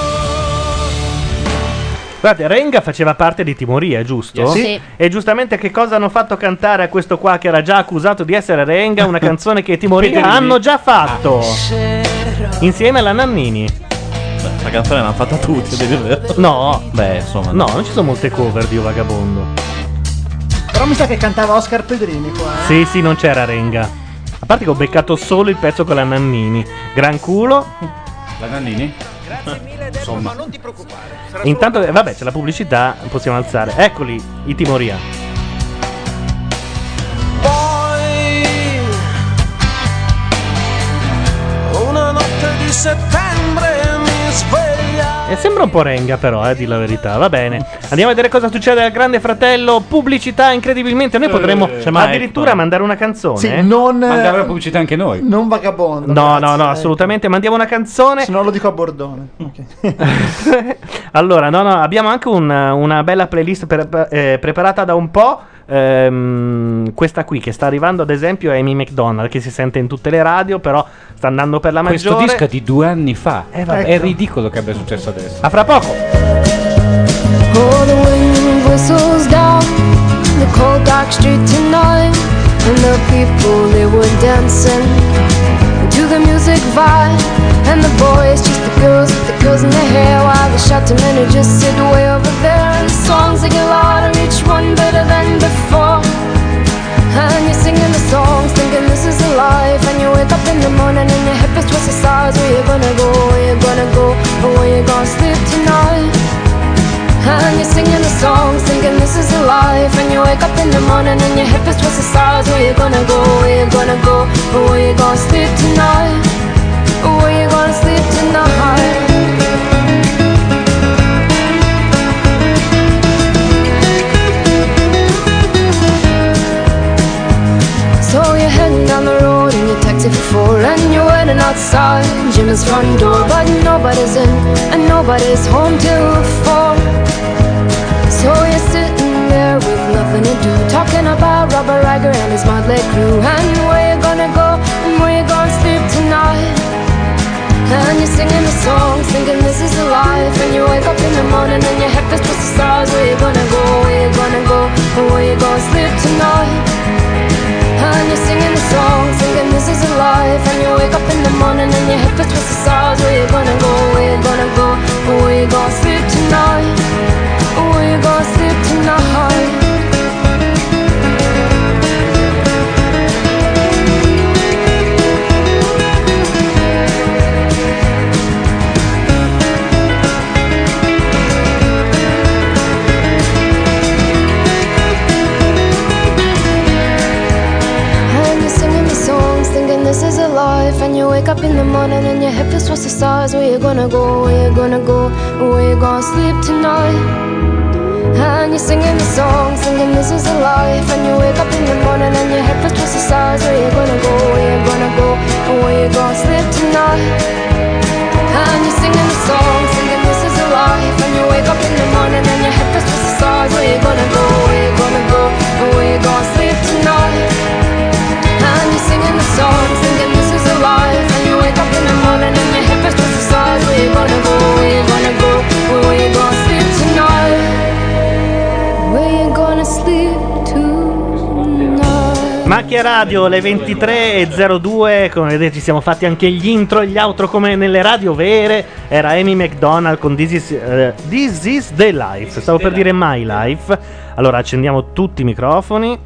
S2: Guardate, Renga faceva parte di Timoria, giusto?
S5: Sì. Sì.
S2: E giustamente che cosa hanno fatto cantare a questo qua che era già accusato di essere Renga? Una canzone che i Timoria
S8: Pederini.
S2: hanno già fatto. Insieme alla Nannini.
S8: Beh, la canzone l'hanno fatta tutti, devi vero.
S2: No.
S8: Beh, insomma.
S2: No, non ci sono molte cover di O Vagabondo.
S6: Però mi sa che cantava Oscar Pedrini qua. eh.
S2: Sì, sì, non c'era Renga. A parte che ho beccato solo il pezzo con la Nannini. Gran culo.
S4: La Nannini? Insomma.
S2: Intanto, eh, vabbè, c'è la pubblicità, possiamo alzare. Eccoli, i Timoria.
S7: Poi una notte di settembre mi svegliai.
S2: E Eh, sembra un po' Renga, però, eh, di la verità. Va bene. Andiamo a vedere cosa succede al Grande Fratello. Pubblicità, incredibilmente. Noi potremmo cioè,
S4: Eh, c'è Mike.
S2: addirittura mandare una canzone. eh?
S6: Sì, non, eh,
S4: Mandare la pubblicità anche noi.
S6: Non vagabondo.
S2: No, no, no, assolutamente. Mandiamo una canzone.
S6: Se no lo dico a Bordone.
S2: Allora, no, no, abbiamo anche un- una bella playlist per- eh, preparata da un po'. Ehm, questa qui che sta arrivando, ad esempio, è Amy McDonald, che si sente in tutte le radio, però sta andando per la
S4: Questo
S2: maggiore.
S4: disco è di due anni fa.
S2: Eh, vabbè.
S4: È ridicolo che abbia successo adesso.
S2: A fra poco.
S10: Oh, the wind whistles down the cold dark street tonight, and the people they were dancing to the music vibe, and the boys just the girls with the girls in their hair, while the shouting men who just sit way over there, and the songs they get louder, each one better than before. And you're singing the songs, thinking this is a life. And you wake up in the morning and your hip is twisted sides. Where you gonna go? Where you gonna go? Or where you gonna sleep tonight? And you're singing the songs, thinking this is a life. And you wake up in the morning and your hip is twisted sides. Where you gonna go? Where you gonna go? Or where you gonna sleep tonight? Or where you gonna sleep tonight? So you're heading down the road in your taxi for four And you're waiting outside Jim's front door But nobody's in and nobody's home till four So you're sitting there with nothing to do Talking about Robert Riger and his motley crew And where you gonna go and where you gonna sleep tonight and you're singing the songs, thinking this is a life. And you wake up in the morning and your head is twisted stars. Where you gonna go? Where you gonna go? Or where you gonna sleep tonight? And you're singing the songs, thinking this is a life. And you wake up in the morning and your head is twisted stars. Where you gonna go? Where you gonna go? Or where you gonna sleep tonight? Or where you gonna sleep tonight? And you're singing the songs, thinking this is a life. And you wake up in the morning and your hip is twisted stars. Where you gonna go? Where you gonna go? Where you gonna sleep tonight? And you're singing the songs, thinking this is a life. And you wake up in the morning and your hip is twisted stars. Where you gonna go? Where you gonna go? Boy, you're gonna slip tonight. And you're singing the song, singing this is a life. And you wake up in the morning and your head feels just the size. Where you gonna go? Where you gonna go? And where you gonna sleep tonight? And you're singing the song, singing this is a life. And you wake up in the morning and your head feels just the size. Where you gonna go? Where you gonna go? And where you gonna sleep tonight? Where you gonna sleep tonight?
S2: Macchia Radio, le 23.02, come vedete ci siamo fatti anche gli intro e gli outro come nelle radio vere, era Amy McDonald con This is, eh, This is the Life, stavo per dire My Life, allora accendiamo tutti i microfoni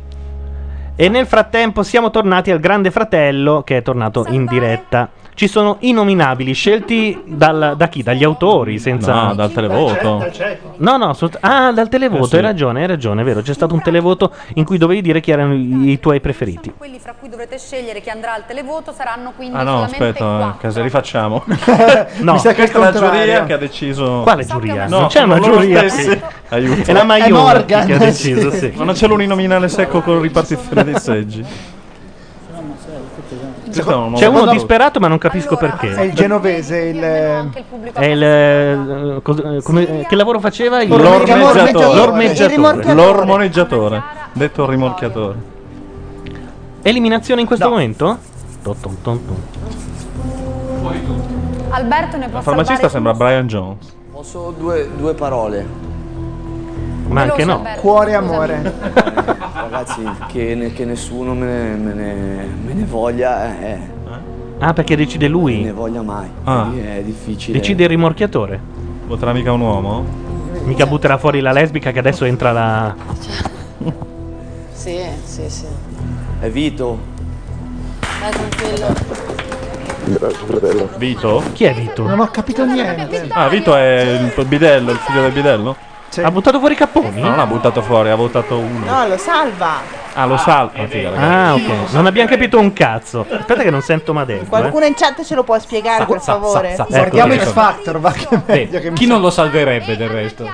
S2: e nel frattempo siamo tornati al Grande Fratello che è tornato in diretta. Ci sono i nominabili scelti dal- da chi? Dagli autori, senza...
S8: No, dal televoto. Dal
S6: cieco.
S2: No, no, assolut- ah, dal televoto,
S8: Eh sì.
S2: hai ragione, hai ragione, è vero, c'è stato un televoto in cui dovevi dire chi erano i i tuoi preferiti.
S9: Quelli fra cui dovrete scegliere chi andrà al televoto saranno quindi
S8: Ah no,
S9: solamente
S8: aspetta,
S9: quattro.
S8: cosa rifacciamo?
S2: No. Mi sa che è il
S8: questa è la
S2: contrario.
S8: giuria che ha deciso.
S2: Quale giuria?
S8: No,
S2: Non c'è
S8: sono
S2: una
S8: loro
S2: giuria.
S8: stessi.
S2: Sì.
S8: Aiuto.
S2: È la Maione È Morgan. che ha deciso, sì.
S8: Ma non c'è l'uninominale secco con ripartizione dei seggi. Questo è un nuovo
S2: C'è uno
S8: voto.
S2: disperato ma non capisco perché.
S6: È il genovese, il.
S2: È il, eh, cos- eh, come- eh, che lavoro faceva? Il
S8: L'ormeggiatore.
S2: L'ormeggiatore.
S8: L'ormeggiatore. L'ormoneggiatore. Detto rimorchiatore.
S2: Eliminazione in questo momento? Ton, ton, ton, ton.
S9: Alberto ne può
S8: eh. La
S9: salvare
S8: farmacista sembra Brian Jones.
S18: Ho solo due, due parole.
S2: Ma anche no.
S6: Cuore e amore.
S18: Ragazzi, che, ne- che nessuno me ne, me ne- me ne voglia. eh,
S2: Ah, perché decide lui?
S18: Ne voglia mai.
S2: Ah.
S18: È difficile.
S2: Decide il rimorchiatore.
S8: Voterà mica un uomo?
S2: Mica butterà fuori la lesbica che adesso entra la.
S1: Sì, sì, sì.
S18: È Vito.
S1: Vai tranquillo.
S8: fratello. Vito?
S2: Chi è Vito?
S6: Non ho capito niente.
S8: Ah, Vito è il bidello, il figlio del bidello?
S2: Ha buttato fuori Capponi?
S8: No, non ha buttato fuori, ha votato uno.
S3: No, lo salva.
S8: Ah, lo salta. Ah, figa,
S2: Ah,
S8: ragazzi.
S2: ok. Non abbiamo capito un cazzo. Aspetta, che non sento eh. Madeo.
S3: Qualcuno in chat ce lo può spiegare,
S2: Sa-
S3: per
S2: sa-
S3: favore?
S2: sa- sa-
S6: Guardiamo
S2: ecco,
S6: X Factor, va che è meglio che
S4: Chi non lo salverebbe del resto?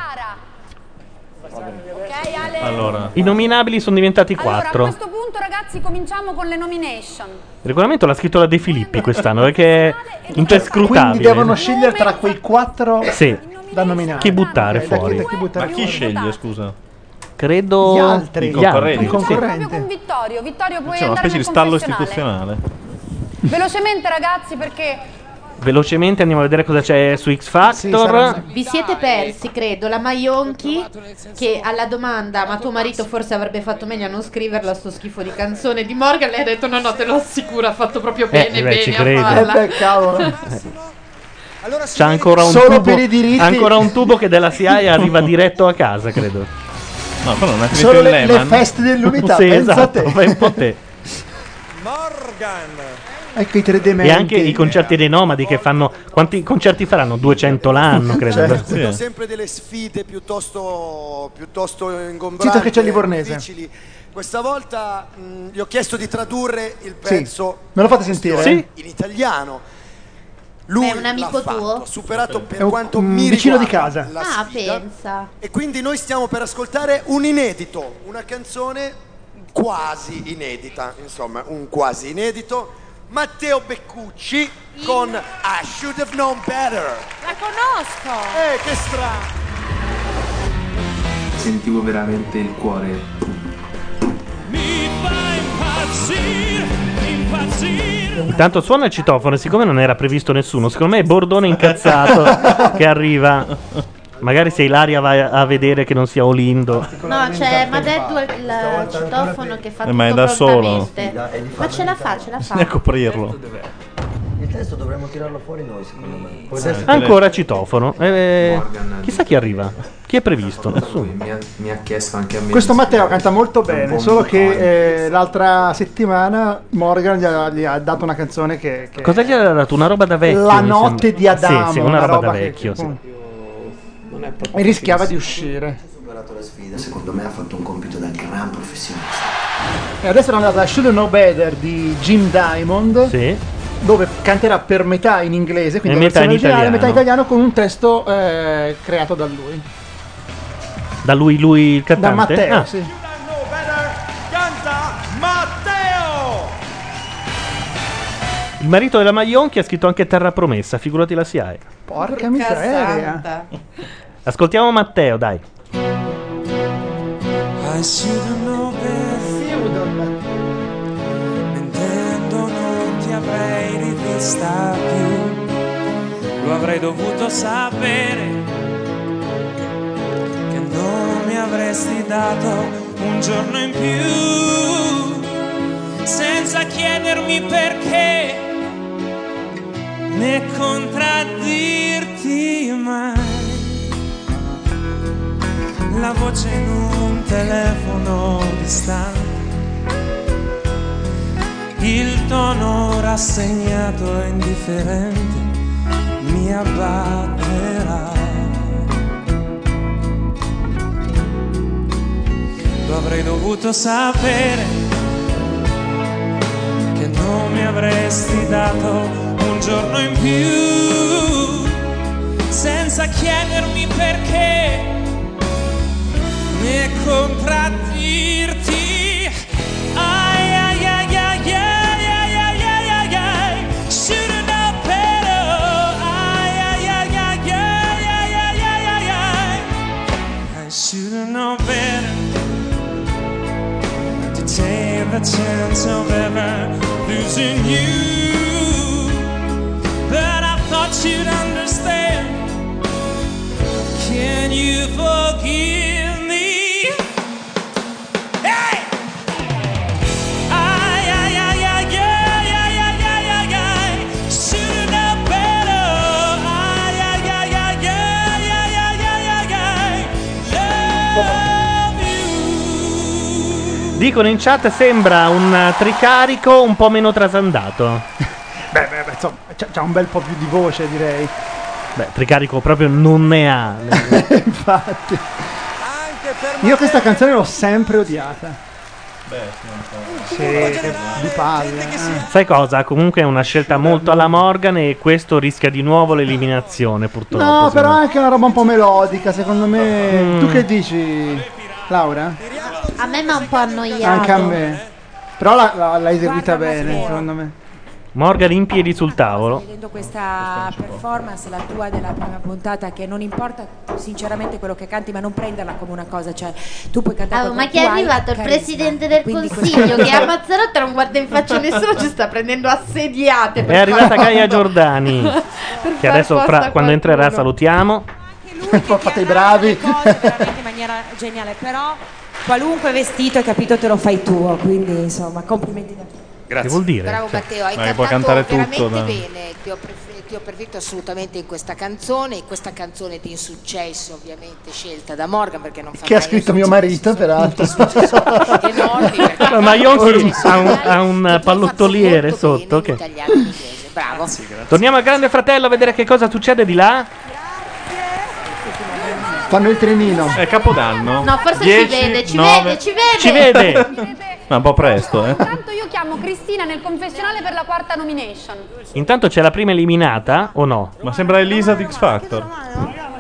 S2: Allora. I nominabili sono diventati quattro.
S9: A questo punto ragazzi cominciamo con le nomination.
S2: Il regolamento l'ha scritto la De Filippi quest'anno perché è imperscrutabile.
S6: Quindi devono scegliere tra quei quattro
S2: Sì.
S6: da nominare.
S2: Chi buttare
S6: Ok, da chi-
S2: fuori?
S6: da chi buttare
S8: Ma chi sceglie, scusa?
S2: Credo.
S6: Gli altri.
S8: I concorrenti.
S2: Gli altri, sì.
S9: Proprio con Vittorio. Vittorio puoi
S8: C'è una
S9: andare
S8: specie di
S9: nel
S8: stallo
S9: confessionale.
S8: istituzionale.
S9: Velocemente ragazzi perché
S2: Velocemente andiamo a vedere cosa c'è su X Factor.
S5: Vi siete persi, credo, la Maionchi che alla domanda ma tuo marito forse avrebbe fatto meglio a non scriverla sto schifo di canzone di Morgan lei ha detto no no te lo assicuro ha fatto proprio bene
S2: Eh, beh,
S5: bene
S2: ci
S5: a
S2: credo.
S5: farla.
S6: Eh beh, cavolo.
S2: C'è ancora un
S6: Solo
S2: tubo.
S6: per i diritti.
S2: Ancora un tubo che dalla SIAE arriva diretto a casa, credo.
S8: No, quello non è finito
S6: Solo
S8: il
S6: le, le
S8: Lehman.
S6: feste dell'unità,
S2: Sì,
S6: pensa a
S2: esatto,
S6: te.
S2: fai un po' te.
S6: Ecco i tre dementi.
S2: E anche i concerti dei nomadi che fanno. Quanti concerti faranno? 200 l'anno, credo.
S6: Certo.
S18: Ho sempre delle sfide piuttosto, piuttosto ingombranti.
S6: Zitto che c'è il livornese.
S18: difficili. Questa volta mh, gli ho chiesto di tradurre il pezzo
S6: Me lo fate sentire?
S18: Sì. in italiano. Lui
S5: Ma è un amico
S18: l'ha fatto,
S5: tuo?
S18: ha superato per
S6: È un-
S18: quanto
S6: un
S18: mi
S6: vicino di
S18: riguarda
S6: casa.
S18: la
S5: ah
S18: sfida.
S5: pensa
S18: E quindi noi stiamo per ascoltare un inedito, una canzone quasi inedita, insomma, un quasi inedito. Matteo Beccucci con I Should Have Known Better.
S1: La conosco!
S18: Eh, che strano!
S34: Sentivo veramente il cuore.
S2: Intanto suona il citofono e siccome non era previsto nessuno, secondo me è Bordone incazzato che arriva. Magari se Ilaria va a vedere che non sia Olindo.
S5: no c'è Madeddu il citofono che fa
S2: Eh, ma è
S5: tutto
S2: da solo.
S5: prontamente. ma ce la fa ce la fa
S8: Bisogna coprirlo.
S34: Il testo dovremmo tirarlo fuori noi, secondo me. Poi
S2: Sì, Ancora citofono. Eh, chissà chi arriva. Chi è previsto? Nessuno.
S34: mi, ha, mi ha chiesto anche a me.
S6: Questo
S34: di-
S6: Matteo canta molto bene,
S34: buon
S6: solo che eh, l'altra settimana Morgan gli ha, gli ha dato una canzone che... che-
S2: Cosa gli ha dato? Una roba da vecchio?
S6: La
S2: mi
S6: notte
S2: sembra.
S6: di Adamo,
S2: Sì, sì, una
S6: una
S2: roba da
S6: roba che-
S2: vecchio. sì.
S34: Non è proprio
S6: E rischiava di uscire.
S34: Ha superato la sfida, secondo me ha fatto un compito da gran professionista.
S6: E adesso è andata a Should No Better di Jim Diamond. Dove canterà per metà in inglese, quindi
S2: E
S6: la
S2: metà in
S6: versione originale,
S2: italiano.
S6: metà italiano con un testo eh, creato da lui.
S2: Da lui, lui il cantante?
S6: Da Matteo,
S2: Ah,
S6: sì.
S7: Canta Matteo!
S2: Il marito della Maionchi ha scritto anche Terra Promessa, figurati la SIAE.
S6: Porca miseria.
S35: santa.
S2: Ascoltiamo Matteo, dai.
S7: I see them over. Mentendo non ti avrei rivista più. Lo avrei dovuto sapere che non mi avresti dato un giorno in più senza chiedermi perché né contraddirti mai. La voce in un telefono distante, il tono rassegnato e indifferente mi abbatterà. Lo avrei dovuto sapere che non mi avresti dato un giorno in più senza chiedermi perché né contraddirti. Ai, ai, ai, ai, ai, ai, ai, ai, ai, ai. Should've known better. Ai, ai, ai, ai, ai, ai, ai, ai, ai, ai. I should've known better to take the chance of ever losing you. But I thought you'd understand. Can you forgive me? Hey! Ay, ay, ay, ay, ay, ay, ay, ay, ay, ay. Should've known better. Ay, ay, ay, ay, ay, ay, ay, ay, ay, ay. Love you.
S2: Dicono in chat sembra un eh, tricarico un po' meno trasandato.
S6: Beh, beh, beh, insomma, c'ha, c'ha un bel po' più di voce, direi.
S2: Beh, tricarico proprio non ne ha.
S6: Infatti. Io questa canzone l'ho sempre odiata.
S8: Beh, sì, un po'.
S6: Sì, che di palle. eh.
S2: Sai cosa? Comunque è una scelta molto alla Morgan e questo rischia di nuovo l'eliminazione, purtroppo.
S6: No,
S2: secondo
S6: però
S2: me.
S6: anche una roba un po' melodica, secondo me.
S2: Mm.
S6: Tu che dici, Laura?
S5: A me mi ha un po' annoiato.
S6: Anche a me. Però la- la- l'hai eseguita bene, secondo me.
S2: Morgan in piedi sul tavolo.
S14: vedendo questa performance, la tua della prima puntata, che non importa sinceramente quello che canti, ma non prenderla come una cosa, cioè tu puoi cantare
S5: Oh,
S14: quello
S5: ma chi
S14: che
S5: è
S14: tu hai,
S5: arrivato? Il
S14: carisma.
S5: presidente del
S14: Quindi
S5: consiglio
S14: questo-
S5: che a Mazzarotta non guarda in faccia a nessuno, ci sta prendendo assediate. per
S2: È arrivata
S5: far-
S2: Gaia Giordani.
S5: per
S2: che
S5: far
S2: adesso,
S5: posto a
S2: fra- quando entrerà, salutiamo.
S6: Fate i bravi.
S14: in maniera geniale, però qualunque vestito hai capito te lo fai tuo, quindi insomma complimenti da te.
S2: Grazie. Che vuol dire?
S16: Bravo
S2: Cioè,
S16: Matteo, hai
S2: ma che
S16: cantato
S2: può cantare
S16: veramente
S2: tutto, no?
S16: bene, ti ho, perfe- ti ho perfetto assolutamente in questa canzone, in questa canzone di insuccesso ovviamente scelta da Morgan perché non fa
S6: Che ha
S16: mai
S6: scritto mio marito, peraltro.
S2: Ma Maionchi ha un, ha un pallottoliere sotto. che-
S16: italiano e inglese, bravo.
S2: Torniamo al Grande Fratello a vedere che cosa succede di là.
S6: Fanno il trenino.
S8: È Capodanno.
S5: No, forse ci
S8: Dieci,
S5: vede, ci
S8: nove-
S5: vede, ci vede.
S8: Ci vede. Ma un po' presto, eh.
S9: Intanto io chiamo Cristina nel confessionale per la quarta nomination.
S2: Intanto c'è la prima eliminata, o no?
S8: Ma sembra Elisa di X Factor.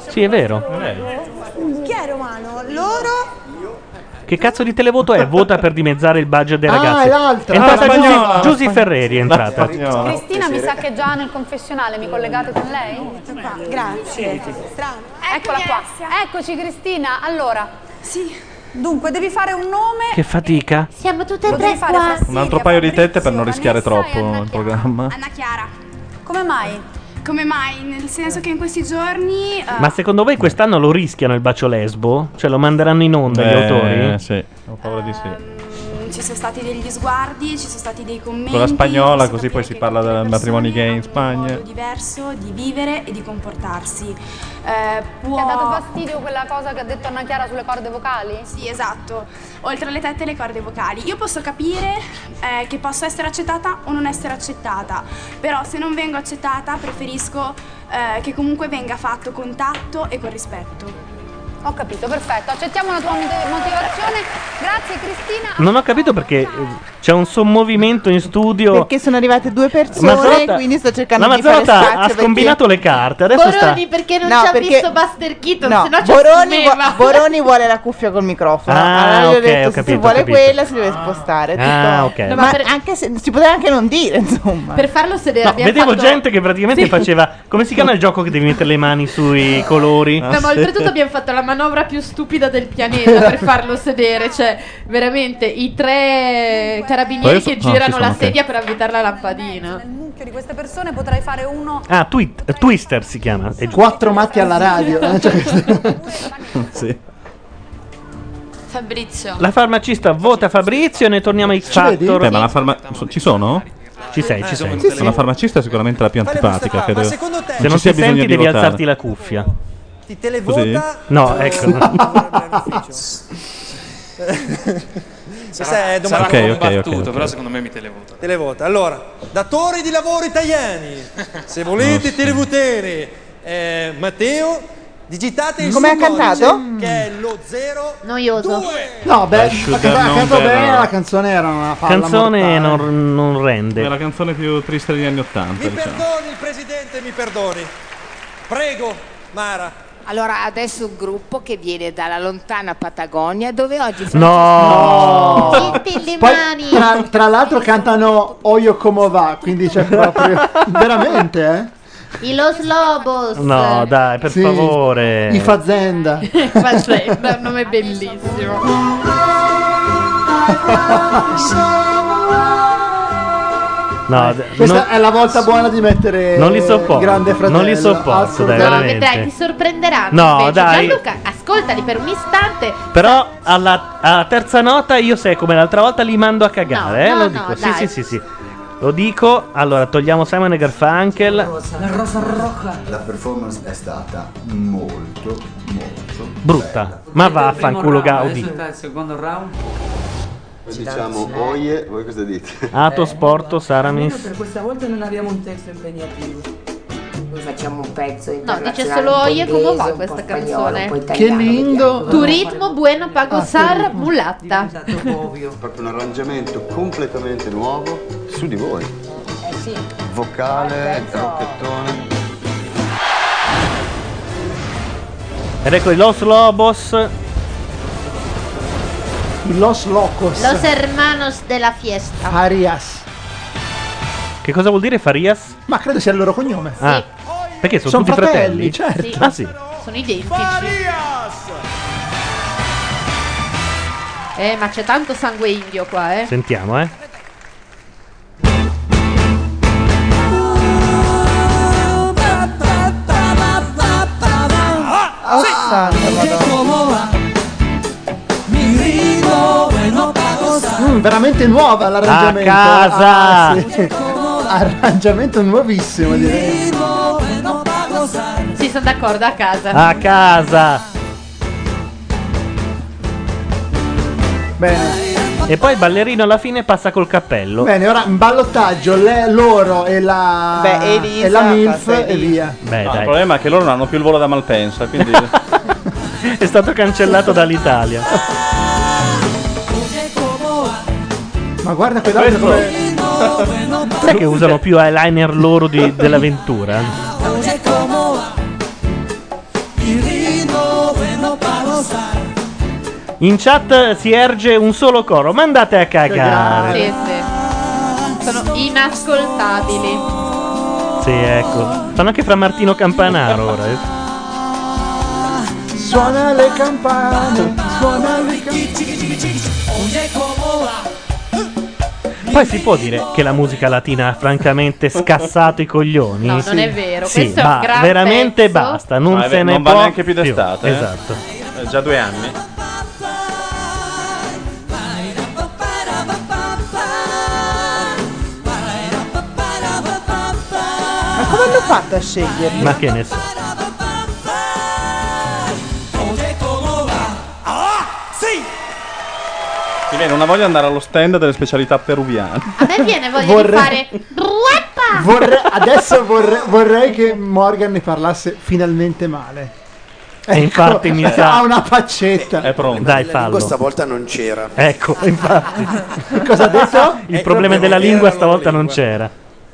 S2: Sì, è vero.
S11: Chi è romano? Loro?
S2: Che cazzo di televoto è? Vota per dimezzare il budget dei
S11: Ah,
S2: ragazzi.
S11: è l'altra.
S2: È entrata
S8: Ah, la
S2: Giusy-
S8: spagnola.
S2: Giusy Ferreri è entrata.
S9: Cristina mi sa che è già nel confessionale, mi collegate con lei?
S11: Grazie.
S9: Eccola qua. Eccoci Cristina. Allora, sì. Dunque, devi fare un nome.
S2: Che fatica.
S5: Siamo tutte e
S9: Potrei
S5: tre
S9: fare
S5: qua.
S8: Un altro paio di tette per non rischiare
S5: eh,
S8: troppo il programma.
S9: Come mai?
S12: Come mai? Nel senso che in questi giorni... eh,
S2: Ma secondo voi quest'anno lo rischiano il bacio lesbo? Cioè lo manderanno in onda gli
S8: Eh,
S2: autori?
S8: Sì, ho paura di sì.
S12: ci sono stati degli sguardi, ci sono stati dei commenti.
S8: Con la spagnola, così poi si parla del matrimonio gay in Spagna.
S12: modo diverso di vivere e di comportarsi. Eh, può...
S9: Ti ha dato fastidio quella cosa che ha detto Anna Chiara sulle corde vocali?
S12: Sì, esatto. Oltre alle tette e le corde vocali. Io posso capire eh, che posso essere accettata o non essere accettata, però se non vengo accettata preferisco eh, che comunque venga fatto con tatto e con rispetto.
S9: Ho capito, perfetto. Accettiamo la tua mot- motivazione. Grazie Cristina.
S2: Non ho capito perché eh, c'è un sommovimento in studio.
S3: Perché sono arrivate due persone,
S2: Mazzarotta-
S3: quindi sto cercando
S2: La
S3: di fare spazio.
S2: Mazzarotta ha
S3: perché-
S2: scombinato le carte. Adesso
S5: Boroni perché non
S3: No,
S5: ci ha
S3: perché-
S5: visto Buster Keaton,
S3: No,
S5: se no ci
S3: Boroni, vuo-
S5: assumeva.
S3: Boroni vuole la cuffia col microfono.
S2: Ah,
S3: allora gli ho
S2: ok,
S3: detto
S2: ho
S3: se
S2: capito,
S3: si vuole
S2: ho capito.
S3: quella si deve spostare.
S2: Ah,
S3: tipo.
S2: ok. No,
S3: ma
S2: ma
S3: anche se, si poteva anche non dire, insomma.
S5: Per farlo sedere
S2: No,
S5: abbiamo
S2: vedevo
S5: fatto-
S2: gente che praticamente
S5: Sì.
S2: faceva. Come si chiama il gioco che devi mettere le mani sui colori?
S5: No, ma oltretutto abbiamo fatto la manovra più stupida del pianeta per farlo sedere, cioè veramente i tre carabinieri
S2: Poi so-
S5: che
S2: no, ci
S5: girano
S2: sono,
S5: la
S2: ok.
S5: sedia per avvitare la lampadina.
S9: Mucchio di queste persone potrai fare uno
S2: Ah, Twi- eh, Twister si chiama. È giusto.
S6: Quattro matti alla radio. eh, cioè-
S2: Sì.
S5: Fabrizio.
S2: La farmacista vota Fabrizio e ne torniamo ai Factor.
S8: Beh, ma la farma- so- ci sono?
S6: Eh,
S2: Ci sei, ci sei.
S8: Sì, sì. La farmacista è sicuramente la più antipatica, credo.
S2: Se non ti senti devi alzarti la cuffia.
S18: Ti televota?
S2: Così? No, ecco.
S18: Se sei
S8: sarà
S18: domani
S8: Ok, ok, combattuto, ok, ok. però
S18: secondo me mi televota. Televota. Allora, datori di lavoro italiani, se volete televotere eh, Matteo, digitate il
S3: Come
S18: suo
S3: ha cantato?
S18: codice, che è lo 0
S5: Noioso.
S6: No, beh,
S2: I should
S6: ha
S2: have
S6: cantato
S2: known
S6: bene,
S2: better.
S6: la canzone era una palla mortale.
S2: Canzone non, non rende.
S8: È la canzone più triste degli anni Ottanta. diciamo.
S18: Perdoni, presidente, mi perdoni. Prego, Mara.
S16: Allora, adesso un gruppo che viene dalla lontana Patagonia, dove oggi...
S6: No!
S16: Zitti le
S6: Poi,
S16: mani!
S6: tra, tra l'altro cantano Oyo Como Va, quindi c'è proprio... veramente, eh?
S5: I Los Lobos.
S2: No, dai, per
S6: Sì.
S2: favore.
S6: I Fazenda.
S5: Ma sembra un nome bellissimo.
S2: No, Ah, d-
S6: Questa
S2: non-
S6: è la volta buona di mettere
S2: Non li sopporto,
S6: Grande Fratello.
S2: non li sopporto, dai,
S6: assolutamente.
S5: No, vedrai, ti sorprenderanno.
S2: No,
S5: invece.
S2: dai.
S5: Gianluca, ascoltali per un istante.
S2: Però alla, alla terza nota io sai come l'altra volta li mando a cagare, eh,
S5: No, no, no,
S2: lo dico. sì,
S5: dai.
S2: sì, sì, sì. Lo dico. Allora, togliamo Simon e Garfunkel.
S13: La rosa roca. La performance è stata molto, molto
S2: Brutta. Ma
S13: va
S2: vaffanculo Gaudi.
S13: il secondo round. Diciamo oie, voi cosa dite?
S2: Ato sporto Sarami.
S13: Per questa volta non abbiamo un testo impegnativo.
S16: Noi facciamo un pezzo
S5: No, dice solo Oye come va questa canzone.
S13: lindo.
S5: Tu ritmo, buena, pago sar, mulatta.
S13: Proprio un arrangiamento completamente nuovo su di voi.
S35: Eh sì.
S13: Vocale, rocchettone.
S2: Ed ecco i Los Lobos.
S6: I Los Locos.
S5: Los hermanos della fiesta.
S2: Ah,
S6: Arias.
S2: Che cosa vuol dire Farias?
S6: Ma credo sia il loro cognome.
S2: Ah, perché sono,
S6: Sono
S2: tutti fratelli?
S6: fratelli, certo.
S5: Sì.
S2: Ah, sì.
S5: Sono identici. Eh, ma c'è tanto sangue indio qua, eh.
S2: Sentiamo, eh.
S13: Ah,
S3: Oh, santa madonna.
S6: Mm, veramente nuova l'arrangiamento.
S2: A casa!
S6: Ah, sì. Arrangiamento nuovissimo direi.
S5: Sì, sono d'accordo, a casa.
S2: A casa.
S6: Bene.
S2: E poi il ballerino alla fine passa col cappello.
S6: Bene, ora in ballottaggio le- loro e la,
S3: Beh, Elisa,
S6: e la MILF
S3: basta,
S6: e
S3: Elisa.
S6: via.
S2: Beh,
S8: No, il
S2: dai.
S8: problema è che loro non hanno più il volo da Malpensa, quindi
S2: È stato cancellato dall'Italia.
S6: Ma guarda quell'altro come...
S2: Sai che usano più eyeliner loro di- dell'avventura? In chat si erge un solo coro, ma andate a cagare.
S5: Sì, sì. Sono inascoltabili.
S2: Sì, ecco. Fanno anche fra Martino Campanaro ora. eh.
S6: Suona le campane, suona le
S2: Poi si può dire che la musica latina ha francamente scassato i coglioni?
S5: No, non è vero.
S2: Sì,
S5: Questo è un
S2: ma
S5: gran
S2: veramente
S5: pezzo.
S2: basta, non
S8: Ah, è
S2: se
S8: vero,
S2: ne
S8: non
S2: può
S8: va neanche più d'estate, eh?
S2: Esatto.
S8: Eh, già due anni.
S3: Ma come hanno fatto a sceglierli?
S2: Ma che ne so.
S8: Mi viene una voglia di andare allo stand delle specialità peruviane.
S5: A me viene voglia di
S6: Vorrei-
S5: fare. Ruappa!
S6: Vorrei- adesso vorrei, vorrei che Morgan ne parlasse finalmente male.
S2: E infatti mi sa.
S14: Ha una faccetta.
S2: È pronto. Dai,
S6: La
S2: fallo.
S6: lingua stavolta non c'era.
S2: Ecco, infatti. Cosa ha detto? Il
S6: Eh,
S2: problema
S6: proprio
S2: della
S6: era
S2: lingua
S6: la
S2: stavolta non
S6: lingua.
S2: c'era.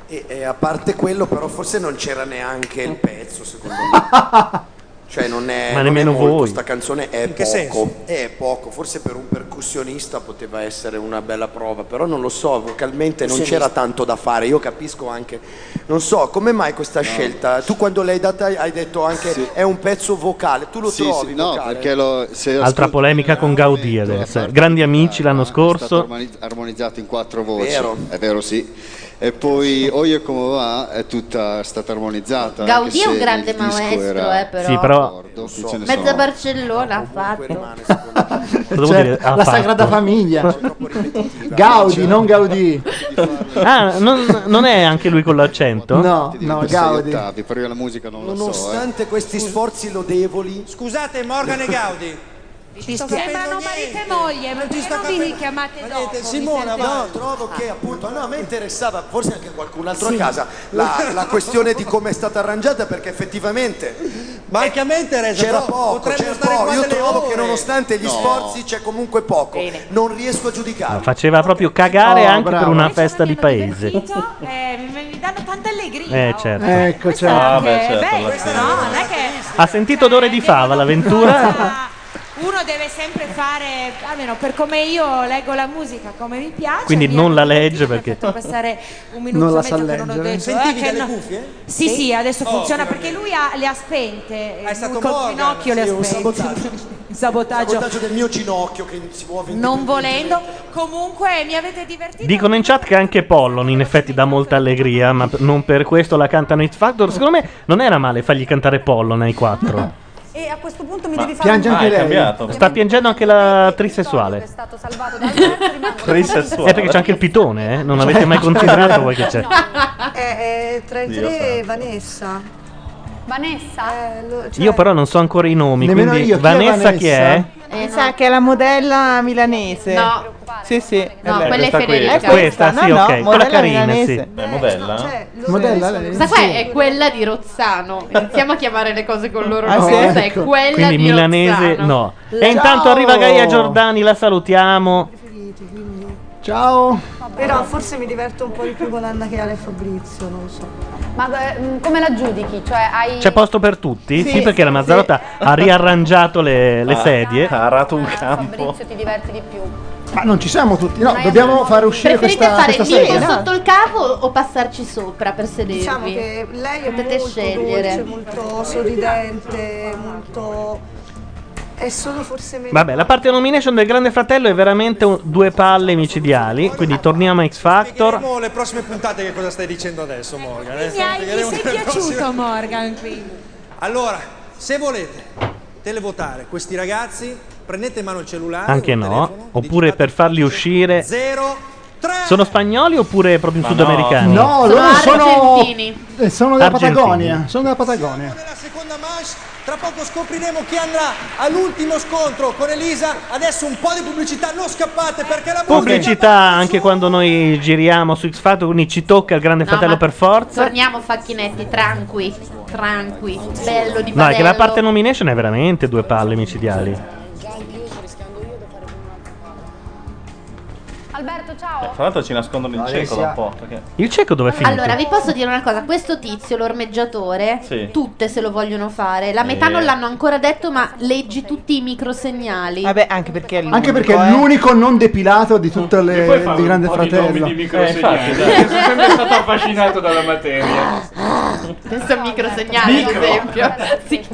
S6: E, e a parte quello, però, forse non c'era neanche il pezzo, secondo me. Cioè, non è.
S2: Ma
S6: non
S2: nemmeno
S6: è molto,
S2: voi.
S6: Sta canzone è
S2: che
S6: poco.
S2: senso?
S6: È poco. Forse per un percussionista poteva essere una bella prova, però non lo so. Vocalmente non
S36: Percussionista.
S6: c'era tanto da fare. Io capisco anche. Non so, come mai questa scelta? Tu, quando l'hai data, hai detto anche è un pezzo vocale. Tu lo
S36: Sì,
S6: trovi?
S36: sì, no,
S6: vocale?
S36: perché lo, se
S2: Altra
S36: ascolti
S2: polemica con Gaudì adesso. eh. Grandi amici l'anno
S36: è stato
S2: scorso.
S36: armoni- armonizzato in quattro voci,
S2: Vero.
S36: è vero sì. E poi Oye come va è tutta stata armonizzata. anche
S5: Gaudì è
S36: se
S5: un grande
S36: nel disco
S5: maestro,
S36: era-
S5: eh, però. Sì, però-
S36: D'accordo, chi ce ne
S5: Mezza
S36: sono?
S5: Barcellona ha fatto.
S2: Devo
S14: Cioè,
S2: dire, ha
S14: la
S2: fatto.
S14: Sagrada Famiglia.
S36: Cioè,
S14: Gaudi, non Gaudì.
S2: Ah, non, non è anche lui con l'accento?
S14: No,
S36: Ti dico per sei ottavi, però io la musica non la so. eh.
S6: Nonostante questi sforzi lodevoli. Scusate, Morgan e Gaudi.
S15: Ti sembrano marito e moglie, ma perché non vi richiamate dopo?
S6: Simona,
S15: Mi
S6: no,
S15: sento-
S6: trovo che appunto, no, a me interessava forse anche qualcun altro
S19: Sì.
S6: a casa la, la questione di come è stata arrangiata perché effettivamente ma anche a me interessa c'era
S19: però
S6: poco,
S19: potremmo
S6: c'era
S19: stare
S6: poco.
S19: qua
S6: io
S19: delle
S6: trovo
S19: ore.
S6: che nonostante gli
S19: No.
S6: sforzi c'è comunque poco non riesco a giudicare
S2: Ah, Faceva proprio cagare
S6: Oh,
S2: anche
S6: bravo.
S2: per una festa di paese.
S15: Eh, mi, mi danno tanta allegria.
S2: Eh, certo.
S14: Ecco,
S15: Questo certo.
S14: Ah,
S2: Eh,
S14: beh,
S15: certo, alla fine. no, non è che-
S2: Ha sentito odore di fava l'avventura?
S17: Uno deve sempre fare, almeno per come io leggo la musica, come mi piace.
S2: Quindi
S17: mi
S2: non
S17: hanno
S2: la legge perché...
S17: fatto passare un minuto e
S2: Non la
S17: mezzo
S2: sa
S17: che non ho
S2: leggere.
S17: detto. eh,
S2: Sentivi
S17: che
S2: dalle
S17: no.
S2: cuffie?
S17: Sì,
S2: Sì?
S17: sì, adesso
S2: Oh,
S17: funziona
S2: finalmente.
S17: perché lui ha- le ha spente. È
S6: stato
S17: col
S6: Morgan,
S17: ginocchio le ha
S6: sì, un
S17: spente.
S6: sabotaggio.
S17: Un sabotaggio.
S6: sabotaggio del mio ginocchio che si muove in
S17: Non volendo. Comunque mi avete divertito.
S2: Dicono in chat che anche Pollon in effetti dà molta allegria, ma p- non per questo la cantano It Factor. Secondo me non era male fargli cantare Pollon ai quattro.
S9: E a questo punto mi
S2: Ma
S9: devi fare
S2: piange
S9: un
S2: anche Ah, è lei. cambiato. Sta piangendo anche la
S9: che è
S2: trisessuale.
S9: stato salvato dal terzo, rimango-
S2: Eh, perché c'è anche il pitone, eh? Non avete mai considerato voi che c'è.
S13: Eh, eh, tra i
S2: Dio
S13: tre
S2: santo.
S13: Vanessa. Eh,
S9: Vanessa?
S2: Io però non so ancora i nomi,
S14: Nemmeno
S2: quindi
S14: io, chi è
S2: Vanessa chi è?
S14: Vanessa?
S3: Mi sa che è la modella milanese.
S5: Eh, No.
S3: Sì, sì.
S5: No,
S2: lei,
S5: quella è
S2: Eh, questa qui,
S5: Federica.
S2: questa. Questa, sì,
S3: no,
S2: ok,
S3: no,
S2: quella
S3: modella
S2: carina,
S3: milanese. cioè,
S2: sì. Beh, modella?
S8: eh.
S14: Modella, lei?
S5: Questa qua è quella di Rozzano. Iniziamo a chiamare le cose con il loro
S2: Ah, sì?
S5: nome. Questa è quella
S2: Quindi
S5: di
S2: milanese
S5: Rozzano.
S2: no.
S5: Ciao!
S2: E intanto arriva Gaia Giordani, la salutiamo. Ciao.
S13: Però forse mi diverto un po' di più con Anna che Ale e Fabrizio, non lo so.
S9: Ma eh, mh, come la giudichi? Cioè, hai...
S2: C'è posto per tutti?
S9: Sì,
S2: Sì, perché la
S9: sì.
S2: Mazzarotta ha riarrangiato le, le
S9: Ah,
S2: sedie. Ha arato un
S9: Fabrizio ti diverti di più.
S14: Ma non ci siamo tutti. No, dobbiamo fare uscire
S5: Preferite
S14: questa,
S5: fare
S14: questa
S5: il nido
S14: sera.
S5: sotto il cavo o passarci sopra per sedervi?
S13: Diciamo che lei è
S5: Potete
S13: molto
S5: scegliere.
S13: dolce, molto sorridente, molto... è solo forse meno...
S2: Vabbè, la parte nomination del Grande Fratello è veramente un- due palle micidiali. Quindi torniamo a X Factor.
S19: Vediamo le prossime puntate che cosa stai dicendo adesso, Morgan. eh.
S17: Mi, hai- mi
S19: Spiegheremo
S17: sei
S19: nelle
S17: piaciuto
S19: prossime-
S17: Morgan qui.
S19: Allora, se volete televotare questi ragazzi, prendete in mano il cellulare.
S2: Anche no. Oppure per farli uscire. Sono spagnoli oppure proprio
S14: Ma
S2: sudamericani?
S14: No, loro sono. eh, Sono della
S2: Argentini.
S14: Patagonia. Sono della Patagonia.
S19: Tra poco scopriremo chi andrà all'ultimo scontro con Elisa. Adesso un po' di pubblicità, non scappate perché la
S2: Pubblicità anche quando noi giriamo su X Factor, quindi ci tocca il Grande
S5: No,
S2: Fratello
S5: ma
S2: per forza.
S5: Torniamo facchinetti, tranqui, tranqui, bello di
S2: No, è che
S5: padello.
S2: la parte nomination è veramente due palle micidiali.
S9: Alberto,
S2: Eh,
S9: ciao.
S8: Tra l'altro ci nascondono in
S2: Alessia.
S8: cieco da un po'. Perché...
S2: Il cieco dove è finito?
S5: Allora, vi posso dire una cosa, questo tizio, l'ormeggiatore,
S2: Sì.
S5: tutte se lo vogliono fare, la metà
S2: Eh.
S5: non l'hanno ancora detto, ma leggi tutti i microsegnali.
S3: Vabbè, anche perché è l'unico.
S14: Anche perché è
S3: eh.
S14: l'unico non depilato di tutto il
S4: puoi fare un
S14: Grande
S4: po' di nomi
S14: Fratello.
S4: di microsegnali?
S14: Eh, infatti,
S4: Sono sempre stato affascinato dalla materia.
S5: Questo è un microsegnale, ad
S4: Micro.
S5: esempio. Sì.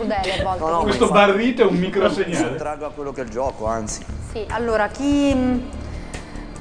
S4: Questo barrito è un microsegnale.
S12: Traggo a quello che è il gioco, anzi.
S9: Sì, allora, chi... mh,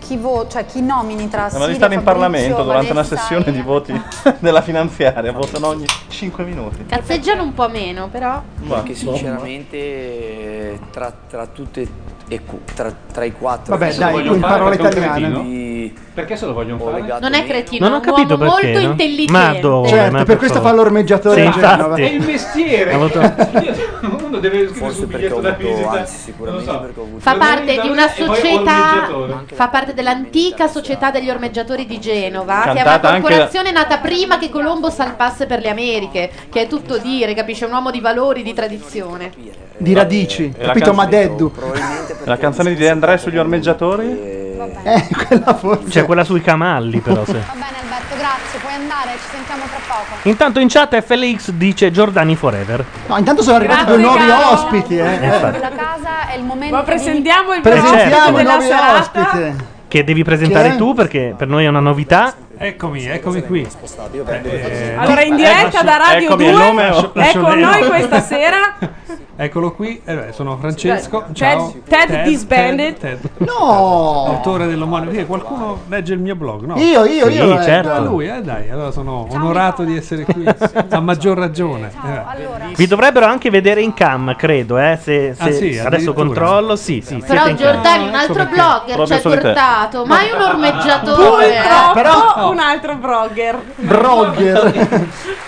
S9: Chi, vo- cioè, chi nomini tra
S8: Eh, Ma devi
S9: Siri,
S8: stare in
S9: Fabrizio,
S8: Parlamento durante una
S9: Vanessa
S8: sessione di voti della finanziaria, votano ogni 5 minuti.
S5: Cazzeggiano un po' meno, però...
S12: Perché sinceramente eh, tra, tra tutte e cu- tra, tra i quattro
S4: Vabbè,
S12: Perché
S4: dai,
S12: se lo
S4: in
S12: vogliono
S4: parola
S12: fare perché è un
S4: italiana.
S12: cretino,
S4: Perché se lo vogliono
S12: ho
S4: fare?
S12: legato
S5: Non è
S12: meno.
S5: cretino,
S2: Non ho
S5: è un
S2: capito
S5: uomo
S2: perché,
S5: molto
S2: no?
S5: intelligente.
S2: Madonna,
S14: Certo, per
S2: per
S14: questo
S2: favore.
S14: fa l'ormeggiatore
S2: Sì,
S14: a
S2: infatti.
S14: Genova.
S2: È il mestiere. Ha avuto-
S4: Un
S16: secondo deve scrivere
S19: Forse
S16: sul
S19: perché ho
S16: biglietto da
S19: avuto,
S16: visita.
S19: anzi sicuramente
S16: Non lo so.
S19: perché ho avuto...
S5: Fa parte di una
S16: e poi
S5: società,
S16: ormeggiatore.
S5: fa parte dell'antica società degli ormeggiatori di Genova, che è una
S19: Cantata anche
S5: corporazione nata prima che Colombo salpasse per le Americhe, che è tutto dire, capisce? Un uomo di valori, di tradizione.
S6: Di radici,
S8: Eh, la
S6: capito?
S8: canzone-
S6: Madeddu.
S8: La canzone di De André sugli ormeggiatori?
S6: Eh, quella forse.
S2: C'è Cioè, quella sui camalli, però. se-
S9: Alberto, grazie, puoi andare, ci sentiamo tra poco.
S2: Intanto in chat FLX dice Giordani Forever.
S6: No, intanto sono arrivati
S9: Grazie,
S6: due nuovi
S9: caro.
S6: ospiti, eh.
S2: Infatti.
S9: La casa è il momento
S13: Ma presentiamo il
S2: Presentiamo
S13: prossimo
S2: il
S13: della
S2: nuovo
S13: serata.
S2: Che devi presentare
S13: Chi è?
S2: tu perché per noi è una novità.
S16: Eccomi, eccomi qui.
S14: Eh,
S13: Allora, in diretta da Radio 2 è con ecco noi questa sera
S14: Eccolo qui, eh beh, sono Francesco.
S13: Ted-
S14: ciao.
S13: Ted Disbanded.
S14: Ted, Ted.
S6: No!
S14: Autore dell'omonimo. Eh, Qualcuno legge il mio blog, no?
S6: Io, io,
S14: Sì,
S6: io lo leggo.
S13: certo.
S14: Ah, lui, eh, dai, allora sono onorato di essere qui. A maggior ragione. Eh,
S2: Vi dovrebbero anche vedere in cam, credo, eh. Se, se-
S14: Ah, sì,
S2: adesso
S14: addirittura.
S2: controllo, sì, sì.
S5: Però
S2: siete in cam.
S5: Giordani, un altro blogger ci
S2: Proprio
S5: ha
S2: solo te.
S5: portato, ma è un
S13: Purtroppo
S5: ormeggiatore. eh.
S13: un altro blogger.
S6: Brogger.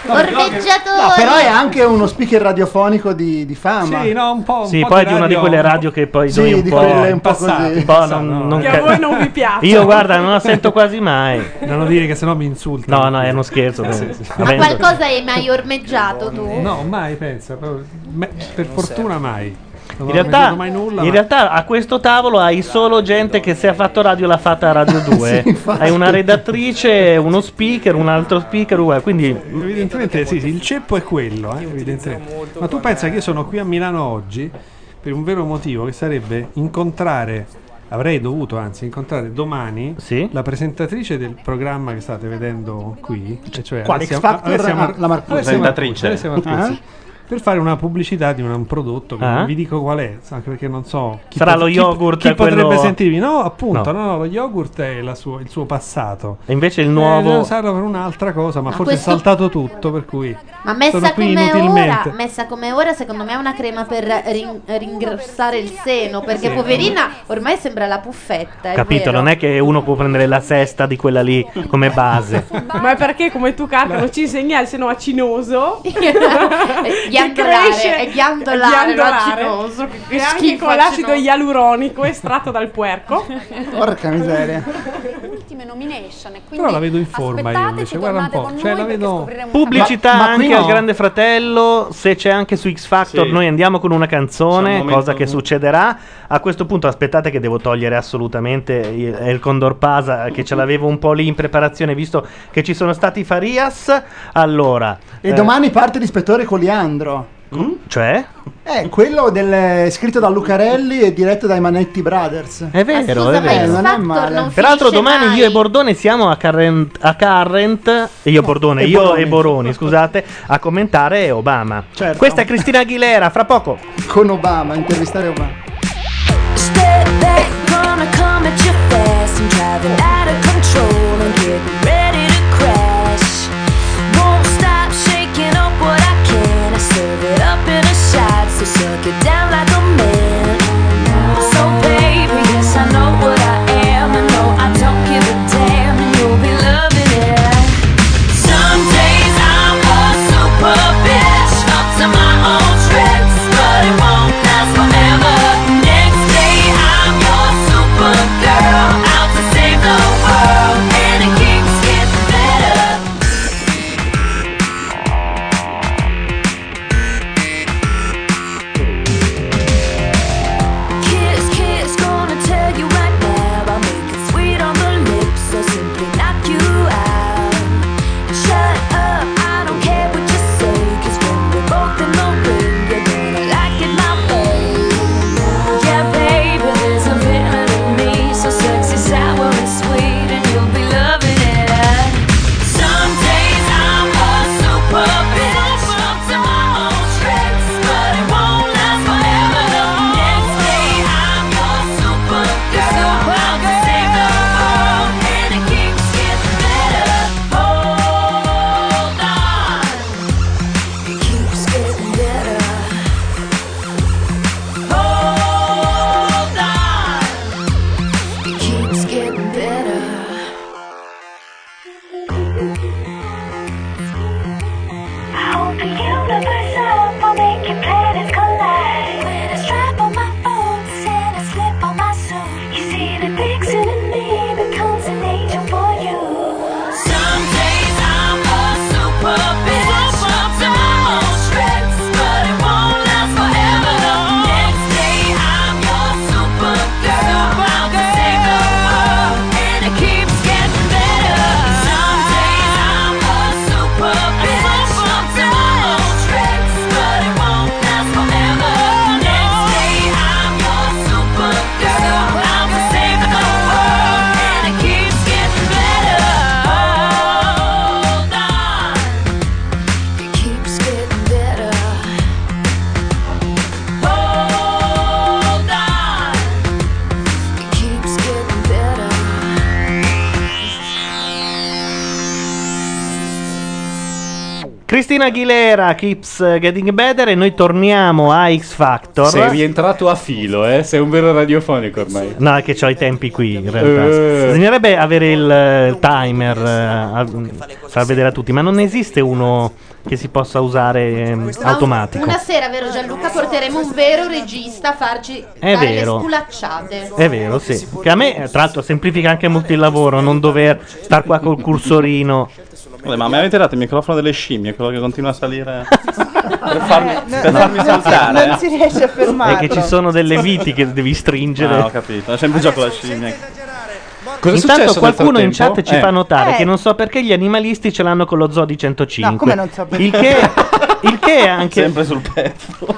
S5: Ormeggiatore.
S6: No, però è anche uno speaker radiofonico di, di fama.
S14: Sì, no, un po'.
S2: Sì, poi di una di quelle radio che poi
S6: Sì,
S2: noi un
S6: di
S2: po',
S6: quelle un po' così.
S2: un po' non, non
S13: Che a
S2: ca-
S13: voi non vi piace.
S2: Io guarda, non la sento quasi mai.
S14: Non lo dire che sennò mi insulta.
S2: No, no, è uno scherzo.
S5: Ma
S2: Avendo-
S5: qualcosa hai mai ormeggiato tu?
S14: No, mai, pensa. proprio- me- per fortuna mai. Non
S2: In
S14: ho
S2: realtà,
S14: mai nulla.
S2: in
S14: ma-
S2: realtà a questo tavolo hai solo gente che se ha fatto radio l'ha fatta a Radio 2. hai una redattrice, uno speaker, un altro speaker, uè, quindi
S14: Evidentemente sì, sì, il ceppo è quello, eh, evidentemente. Ma tu pensa che io sono qui a Milano oggi per un vero motivo che sarebbe incontrare, avrei dovuto anzi incontrare domani la presentatrice del programma che state vedendo qui, e cioè
S6: Quale,
S14: Alessia-
S6: X Factor?
S14: Alessia Mar-
S6: Ah, la Marcuzzi.
S14: Alessia
S6: Presentatrice.
S14: Marcuzzi, Alessia Marcuzzi, Per fare una pubblicità di un, un prodotto che
S2: Ah.
S14: non vi dico qual è, anche perché non so chi,
S2: Sarà
S14: pot-
S2: lo
S14: chi-
S2: yogurt
S14: chi, potrebbe
S2: quello-
S14: sentirmi. No, appunto,
S2: No.
S14: no, no, lo yogurt è la sua- il suo passato.
S2: E invece il
S14: Eh,
S2: nuovo...
S14: devo usarlo per un'altra cosa, ma
S5: Ma
S14: forse
S5: questo-
S14: è saltato tutto, per cui
S5: Ma messa
S14: sono qui
S5: come,
S14: inutilmente.
S5: ora, messa come ora, secondo me è una crema per rin- ringrassare il seno, perché
S14: Sì.
S5: poverina ormai sembra la puffetta. è
S2: Capito,
S5: vero.
S2: non è che uno può prendere la sesta di quella lì come base.
S13: Ma è perché come tu Carcano ci insegni al seno acinoso
S5: È ghiandolare, è ghiandolare,
S13: ghiandolare,
S5: non acinoso, che- che
S13: e anche
S5: schifo
S13: con l'acido
S5: acinoso.
S13: ialuronico estratto dal puerco.
S6: Porca miseria.
S9: Le ultime nomination e quindi
S14: Però la vedo in forma io
S9: aspettateci,
S14: invece, guarda un
S9: tornate
S14: po',
S9: con
S14: cioè
S9: noi
S14: la
S9: perché
S14: vedo
S9: scopriremo
S2: Pubblicità
S6: Ma- ma qui
S2: anche
S6: no.
S2: al Grande Fratello, se c'è anche su X Factor
S6: Sì.
S2: noi andiamo con una
S6: C'è
S2: canzone,
S6: un momento-
S2: cosa che succederà. A questo punto aspettate che devo togliere assolutamente il, è il Condor Pasa che ce l'avevo un po' lì in preparazione visto che ci sono stati i Farias. Allora,
S6: E
S2: eh,
S6: domani parte l'ispettore Coliandro.
S2: cioè
S6: Eh, quello del, scritto da Lucarelli e diretto dai Manetti Brothers.
S2: È vero,
S6: scusa,
S2: è
S6: ma
S2: vero.
S6: X Factor non finisce
S2: Peraltro domani io e Bordone siamo a Current, a Current- io Bordone,
S6: e
S2: io
S6: Boroni. Certo.
S2: e Boroni, scusate, a commentare Obama. Questa è Cristina Aguilera, fra poco.
S6: Con Obama, intervistare Obama.
S15: Step back, gonna come at you fast. I'm driving out of control. I'm getting ready to crash. Won't stop shaking up what I can. I serve it up in a shot, so suck it down like a man. So baby, yes I know what I am. I know I don't give a damn, and you'll be loving it. Some days I'm a super bitch, up to my own tricks, but it won't last forever. Next day I'm your super girl, out to save the world, and it keeps getting better.
S2: Cristina Aguilera keeps getting better e noi torniamo a X Factor.
S4: Sei rientrato a filo, eh? Sei un vero radiofonico ormai.
S2: No, è che ho i tempi qui in realtà.
S4: Eh.
S2: Bisognerebbe avere il eh, timer eh, a- far vedere a tutti, ma non esiste uno che si possa usare ehm, automatico.
S5: Una sera, vero Gianluca, porteremo un vero regista a farci
S2: È
S5: dare
S2: vero.
S5: le sculacciate.
S2: È vero, sì. Che a me, tra l'altro, semplifica anche molto il lavoro, non dover star qua col cursorino.
S8: Vabbè, ma mi avete dato il microfono delle scimmie, quello che continua a salire per farmi,
S3: Eh, no,
S8: per farmi
S3: non si-
S8: saltare. eh.
S3: Non si riesce a
S2: eh. È
S3: fermare.
S2: che ci sono delle viti che devi stringere.
S8: Ah, ho capito, è sempre gioco la scimmia.
S4: Cosa è
S2: Intanto
S4: successo
S2: qualcuno
S4: nel
S2: in
S4: frattempo?
S2: chat ci
S4: Eh.
S2: fa notare
S4: Eh.
S2: che non so perché gli animalisti ce l'hanno con lo zoo di 105.
S4: No, come non so perché?
S2: il che, il che è anche
S8: sempre sul pezzo.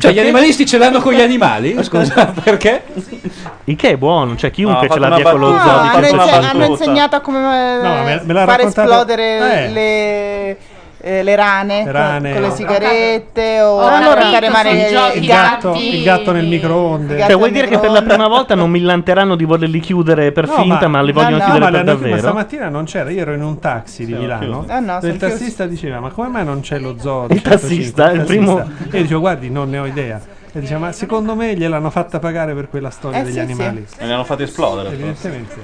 S4: Cioè, gli animalisti ce l'hanno con gli animali? Scusa, perché?
S2: Il che è buono, cioè chiunque
S4: No, ha
S2: ce
S4: fatto
S2: l'abbia
S4: una
S2: con lo
S4: battuta,
S2: zoo
S4: ha
S2: di
S4: fatto una
S2: cento-
S3: Cioè, hanno
S2: battuta.
S3: insegnato a come eh,
S2: No, me- me l'ha
S3: far
S2: raccontato-
S3: esplodere
S2: Eh.
S3: le, eh, le rane,
S14: Le rane.
S3: con le sigarette o
S14: Ho
S3: allora,
S14: capito,
S3: male
S14: sui giochi
S3: il
S14: gatto-
S3: gatto.
S14: il gatto nel microonde.
S2: Cioè, vuol dire che per la prima volta non millanteranno di volerli chiudere per
S14: No,
S2: finta, ma, li
S14: no,
S2: vogliono
S14: no,
S2: chiudere
S14: ma
S2: per
S14: l'hanno chiuso,
S2: davvero?
S14: stamattina non c'era, io ero in un taxi di Milano.
S3: chiuso. Eh no,
S14: e
S3: son
S14: il
S3: chiusi.
S14: tassista diceva: Ma come mai non c'è lo zoo?
S2: Il tassista, il primo-
S14: E io dicevo: Guardi, non ne ho idea. E diceva: Ma secondo me gliel'hanno fatta pagare per quella storia
S37: Eh,
S14: degli
S37: sì, sì.
S14: animali.
S8: E li hanno fatti esplodere.
S14: Evidentemente.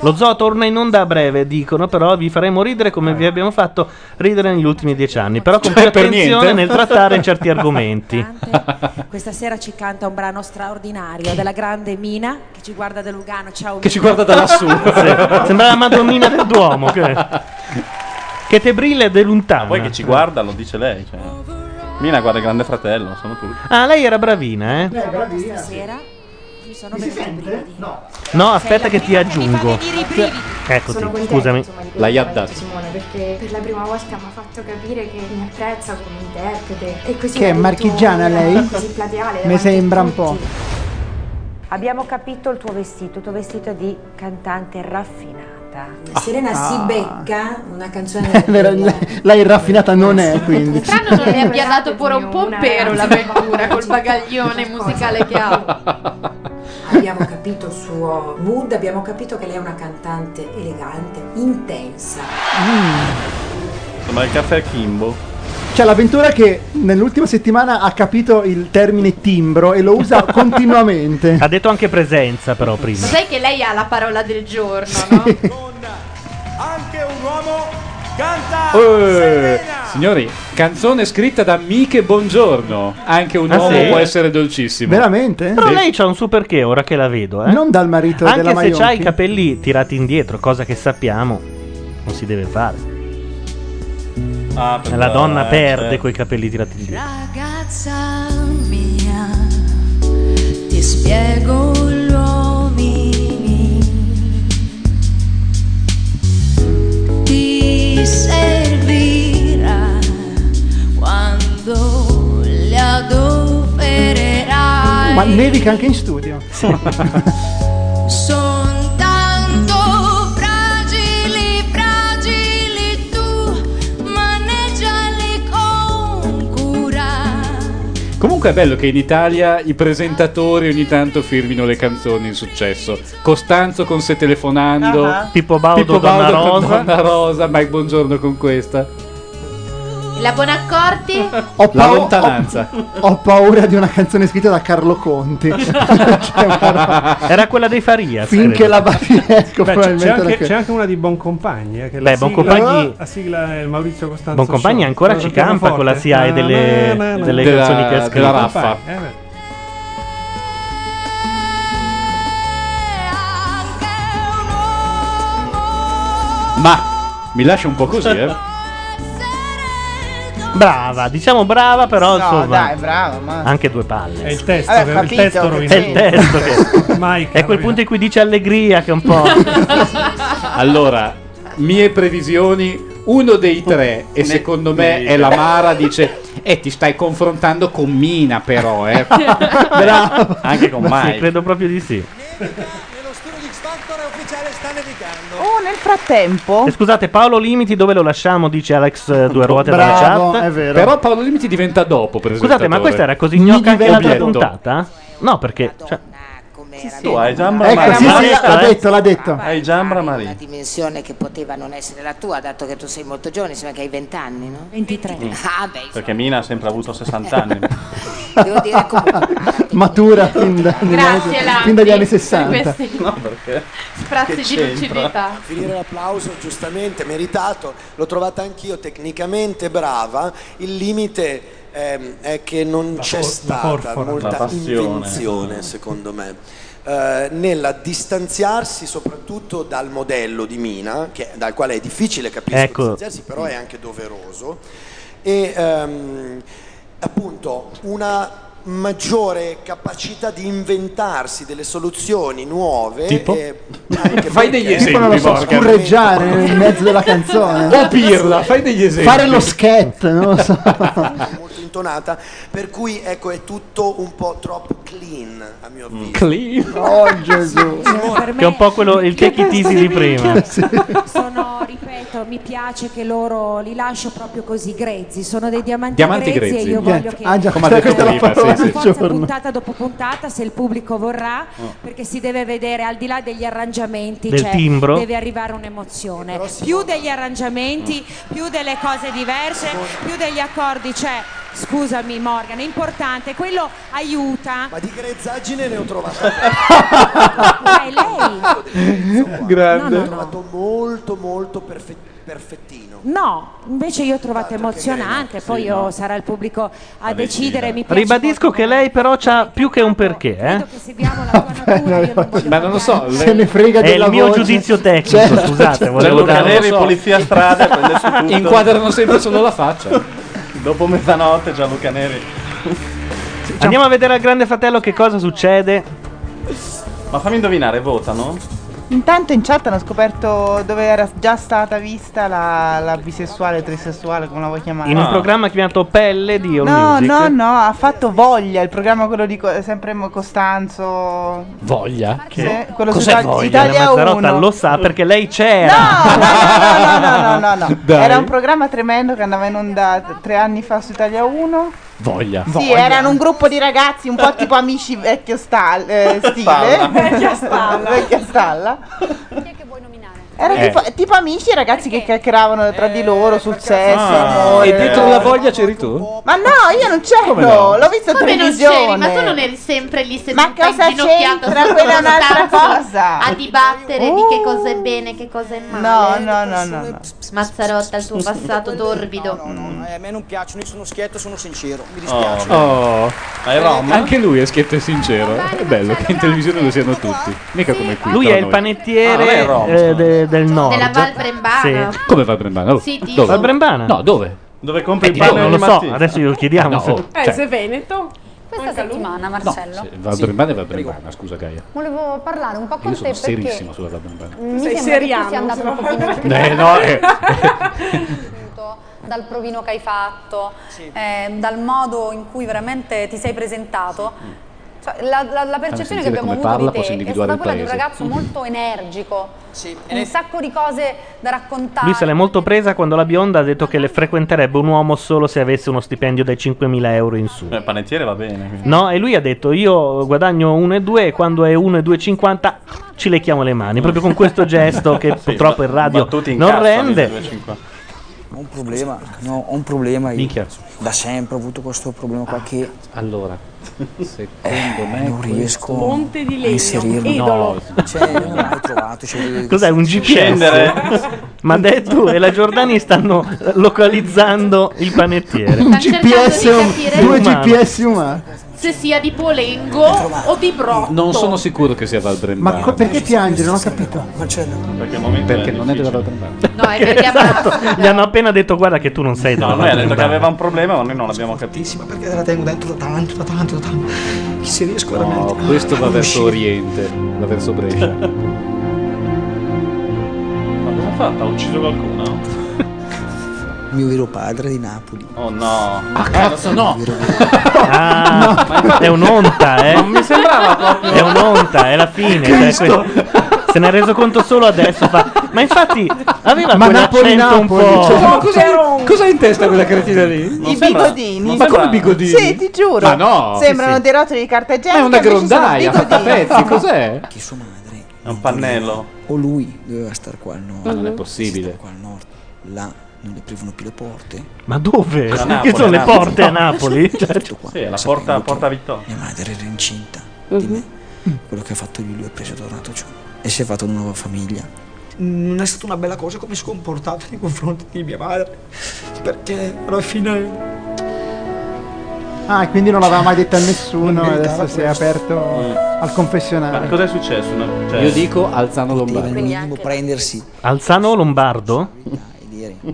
S2: Lo zoo torna in onda a breve, dicono, però vi faremo ridere come
S14: Eh.
S2: vi abbiamo fatto ridere negli ultimi dieci anni. Però con più
S8: Cioè, per
S2: attenzione
S8: niente.
S2: nel trattare certi argomenti.
S13: Questa sera ci canta un brano straordinario della grande Mina che ci guarda da Lugano. Ciao,
S2: Che ci
S13: Mina.
S2: guarda da lassù. Sì, sembra la Madonnina del Duomo, Diciamo che- Che te brille de lontano. eh.
S8: Poi che ci guarda lo dice lei. Cioè. Mina guarda il grande fratello, sono tutti.
S2: Ah, lei era bravina, eh?
S13: Stasera mi sono venuta i brividi.
S2: No,
S26: Cioè,
S2: aspetta che ti aggiungo. Cioè, Eccoti,
S26: Sono contenta,
S2: scusami.
S26: insomma, di quello che ha detto Simone perché per la prima volta mi ha fatto capire che mi apprezza come interprete e così l'ha
S6: Che è
S26: detto
S6: marchigiana
S26: in
S6: lei?
S26: maniera così plateale
S6: Mi
S26: davanti a
S6: sembra un
S26: tutti.
S6: po'.
S17: Abbiamo capito il tuo vestito, il tuo vestito è di cantante raffinata. Serena
S6: Ah.
S17: si becca una canzone
S6: È Eh, vero, lei- Lei raffinata non è, quindi.
S5: Strano Ah, non le abbia dato pure un pompero l'avventura col bagaglione musicale che ha.
S17: Abbiamo capito il suo mood, abbiamo capito che lei è una cantante elegante, intensa.
S8: Sembra il caffè Kimbo.
S6: C'è l'avventura che nell'ultima settimana ha capito il termine timbro e lo usa
S14: Eh.
S6: continuamente.
S2: Ha detto anche presenza, però, prima.
S5: Ma sai che lei ha la parola del giorno, no?
S4: Eh, signori, canzone scritta da Miche Buongiorno. Anche un
S2: Ah,
S4: uomo
S2: sì?
S4: può essere dolcissimo.
S6: Veramente?
S2: Però lei c'ha un super che ora che la vedo, eh?
S6: Non dal marito
S2: Anche
S6: della
S2: se
S6: Maionchi.
S2: c'ha i capelli tirati indietro, cosa che sappiamo non si deve fare.
S8: Ah, per
S2: La donna
S8: eh,
S2: perde
S8: sì.
S4: certo.
S2: quei capelli tirati indietro.
S15: Ragazza mia, ti spiego gli uomini. Ti servirà quando li adopererai.
S6: Ma nevica anche in studio.
S15: Son tanto fragili, fragili tu, maneggiali con cura.
S4: Comunque è bello che in Italia i presentatori ogni tanto firmino le canzoni in successo. Costanzo con Se telefonando,
S2: Ah. Pippo Baudo, Donna
S4: con
S2: Rosa.
S4: Donna Rosa, Mike Buongiorno con questa.
S5: La Bonaccorti?
S6: Ho
S4: La
S6: pau-
S4: lontananza.
S6: Ho paura di una canzone scritta da Carlo Conti. Cioè, guarda,
S2: Era quella dei Faria.
S6: finché la baffi ecco,
S14: Beh, c'è,
S6: probabilmente
S14: c'è
S6: la
S14: anche,
S6: che-
S14: c'è anche una di Boncompagni. Eh, che
S2: Beh,
S14: la sigla-
S2: Boncompagni-
S14: La sigla è Maurizio Costanzo.
S2: Boncompagni
S14: Show.
S2: ancora
S14: Quello
S2: ci
S14: del pianoforte.
S2: campa con la CIA e
S14: Na,
S2: delle-
S14: na, na,
S2: delle
S14: na.
S2: canzoni che ha scritto.
S14: della Raffa. Eh, beh.
S4: Ma mi lascia un po' così, eh?
S2: Brava, diciamo brava, però
S3: No,
S2: insomma.
S3: dai, brava, ma-
S2: Anche due palle.
S14: È il testo,
S3: Vabbè,
S14: che-
S3: ho capito,
S14: il testo
S3: ho
S14: rovinato.
S2: È il testo che. è quel punto in cui dice allegria che è un po'.
S4: Allora, mie previsioni, uno dei tre, e secondo me è la Mara, dice, eh ti stai confrontando con Mina però, eh.
S2: Bravo.
S4: Anche con
S2: Ma sì,
S4: Mike.
S2: credo proprio di sì.
S3: Oh, nel frattempo,
S2: E scusate, Paolo Limiti dove lo lasciamo? Dice Alex eh, Due Ruote
S3: Boh, Bravo,
S2: dalla
S3: è
S2: chat.
S3: vero.
S4: Però Paolo Limiti diventa dopo,
S2: Scusate, ma questa era così gnocca anche l'altra puntata? No, perché. cioè,
S16: com'era.
S8: Tu hai già
S38: Ecco, sì, sì, l'ha
S8: eh?
S38: detto, l'ha detto.
S8: Hai Giambra
S16: Una
S8: Marie.
S16: dimensione che poteva non essere la tua, dato che tu sei molto giovane, sembra che hai 20 anni, no?
S17: 23.
S8: Mm.
S16: Ah, beh,
S8: Perché Mina ha sempre avuto 60 anni.
S16: devo dire comunque.
S38: Matura fin, da-
S16: Grazie, Lampi,
S38: fin dagli anni
S16: per
S38: 60.
S16: questi-
S6: No, perché?
S16: Sprazzi
S6: Che
S16: di
S6: c'entra?
S16: lucidità.
S6: Finire l'applauso, giustamente, meritato. L'ho trovata anch'io tecnicamente brava. Il limite ehm, è che non c'è
S14: for- la
S6: stata
S14: forfora. La
S6: molta
S14: passione.
S6: invenzione, secondo me. eh, nella distanziarsi soprattutto dal modello di Mina, che- dal quale è difficile capire
S2: Ecco.
S6: distanziarsi, però è anche doveroso, e ehm, appunto una maggiore capacità di inventarsi delle soluzioni nuove
S38: Tipo?
S6: e anche
S38: Fai
S6: perché-
S38: degli esempi, Tipo, non lo so, Morgan. scurreggiare nel mezzo della canzone. O pirla, fai degli esempi. Fare lo sketch, non lo so.
S6: molto intonata per cui ecco è tutto un po' troppo clean a mio avviso
S38: Clean. Oh, Gesù.
S6: Per
S2: Che è un po' quello, il
S6: Che
S2: take it
S6: testa
S2: easy
S6: di
S2: di prima.
S38: minchia. Sì.
S17: sono, ripeto, mi piace che loro li lascio proprio così grezzi, sono dei diamanti,
S38: Diamanti
S17: grezzi,
S38: grezzi.
S17: e io
S38: Niente.
S17: voglio che
S38: Ah, già, Come ha detto questa è la prima, parola sì, del sì.
S17: forza
S38: giorno.
S17: puntata dopo puntata se il pubblico vorrà,
S6: Ah.
S17: perché si deve vedere al di là degli arrangiamenti,
S2: Del
S17: cioè,
S2: timbro.
S17: deve arrivare un'emozione, più degli arrangiamenti, più delle cose diverse, più degli accordi, cioè Scusami Morgan, è importante, quello aiuta. Ma
S6: di grezzaggine ne ho trovata.
S17: Ma è Eh, lei?
S6: grande
S17: No, no, no.
S6: trovato molto molto perfe- perfettino
S17: No, invece io ho trovato emozionante, poi
S6: Sì,
S17: io-
S6: no.
S17: sarà il pubblico a decidere, mi piace
S2: Ribadisco che lei però c'ha più che un perché, eh?
S4: Ma non lo so,
S2: Se ne frega
S4: È il
S2: della
S4: mio
S2: voce.
S4: giudizio
S2: tecnico, Certo. scusate, volevo
S4: Gianluca
S2: dare-
S4: Neri,
S2: lo so.
S4: polizia strada, prendersi tutto.
S2: Inquadrano sempre solo la faccia.
S4: Dopo mezzanotte Gianluca Neri.
S2: Andiamo a vedere al Grande Fratello che cosa succede.
S4: Ma fammi indovinare, votano?
S3: Intanto in chat hanno scoperto dove era già stata vista la, la bisessuale, trisessuale, come la vuoi chiamare.
S4: Ah.
S2: In un programma chiamato Pelle di All
S3: No,
S2: Music.
S3: no, no, ha fatto Voglia, il programma quello di co- sempre Mo- Costanzo.
S4: Voglia?
S3: Che? Sì, quello su
S2: Cos'è
S3: Ita-
S2: voglia?
S3: Italia
S2: La Mazzarotta
S3: uno.
S2: lo sa perché lei c'era.
S3: No, no, no, no, no.
S2: Dai.
S3: Era un programma tremendo che andava in onda t- tre anni fa su Italia 1.
S4: Voglia.
S3: Sì, erano un gruppo di ragazzi un po' tipo amici vecchio stal- eh,
S4: Stalla.
S3: stile.
S4: Vecchia
S3: stalla. Vecchia stalla. Era
S4: Eh.
S3: tipo, tipo amici ragazzi che chiacchieravano tra di loro sul sesso, amore.
S2: Ah,
S4: e dietro la voglia c'eri tu?
S3: Ma no, io non c'ero,
S4: Come no?
S3: l'ho visto in
S5: Come non
S3: televisione.
S5: c'eri? Ma tu non eri sempre lì seduta
S3: Ma cosa
S5: inginocchiata
S3: c'entra?
S5: sul
S3: Quella è un'altra
S5: costanzo
S3: cosa.
S5: A dibattere di che cosa è bene, che cosa è
S3: No,
S5: male
S3: no, no, no, no.
S5: Mazzarotta, il tuo passato torbido
S13: Eh, a me non piacciono, io sono schietto, sono sincero. Mi
S4: Oh.
S13: dispiace.
S4: oh.
S13: Hai Rom?
S4: Anche lui è schietto e sincero. È bello che in televisione lo siano tutti. Mica come qui.
S2: Lui
S4: tra
S2: è il
S4: noi.
S2: panettiere
S4: Ah, non è Rom.
S2: eh, de- del nord.
S5: Della Val
S15: Ah,
S5: Brembana.
S2: Sì.
S4: Come va Brembana? Oh,
S5: Sì, tipo.
S4: dove?
S5: Val
S2: Brembana?
S4: No, dove?
S2: Dove compri
S4: Eh,
S2: il
S4: di
S2: pane
S4: dove?
S2: Non lo
S4: ogni
S2: so,
S4: mattina.
S2: adesso glielo chiediamo.
S4: No,
S2: se-
S4: oh,
S9: Eh,
S4: cioè,
S9: se è Veneto. Questa settimana, Marcello,
S4: Va Brembana e va Brembana, scusa Gaia.
S9: volevo parlare un po' con
S4: Io
S9: te
S4: sono
S9: perché
S4: serissimo sulla va Brembana.
S9: mi
S39: Sei
S9: sembra che tu
S39: seriano,
S9: sia andato
S39: sembra.
S9: un pochino più
S4: Eh, no, eh.
S9: dal provino che hai fatto, eh, dal modo in cui veramente ti sei presentato. Cioè, la, la- la percezione che
S4: sentire
S9: abbiamo
S4: come
S9: avuto
S4: parla,
S9: di
S4: posso
S9: te è
S4: individuare
S9: stata quella
S4: il
S9: di un
S4: paese. Mm-hmm.
S9: ragazzo molto energico, un sacco di cose da raccontare.
S2: Lui se l'è molto presa quando la bionda ha detto che le frequenterebbe un uomo solo se avesse uno stipendio dai 5.000 euro in su.
S4: Il Eh, panettiere va bene. quindi.
S2: No, e lui ha detto io guadagno 1,2 e quando è 1,250 ci lecchiamo le mani, proprio con questo gesto che purtroppo il radio
S13: battute in
S2: non
S13: cassa,
S2: rende.
S13: 1,250. Ho un problema, no, ho un problema io. Da sempre ho avuto questo problema
S4: Ah,
S13: qua che... Allora, secondo me non riesco
S39: Monte di
S13: a
S39: legno,
S13: inserirlo.
S39: idolo.
S13: No, cioè, io non l'ho mai trovato. cioè-
S2: Cos'è un GPS? Ma Deddu e la Giordani stanno localizzando il panettiere.
S5: Un Stanno GPS cercando di capire-
S38: due
S2: umano.
S38: GPS umani.
S5: Se sia di Polengo o di Brotto
S4: Non sono sicuro che sia Val Brembana.
S38: Ma co- perché piange? Non ho capito.
S4: Perché, non è della Val Brembana.
S5: No, è perché
S2: Esatto, gli hanno appena detto guarda che tu non sei
S4: No,
S2: della
S4: noi ha detto che
S2: Valbrembana".
S4: aveva un problema, ma noi non l'abbiamo capito.
S13: Perché te la tengo dentro da tanto, da tanto, da tanto. Che se riesco
S4: No,
S13: veramente...
S4: questo va verso Oriente, va verso Brescia. Ma
S13: come
S4: ha fatto? Ha ucciso qualcuno?
S13: Mio vero padre di Napoli.
S4: Oh no. Ah,
S13: cazzo, no.
S2: Ah, è eh. un'onta, eh.
S4: Non mi sembrava proprio.
S2: È un'onta, è la fine. cioè,
S4: Cristo.
S2: questo- Se ne è reso conto solo adesso. fa- Ma infatti aveva
S4: Ma
S2: quell'accento un
S4: Napoli-Napoli,
S2: po'.
S4: cioè, ma cosa, cosa ha in testa quella cretina lì?
S3: I bigodini.
S4: Ma come bigodini?
S3: Sì, ti giuro.
S4: Ma no.
S3: Sembrano
S4: Sì, sì.
S3: dei rotoli di carta igienica.
S4: Ma è una
S3: invece sono
S4: grondaia fatta a
S3: bigodini.
S4: pezzi, cos'è?
S12: Che sua madre.
S8: È un pannello. Ah,
S12: O lui doveva star qua al nord.
S4: Ma non è
S12: Si
S4: possibile.
S12: sta qua al nord. Là non le aprivono più le porte.
S2: Ma dove?
S12: A
S2: Che sono le porte a Napoli?
S12: Tutto qua.
S8: Sì, la
S12: Sapendo
S8: porta,
S12: che
S8: porta Vittorio.
S12: Mia madre era incinta di me.
S6: Mm.
S12: Quello che ha fatto lui, lui è preso e è tornato giù. E si è fatto una nuova famiglia.
S2: Mhm.
S12: Mm,
S13: Non è stata una bella cosa come si è comportata nei confronti di mia madre, perché alla fine
S6: Ah, e quindi non l'aveva mai detta a nessuno.
S13: Non mi
S6: Adesso
S13: ricordavo
S6: si è aperto al
S8: Eh. Ma
S6: confessionale.
S8: cos'è successo? No? Cioè-
S4: Alzano Lombardo.
S12: minimo prendersi
S2: Alzano o Lombardo?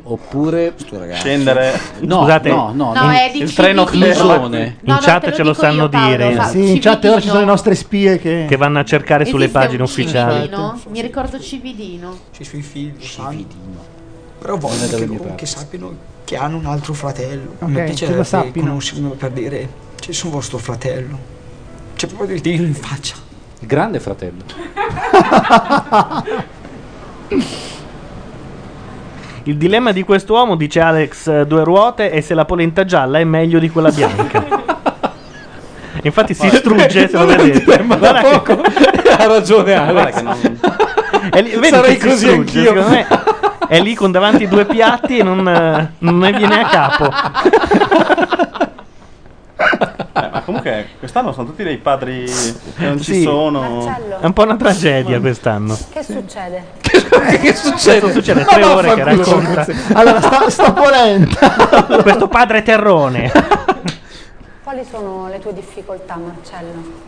S4: Oppure
S2: Scendere.
S4: No,
S2: Scusate,
S4: no, no,
S5: No, no. è di
S2: il treno
S5: Civitavecchia.
S2: ferma.
S5: No,
S2: In
S5: no, te
S2: chat
S5: lo
S2: ce lo
S5: dico
S2: sanno
S5: io, Paolo,
S2: dire.
S5: fa-
S6: Sì, in chat ora ci sono le nostre spie che.
S2: Che vanno a cercare sulle
S5: Esiste
S2: pagine
S5: un
S2: ufficiali.
S5: Cividino? Mi ricordo Cividino.
S13: i suoi figli sanno. Però voglio che, loro- che sappiano che hanno un altro fratello.
S6: Ok,
S13: Mi
S6: che lo
S13: piacerebbe
S6: sappiano.
S13: conoscerlo per dire c'è un vostro fratello. Cioè proprio di dirlo in faccia.
S4: Il grande fratello.
S2: Il dilemma di quest'uomo, dice Alex eh, Due Ruote, è se la polenta gialla è meglio di quella bianca. Infatti si strugge, se lo vedete. Guarda che-
S4: ha ragione
S2: Guarda
S4: Alex.
S2: che È lì, vedi
S4: Sarei
S2: che si
S4: così
S2: strugge,
S4: anch'io.
S2: secondo me è lì con davanti due piatti e non, eh, non ne viene a capo.
S8: Eh, ma comunque quest'anno sono tutti dei padri che non ci
S2: Sì.
S8: sono.
S9: Marcello.
S2: È un po' una tragedia quest'anno.
S9: Che succede?
S6: Eh,
S4: che
S2: succede? Questo succede tre
S6: Ma
S2: ore che
S6: vaffanculo.
S2: racconta.
S6: Allora, sta, sta polenta.
S2: Questo padre terrone.
S9: Quali sono le tue difficoltà, Marcello?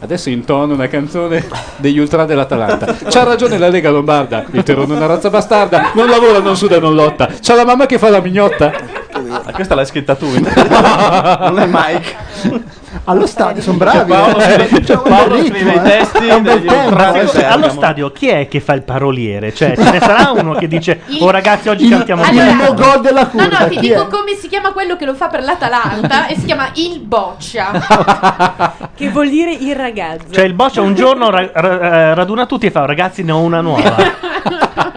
S4: Adesso intono una canzone degli ultra dell'Atalanta. C'ha ragione la Lega Lombarda. Il terrone è una razza bastarda. Non lavora, non suda, non lotta. C'ha la mamma che fa la mignotta.
S8: Ah, questa l'hai scritta tu. non è Mike.
S6: Allo stadio, sono bravi.
S8: Paolo
S6: eh.
S8: scrive-
S6: Cioè,
S8: Paolo
S6: ritmo,
S8: scrive i
S6: eh.
S8: testi
S6: È un bel
S8: degli
S6: tempo.
S8: ultra
S2: Ma
S8: di
S2: scusa,
S8: Bergamo.
S2: allo stadio chi è che fa il paroliere? Cioè, ce ne sarà uno che dice
S5: Il-
S2: oh ragazzi oggi
S5: il-
S2: cantiamo
S5: allora-
S2: bene"?
S5: No, no,
S6: della
S5: No, no, ti dico come si chiama quello che lo fa per l'Atalanta e si chiama Il Boccia.
S1: Che vuol dire il ragazzo.
S2: Cioè il boccia un giorno ra- ra- raduna tutti e fa ragazzi ne ho una nuova.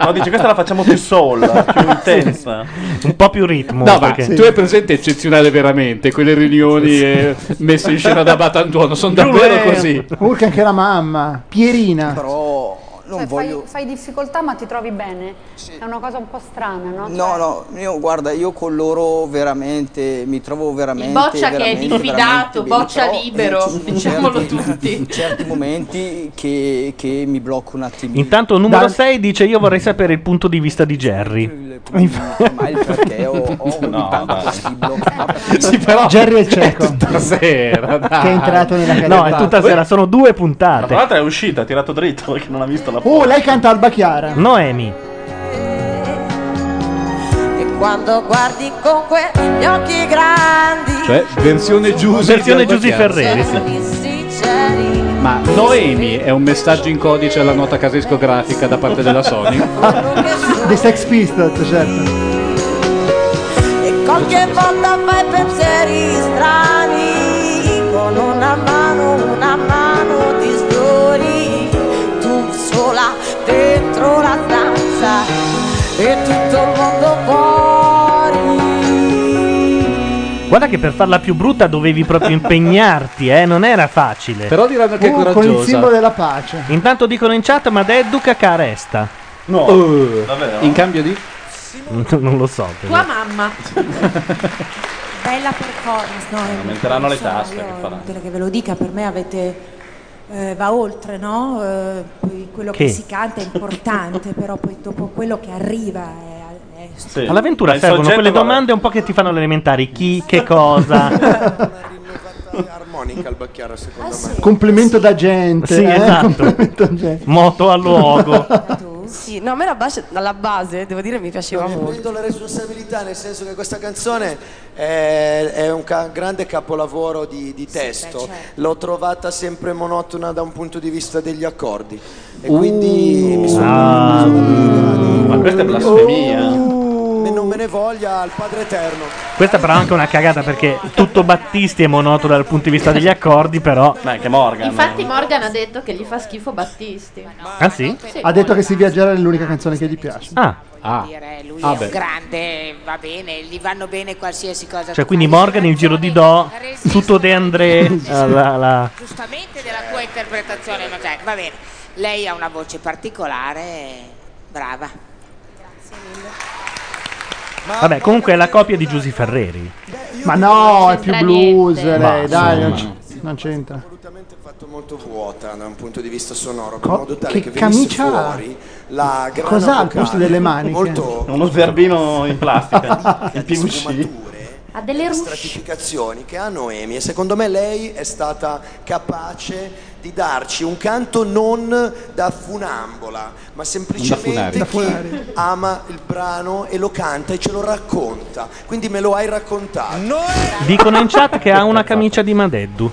S8: No, dice questa la facciamo più soul, più intensa.
S2: Ah, Un po' più ritmo.
S4: No, ma
S2: perché-
S4: tu hai presente eccezionale veramente quelle riunioni eh, messe in scena da Batantuono? Sono davvero così.
S6: Urca anche la mamma, Pierina.
S9: Cioè, fai, fai difficoltà ma ti trovi bene? È una cosa un po' strana, no?
S12: No, no, io guarda, io con loro veramente mi trovo veramente.
S5: Il boccia che è
S12: veramente,
S5: diffidato,
S12: veramente bene,
S5: boccia
S12: però, eh,
S5: libero,
S12: ci sono
S5: diciamolo
S12: certi- In certi momenti che, che mi blocco un attimino.
S2: Intanto numero
S12: Dan-
S2: 6 dice io vorrei sapere il punto di vista di Jerry.
S12: Ma il perché ho, ho
S2: No, dai.
S4: Sì, però
S6: Jerry è il cieco.
S4: tutta sera, dai.
S6: Che è entrato nella
S2: No, è
S6: carriera.
S2: tutta sera, sono due
S8: Ma tra
S2: puntate.
S8: l'altro è uscita, ha tirato dritto perché non ha visto la
S6: Oh, lei canta Alba Chiara.
S2: Noemi.
S15: E quando guardi con quegli occhi grandi,
S4: Cioè, versione Giuse.
S2: Versione
S4: Alba
S2: Giuse
S4: Chiara.
S2: Ferreri,
S15: siamo sinceri.
S4: Ma Noemi è un messaggio in codice alla nota casa discografica da parte della Sony?
S6: The Sex Pistols, certo.
S15: E qualche volta fai pensieri strani, con una mano, una mano ti sfiori, tu sola dentro la stanza e tutto il mondo fuori.
S2: Guarda che per farla più brutta dovevi proprio impegnarti, eh, non era facile.
S4: Però diranno che è
S6: Uh, con il simbolo della pace.
S2: Intanto dicono in chat ma Dedduca caresta.
S8: No.
S4: Uh,
S8: davvero?
S4: in cambio di?
S2: non lo so. però.
S17: Tua mamma. Bella performance, no?
S8: Aumenteranno le
S17: Insomma,
S8: tasse
S17: io-
S8: che faranno.
S17: Inutile che ve lo dica, per me avete. eh, va oltre, no? Eh, poi quello che?
S2: Che?
S17: si canta è importante, però poi dopo quello che arriva è. è-
S2: All'avventura
S8: Ma il
S2: servono
S8: soggetto
S2: quelle
S8: vale.
S2: domande un po' che ti fanno le elementari. Chi, che cosa.
S18: Armonica il Bacchiara, secondo me.
S6: Ah, Complimento da gente.
S2: Sì,
S6: eh,
S2: esatto.
S6: Complimento da gente.
S2: Moto al luogo.
S15: Sì, no, a me la base, dalla base devo dire mi piaceva
S18: Mi
S15: molto.
S18: prendo la responsabilità nel senso che questa canzone è, è un ca- grande capolavoro di, di testo. L'ho trovata sempre monotona da un punto di vista degli accordi. E
S4: Uh.
S18: quindi mi sono.
S4: Ah,
S8: Ma questa è blasfemia.
S6: Oh.
S18: me- non me ne
S6: ne voglia al Padre Eterno.
S2: Questa però è anche una cagata perché tutto Battisti è monotono dal punto di vista degli accordi, però. Ma anche Morgan.
S5: Infatti Morgan ha detto che gli fa schifo Battisti.
S2: Ah sì?
S5: Sì.
S8: Ha detto che si viaggerà è l'unica canzone che gli piace.
S2: Ah.
S16: Eh, lui
S2: Ah,
S16: è
S2: beh.
S16: un grande, va bene, gli vanno bene qualsiasi cosa.
S2: Cioè, quindi Morgan in giro di Do, tutto De André. alla- alla-
S16: Giustamente della tua interpretazione, ma cioè, va bene. Lei ha una voce particolare, brava. Grazie mille.
S2: Vabbè, comunque è la copia di Giusy Ferreri.
S8: Ma no, è più
S6: c'entra
S8: blues,
S6: niente.
S8: lei,
S6: Ma,
S8: dai, non,
S6: insomma.
S8: c- non c'entra.
S6: fatto molto vuota da un punto di vista sonoro,
S8: Co-
S6: in modo tale
S8: che
S6: che, venisse
S8: camicia ha?
S6: fuori la grana
S8: Cos'ha al
S6: vocale,
S8: posto delle maniche?
S6: Molto
S8: Uno sverbino in plastica,
S6: il
S5: Ha delle
S6: rusce. stratificazioni che ha Noemi e secondo me lei è stata capace di darci un canto non da funambola, ma semplicemente
S4: Da
S6: chi ama il brano e lo canta e ce lo racconta. Quindi me lo hai raccontato.
S2: Dicono in chat che ha una camicia di Madeddu.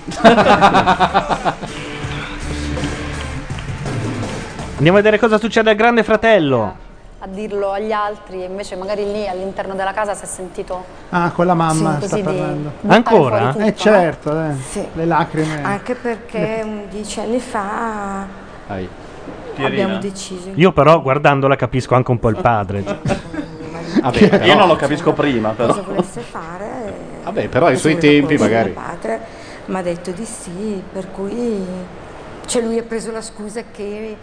S2: Andiamo a vedere cosa succede al Grande Fratello.
S9: a dirlo agli altri e invece magari lì all'interno della casa si è sentito
S8: Ah, con la mamma
S9: Sì, così
S8: sta
S9: di-
S8: parlando.
S9: buttare Ancora? fuori tutto, Ah,
S8: eh
S9: no?
S8: certo, eh. le lacrime.
S26: Eh. Anche perché un dieci anni fa abbiamo deciso.
S2: Io però guardandola capisco anche un po' il padre.
S7: Vabbè, Ah, però- io non lo
S2: capisco prima
S26: cosa volesse fare.
S2: Ah, Vabbè, però ai suoi tempi, magari.
S26: Mio padre mi ha detto di sì, per cui cioè lui ha preso la scusa che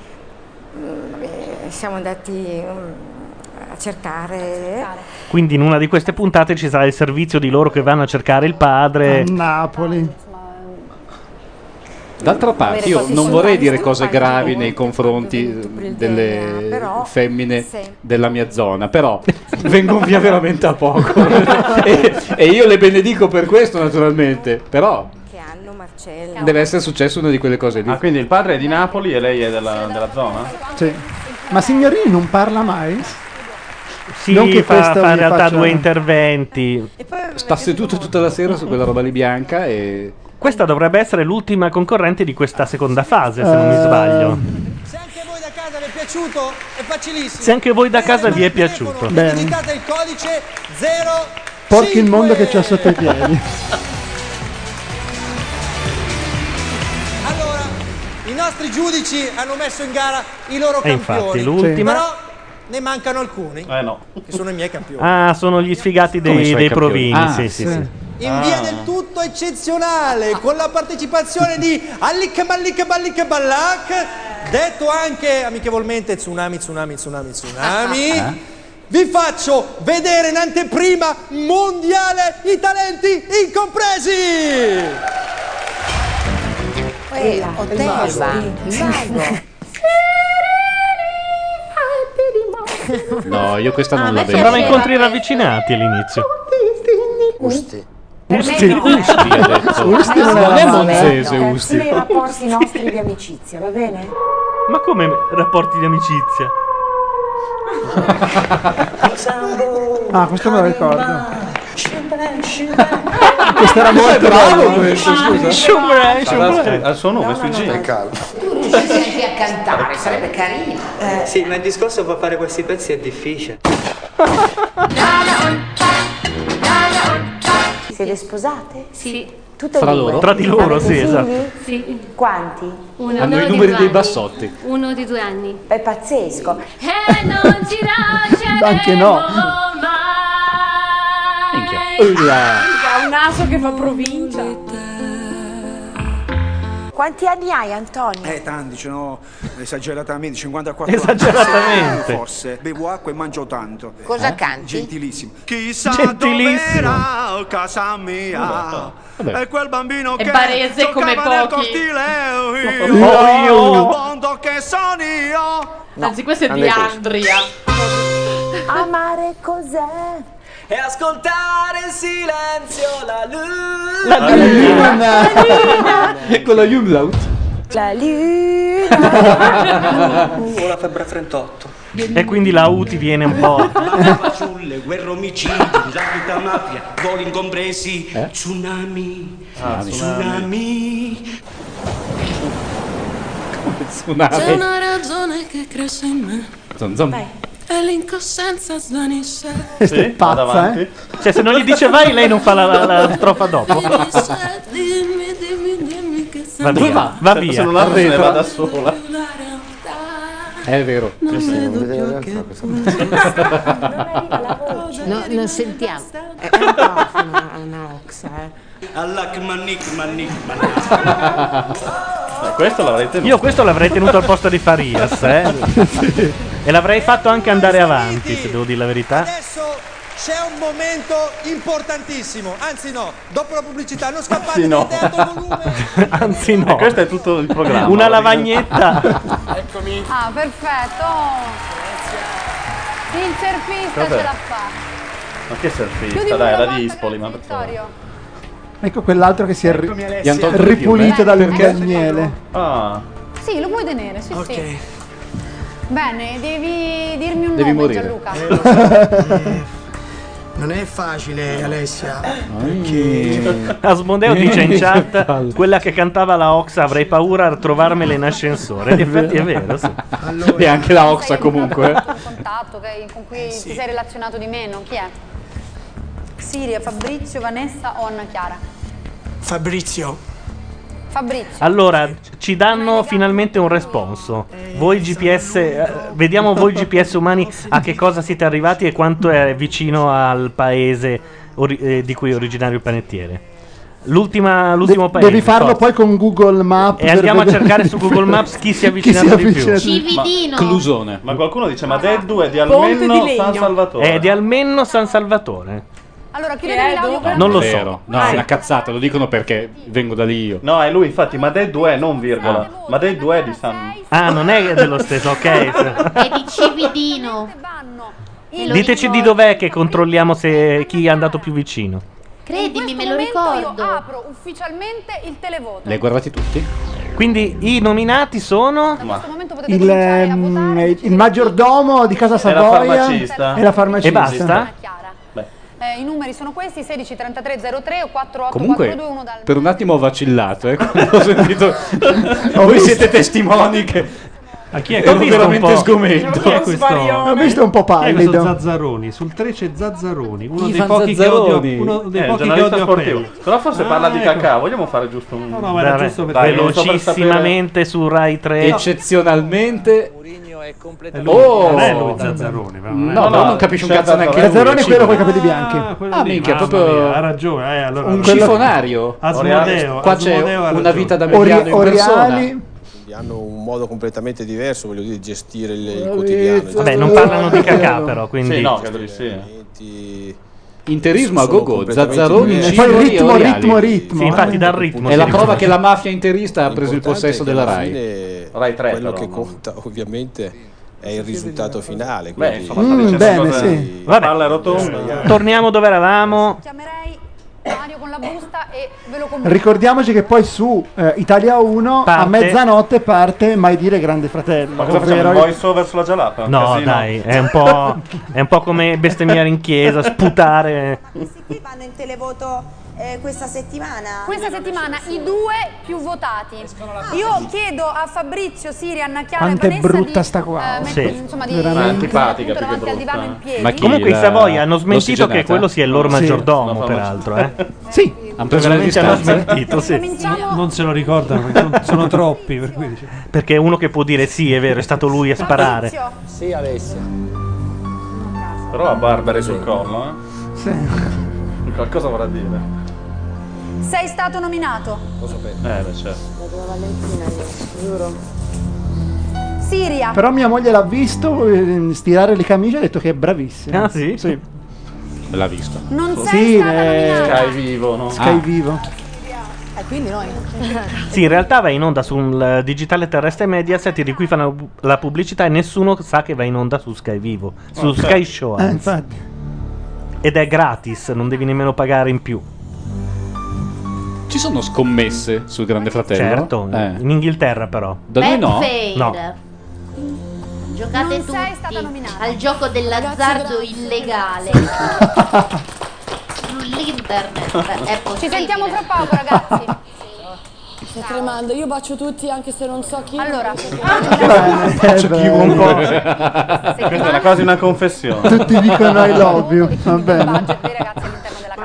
S26: mm, eh, siamo andati mm, a cercare.
S2: Quindi in una di queste puntate ci sarà il servizio di loro che vanno a cercare il padre.
S8: A Napoli.
S4: D'altra parte, io
S26: Avere qualsiasi
S4: non vorrei
S26: cosa
S4: dire
S26: di
S4: cose
S26: stampa,
S4: gravi
S26: molto,
S4: nei confronti delle
S26: però
S4: femmine
S26: sempre.
S4: della mia zona, però vengono via veramente a poco. e, e io le benedico per questo, naturalmente, però
S26: Che hanno Marcello?
S4: deve essere successo una di quelle cose lì.
S7: Ah, quindi il padre è di Napoli e lei è della, della zona?
S8: Sì. Ma signorini non parla mai?
S2: Sì,
S4: Non che
S2: fa,
S4: questa
S2: fa in
S4: mi
S2: realtà
S4: faccia-
S2: due interventi.
S8: Ah,
S4: Sta seduto tutta la sera su quella roba lì bianca e...
S2: Questa dovrebbe essere l'ultima concorrente di questa seconda fase, se non mi
S4: Eh.
S2: sbaglio.
S19: casa vi è piaciuto? È facilissimo.
S2: Se anche voi da casa vi è piaciuto.
S19: Digitate il codice 0
S8: Porchi il mondo che c'ha sotto i piedi.
S19: Allora, i nostri giudici hanno messo in gara i loro
S2: E infatti,
S19: campioni.
S2: l'ultima-
S19: Però ne mancano alcuni.
S8: Eh,
S19: Che sono i miei campioni.
S2: Ah, sono gli sfigati
S7: Come
S2: dei,
S7: sono i
S2: dei
S7: campioni?
S2: provini.
S7: Ah,
S2: sì, sì,
S7: sì.
S2: sì.
S19: In
S2: Ah.
S19: via del
S7: Ah.
S19: tutto eccezionale, con la partecipazione di Allik Ballik Ballik Ballak, detto anche amichevolmente tsunami, tsunami, tsunami, tsunami.
S7: Eh?
S19: Vi faccio vedere in anteprima mondiale i talenti incompresi!
S16: Eh, Otelva, il mago.
S4: No, io questa
S2: Ah,
S4: non
S2: a
S4: la
S2: me
S4: vedo.
S2: Sembrava incontri ravvicinati all'inizio.
S19: Usti.
S2: Usti, usti, ha detto.
S4: Usti non
S2: Non
S4: era
S2: è
S4: male.
S2: monzese,
S4: No.
S2: usti.
S26: Nei rapporti nostri di amicizia, va bene?
S2: Ma come rapporti di amicizia?
S8: Ah, questo me lo ricordo.
S2: Questo
S8: era molto bello.
S7: Ah,
S2: Schumer,
S7: Schumer. Ah, Al suo nome, sui giri.
S16: Tu riuscissi anche a cantare, sarebbe carino.
S40: Eh, Sì, ma il discorso per fare questi pezzi è difficile.
S26: Siete sposate? Sì. Tutte
S4: Fra
S26: e due?
S4: loro? Tra di loro,
S26: Avete
S4: sì,
S26: figli?
S4: esatto.
S26: Sì. Quanti?
S15: Uno,
S4: Hanno i numeri dei bassotti.
S15: Uno di due anni.
S26: È pazzesco.
S15: E non ci lasceremo
S4: Anche no.
S15: mai.
S17: Ha un naso che fa provincia.
S26: Quanti anni hai, Antonio?
S13: Eh, tanti, ce n'ho esageratamente, 54 anni.
S2: Esageratamente.
S13: Forse. Bevo acqua e mangio tanto.
S16: Cosa
S13: Eh?
S16: canti?
S13: Gentilissimo. Chissà
S2: Gentilissimo.
S13: dov'era oh, casa mia.
S2: Vabbè.
S13: E quel bambino
S5: È
S13: che
S5: barese
S13: giocava
S5: come
S13: nel
S5: pochi.
S13: cortile. Io,
S2: Oh, io.
S13: mondo che sono io.
S5: Anzi, questo è
S13: non
S5: di
S13: è questo.
S5: Andria.
S26: Amare cos'è?
S40: E ascoltare in silenzio la luce.
S4: La luna! Con la Umlaut.
S26: La
S40: Ho la febbre a 38.
S2: E quindi la UTI viene un po'.
S40: Fanciulle, guerre omicidi, usata mafia, voli incompresi, tsunami,
S2: Eh? Ah,
S40: tsunami.
S4: Tsunami.
S15: ragione che cresce in me.
S4: Zom, zom.
S15: Vai.
S7: E l'incoscienza svanisce.
S2: Sì, pazza,
S6: davanti.
S2: Cioè, se non gli dice vai, lei non fa la, la- la strofa dopo.
S7: Finisce, dimmi, dimmi, dimmi che sei
S2: Va via, va? Cioè, via.
S11: Se non la se ne va da sola.
S4: Eh, È vero.
S10: No, non sentiamo. È un microfono, è una eh. oxa.
S2: Eh, questo l'avrei tenuto. Io questo l'avrei tenuto al posto di Farias, eh. E l'avrei fatto anche andare avanti, se devo dire la verità.
S19: C'è un momento importantissimo, anzi no, dopo la pubblicità non scappate
S2: Anzi no. Anzi no. questo è tutto il programma. Una lavagnetta.
S9: Eccomi. Ah, perfetto. Il surfista
S11: Cos'è?
S9: ce l'ha fatta.
S11: Ma che
S9: Più
S11: surfista,
S9: di
S11: dai,
S9: una
S11: era
S9: volta
S11: di Ispoli, ma per favore.
S6: Ecco quell'altro che si è ri-
S11: Gli hanno tolto il
S6: ripulito
S11: fiume.
S6: dalle
S11: Perché?
S6: cagnele.
S11: Ah,
S9: Sì, lo puoi tenere, sì, sì. Bene, devi dirmi un
S4: Devi
S9: nome
S4: morire.
S9: Gianluca.
S13: Non è facile, Alessia.
S2: Asmodeo dice in chat quella che cantava la Oxa avrei paura a trovarmela in ascensore. In effetti è vero, sì.
S4: E anche la Oxa comunque. eh.
S9: Contatto che- con cui ti sei relazionato di meno, chi è? Siria, Fabrizio, Vanessa o Anna Chiara?
S13: Fabrizio.
S9: Fabrizio.
S2: Allora, ci danno finalmente un responso. Voi GPS, eh, vediamo voi GPS umani a che cosa siete arrivati e quanto è vicino al paese ori- eh, di cui è originario il panettiere. L'ultima, l'ultimo
S6: De-
S2: paese.
S6: devi farlo
S2: forza.
S6: poi con Google Maps.
S2: E
S6: per
S2: andiamo a
S6: vedere-
S2: cercare su Google Maps chi si è
S6: Chi si
S2: avvicinato di più.
S6: avvicina-
S5: Cividino.
S2: Clusone.
S11: ma qualcuno dice, ma Deddu è di
S2: Ponte
S11: almeno
S2: di
S11: San
S2: legno.
S11: Salvatore.
S2: È di almeno San Salvatore.
S9: Allora, chiudetemi l'audio. però.
S2: Non lo so.
S4: Vero. No,
S2: Ah,
S4: è
S2: sì.
S4: una cazzata, lo dicono perché vengo da lì io.
S11: No, è lui, infatti, ma Deddu è, non virgola. Ma Deddu è di San...
S2: Ah, non è dello stesso, ok.
S5: È di Cividino. Me lo
S2: Diteci di dov'è che controlliamo se chi è andato più vicino.
S5: Credimi, me
S9: In
S5: lo
S9: questo momento
S5: ricordo.
S9: Io apro ufficialmente il televoto.
S2: Li hai guardati tutti? Quindi i nominati sono
S6: Il, ehm, il maggiordomo di Casa Savoia e la farmacista.
S2: E basta?
S9: Eh, I numeri sono questi: 16 33 03 o 48 42 1
S4: Comunque,
S9: dal.
S4: per un attimo ho vacillato, eh, quando ho sentito. Voi siete testimoni che.
S14: A chi è
S4: Ero
S14: questo?
S4: veramente
S14: Un po'.
S4: sgomento.
S14: Chi è questo?
S6: Ho visto un po'
S14: Chi è
S6: pallido.
S14: questo Zazzaroni? Sul 3 c'è Zazzaroni, uno dei
S11: Ivan
S14: pochi che
S11: Zazzaroni.
S14: odio, uno dei
S11: Eh,
S14: pochi che
S11: giornalista
S14: odio a
S11: sportivo.
S14: pelle.
S11: Però forse
S14: Ah,
S11: parla di
S14: ecco.
S11: cacao, vogliamo fare giusto un...
S14: no, ma era
S2: Vabbè,
S14: giusto per-
S11: Dai, non so per sapere-
S2: velocissimamente su Rai 3.
S4: Eccezionalmente.
S14: Oh!
S4: Oh!
S14: Non è lui Zazzaroni, però, non è-
S4: No, però non capisce un
S14: c'è
S4: cazzo neanche lui.
S14: Zazzaroni
S6: Zazzaroni è quello con i
S4: Ciclo.
S6: capelli bianchi.
S14: cioè, Ah, quello
S4: Ah,
S14: lì,
S4: minchia,
S14: mamma
S4: proprio-
S14: mia, ha ragione, eh, allora,
S4: Un
S14: quello-
S4: cifonario.
S14: Asmodeo,
S4: Qua c'è
S14: Asmodeo ha
S4: una
S14: ragione.
S4: vita da mediano in persona.
S26: Quindi hanno un modo completamente diverso, voglio dire, di gestire il, il
S4: Bravissimo.
S26: quotidiano.
S4: Vabbè, non parlano di cacà, però,
S2: quindi-
S11: Sì, no,
S26: Gestire
S11: credo di sì. eh.
S26: elementi,
S4: Interismo a
S26: sono
S4: gogo,
S26: completamente
S4: Zazzaroni,
S26: diversi.
S4: Ciro e Oriali.
S2: Sì,
S4: eh.
S2: infatti dal ritmo.
S4: È
S2: si
S4: la
S2: riconosce.
S4: prova che la mafia interista ha preso il possesso della
S26: alla
S4: Rai.
S26: fine
S11: Rai 3
S26: quello
S11: però,
S26: che
S11: no?
S26: conta ovviamente è il risultato
S11: Beh,
S26: finale. quindi-
S11: insomma, sta Mm, dicendo bene, cose- sì.
S2: Vabbè.
S11: Palla rotonda.
S2: Torniamo dove eravamo.
S9: Mario con la busta e ve lo comunico.
S6: Ricordiamoci che poi su eh, Italia 1 a
S2: Parte.
S6: mezzanotte parte Mai dire Grande Fratello.
S11: Ma cosa facciamo?
S6: ovvero
S11: Il
S6: il-
S11: voice over sulla giallata?
S2: No, dai, è un, po', è un po' come bestemmiare in chiesa, sputare.
S27: Qui vanno in televoto eh, questa settimana.
S9: Questa settimana i due più votati. Io chiedo a Fabrizio, Siri, Anna Chiara
S6: Quanto
S9: e
S6: è
S9: Vanessa
S6: brutta
S9: di,
S6: sta qua.
S9: eh, met-
S2: Sì.
S9: insomma, di
S2: Veramente.
S9: di-
S2: Antipatica
S9: appunto,
S2: più che
S9: davanti al divano in piedi.
S2: Ma chi Comunque i
S4: la-
S2: Savoia hanno smentito
S4: l'ossigenata?
S2: che quello sia il loro
S4: Sì.
S2: maggiordomo,
S4: No,
S2: peraltro. Eh.
S6: Sì,
S4: hanno preso le
S2: Veramente hanno
S4: distanze.
S2: smentito, sì.
S14: Non se lo ricordano, perché non- sono troppi, per cui dice-
S2: Perché è uno che può dire sì, è vero, è stato lui a sparare.
S26: Sì, Alessia.
S11: Però ha barbare sul collo, eh. Qualcosa vorrà dire.
S9: Sei stato nominato.
S11: Eh, beh, certo.
S9: Siria,
S6: Però mia moglie l'ha visto eh, stirare le camicie e ha detto che è bravissima.
S2: Ah, sì?
S4: L'ha visto.
S9: Non
S6: Sì,
S9: sei stata
S6: eh,
S9: nominata.
S11: Sky Vivo, no?
S6: Sky
S2: Ah.
S6: Vivo.
S9: E quindi noi.
S2: Sì, in realtà va in onda sul eh, digitale terrestre Mediaset di cui fanno la pubblicità e nessuno sa che va in onda su Sky Vivo, su
S6: Ok.
S2: Sky Show.
S6: Eh,
S2: anzi.
S6: infatti.
S2: Ed è gratis, non devi nemmeno pagare in più.
S4: Ci sono scommesse sul Grande Fratello? Eh.
S2: Certo, in Inghilterra però.
S4: Da noi no?
S5: Betfair.
S2: No.
S5: Giocate tutti al gioco dell'azzardo illegale. Sull'internet è
S9: Ci
S5: possibile.
S9: sentiamo fra poco, ragazzi. sto tremando. Io bacio tutti anche se non so chi.
S41: Allora,
S2: Faccio chi vuole un po'.
S8: Questa è una cosa, una confessione.
S6: Tutti dicono I love you,
S8: Ecco,
S6: va bene.
S13: Ma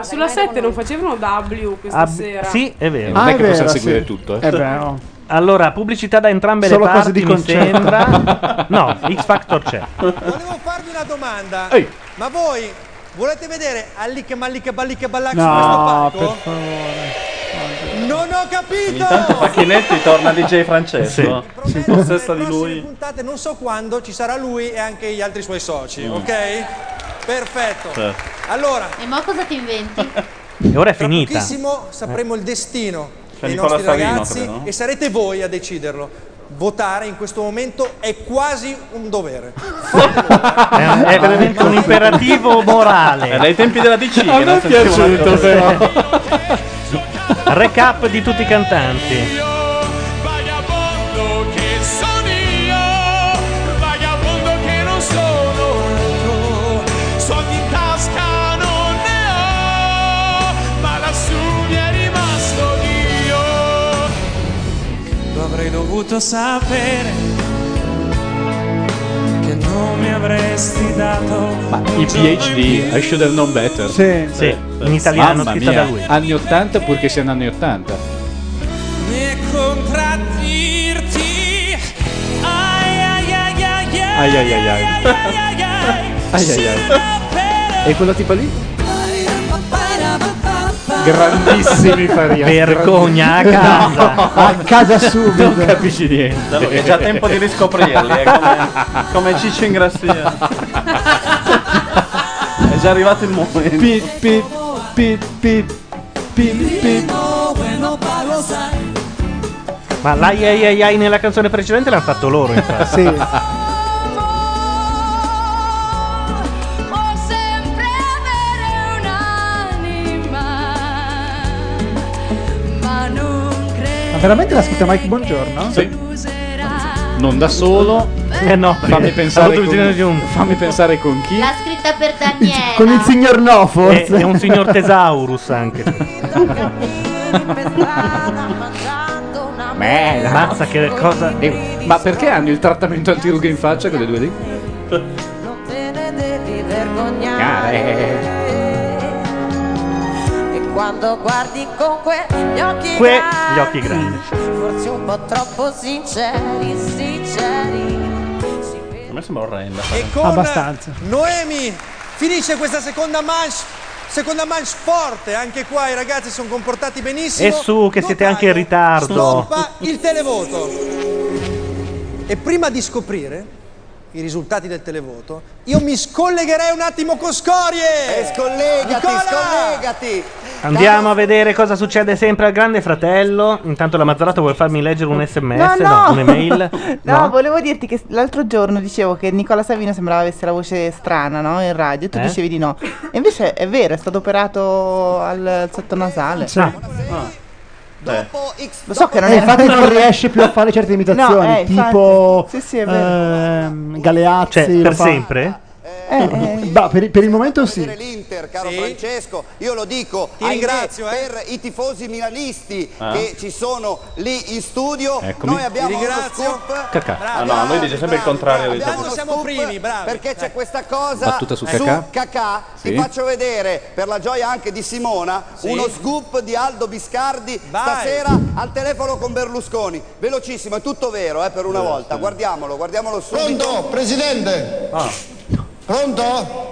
S13: sulla 7 non facevano W questa
S2: Ah, b-
S13: sera.
S2: Sì, è vero.
S4: Eh, Non è che possiamo seguire tutto, eh.
S2: Allora, pubblicità da entrambe
S4: Solo
S2: le
S4: cose
S2: parti,
S4: di
S2: mi
S4: concetto.
S2: sembra. No, X Factor c'è.
S19: Volevo farvi una domanda.
S2: Ehi.
S19: Ma voi volete vedere Allic Mallic Ballic Ballac su questo
S8: No,
S19: palco? Non ho capito!
S8: Intanto Facchinetti torna DJ Francesco.
S19: Sì.
S8: Possessa di lui.
S19: Puntate non so quando ci sarà lui e anche gli altri suoi soci,
S8: Mm.
S19: ok? Perfetto.
S2: Certo.
S19: Allora,
S42: E mo cosa ti inventi?
S2: E ora è finita.
S19: pochissimo sapremo il destino
S2: C'è
S19: dei
S2: Nicola
S19: nostri
S2: Savino,
S19: ragazzi
S2: credo, no?
S19: e sarete voi a deciderlo. Votare in questo momento è quasi un dovere.
S2: È veramente un imperativo morale.
S4: Eh,
S8: È dai Eh, tempi della DC.
S2: A
S8: che
S2: me
S8: non
S2: è
S8: sentivo una
S2: piaciuto,
S8: cosa-
S2: però. Recap di tutti i cantanti.
S7: Vagabondo che sono io, vagabondo che non sono altro. Sogni in tasca non ne ho, ma lassù mi è rimasto Dio. Lo avrei dovuto sapere che non mi avresti dato.
S4: Ma i PhD, I should have known better.
S6: Sì,
S8: Sì, in italiano,
S4: Mamma
S8: scritta
S4: mia,
S8: da lui.
S4: Anni 80 purché siano anni 80.
S7: né contraddirti. Ai ai ai ai ai.
S4: Ai ai ai ai. Ai ai ai. E quella tipa lì? Grandissimi faria.
S2: Vergogna a casa.
S6: A casa subito.
S4: Non capisci niente.
S8: Allora, È già tempo di riscoprirli. È come, come Ciccio Ingrassia. È già arrivato il momento.
S4: Pip, pip, pip, pip, pip, pip.
S2: Ma l'ai ai ai ai nella canzone precedente l'hanno fatto loro, infatti. Eh,
S6: Sì.
S5: Può sempre avere un'anima, ma non
S6: Ma veramente l'ha scritta Mike Buongiorno?
S4: Sì. Non da solo.
S2: Eh no,
S4: fammi
S2: perché
S4: pensare,
S2: ho avuto bisogno
S4: con,
S2: di un-
S4: fammi pensare con chi.
S42: L'ha scritta per Daniela.
S6: Con il signor No,
S2: È,
S6: forse.
S2: Eh, è un signor Tesaurus anche.
S4: Bella.
S2: Mazza che cosa.
S4: Ma perché hanno il trattamento antirughe in faccia quelle due lì? eh.
S5: E quando guardi con quegli occhi
S2: Que
S5: grandi,
S2: gli occhi grandi.
S5: forse un po' troppo sinceri, sinceri.
S8: A me sembra orrenda.
S19: E con Noemi finisce questa seconda manche. Seconda manche forte, anche qua i ragazzi si sono comportati benissimo.
S2: E su, che siete anche in ritardo.
S19: Stoppa il televoto. E prima di scoprire i risultati del televoto, io mi scollegherei un attimo con Scorie. E Eh, scollegati, scollegati.
S2: Andiamo a vedere cosa succede sempre al Grande Fratello. Intanto la Mazzarato vuole farmi leggere un sms,
S3: No, no.
S2: un'email.
S3: No, volevo dirti che l'altro giorno dicevo che Nicola Savino sembrava avesse la voce strana, no? In radio, e tu
S2: Eh?
S3: dicevi di no. E invece è vero, è stato operato al, al sottonasale.
S6: Sì.
S3: Lo so che non
S6: Eh,
S3: è
S6: infatti non riesce più a fare certe imitazioni,
S3: No, eh, infatti.
S6: tipo
S3: Sì, sì, è vero.
S6: ehm, Galeazzi.
S2: Cioè,
S6: lo
S2: per
S6: fa. Eh,
S2: sempre?
S3: Eh,
S6: Bah, per, per il momento sì.
S12: l'Inter, caro Francesco, io lo dico
S19: Ti
S12: ahimè,
S19: ringrazio, eh.
S12: per i tifosi milanisti
S8: Ah.
S12: che ci sono lì in studio.
S8: Eccomi.
S12: Noi abbiamo
S8: Ti
S12: uno
S8: ringrazio. Eh,
S12: scoop
S8: Cacà. Ah no, lui dice sempre il contrario di
S12: Abbiamo
S8: te.
S12: siamo primi, bravi. Perché c'è questa cosa
S8: Battuta su Cacà.
S12: Cacà.
S8: Sì.
S12: Ti faccio vedere, per la gioia anche di Simona,
S19: Sì.
S12: uno scoop di Aldo Biscardi stasera al telefono con Berlusconi. Velocissimo, è tutto vero, eh, per una volta. Guardiamolo, guardiamolo subito.
S23: Pronto, presidente? Pronto? Cioè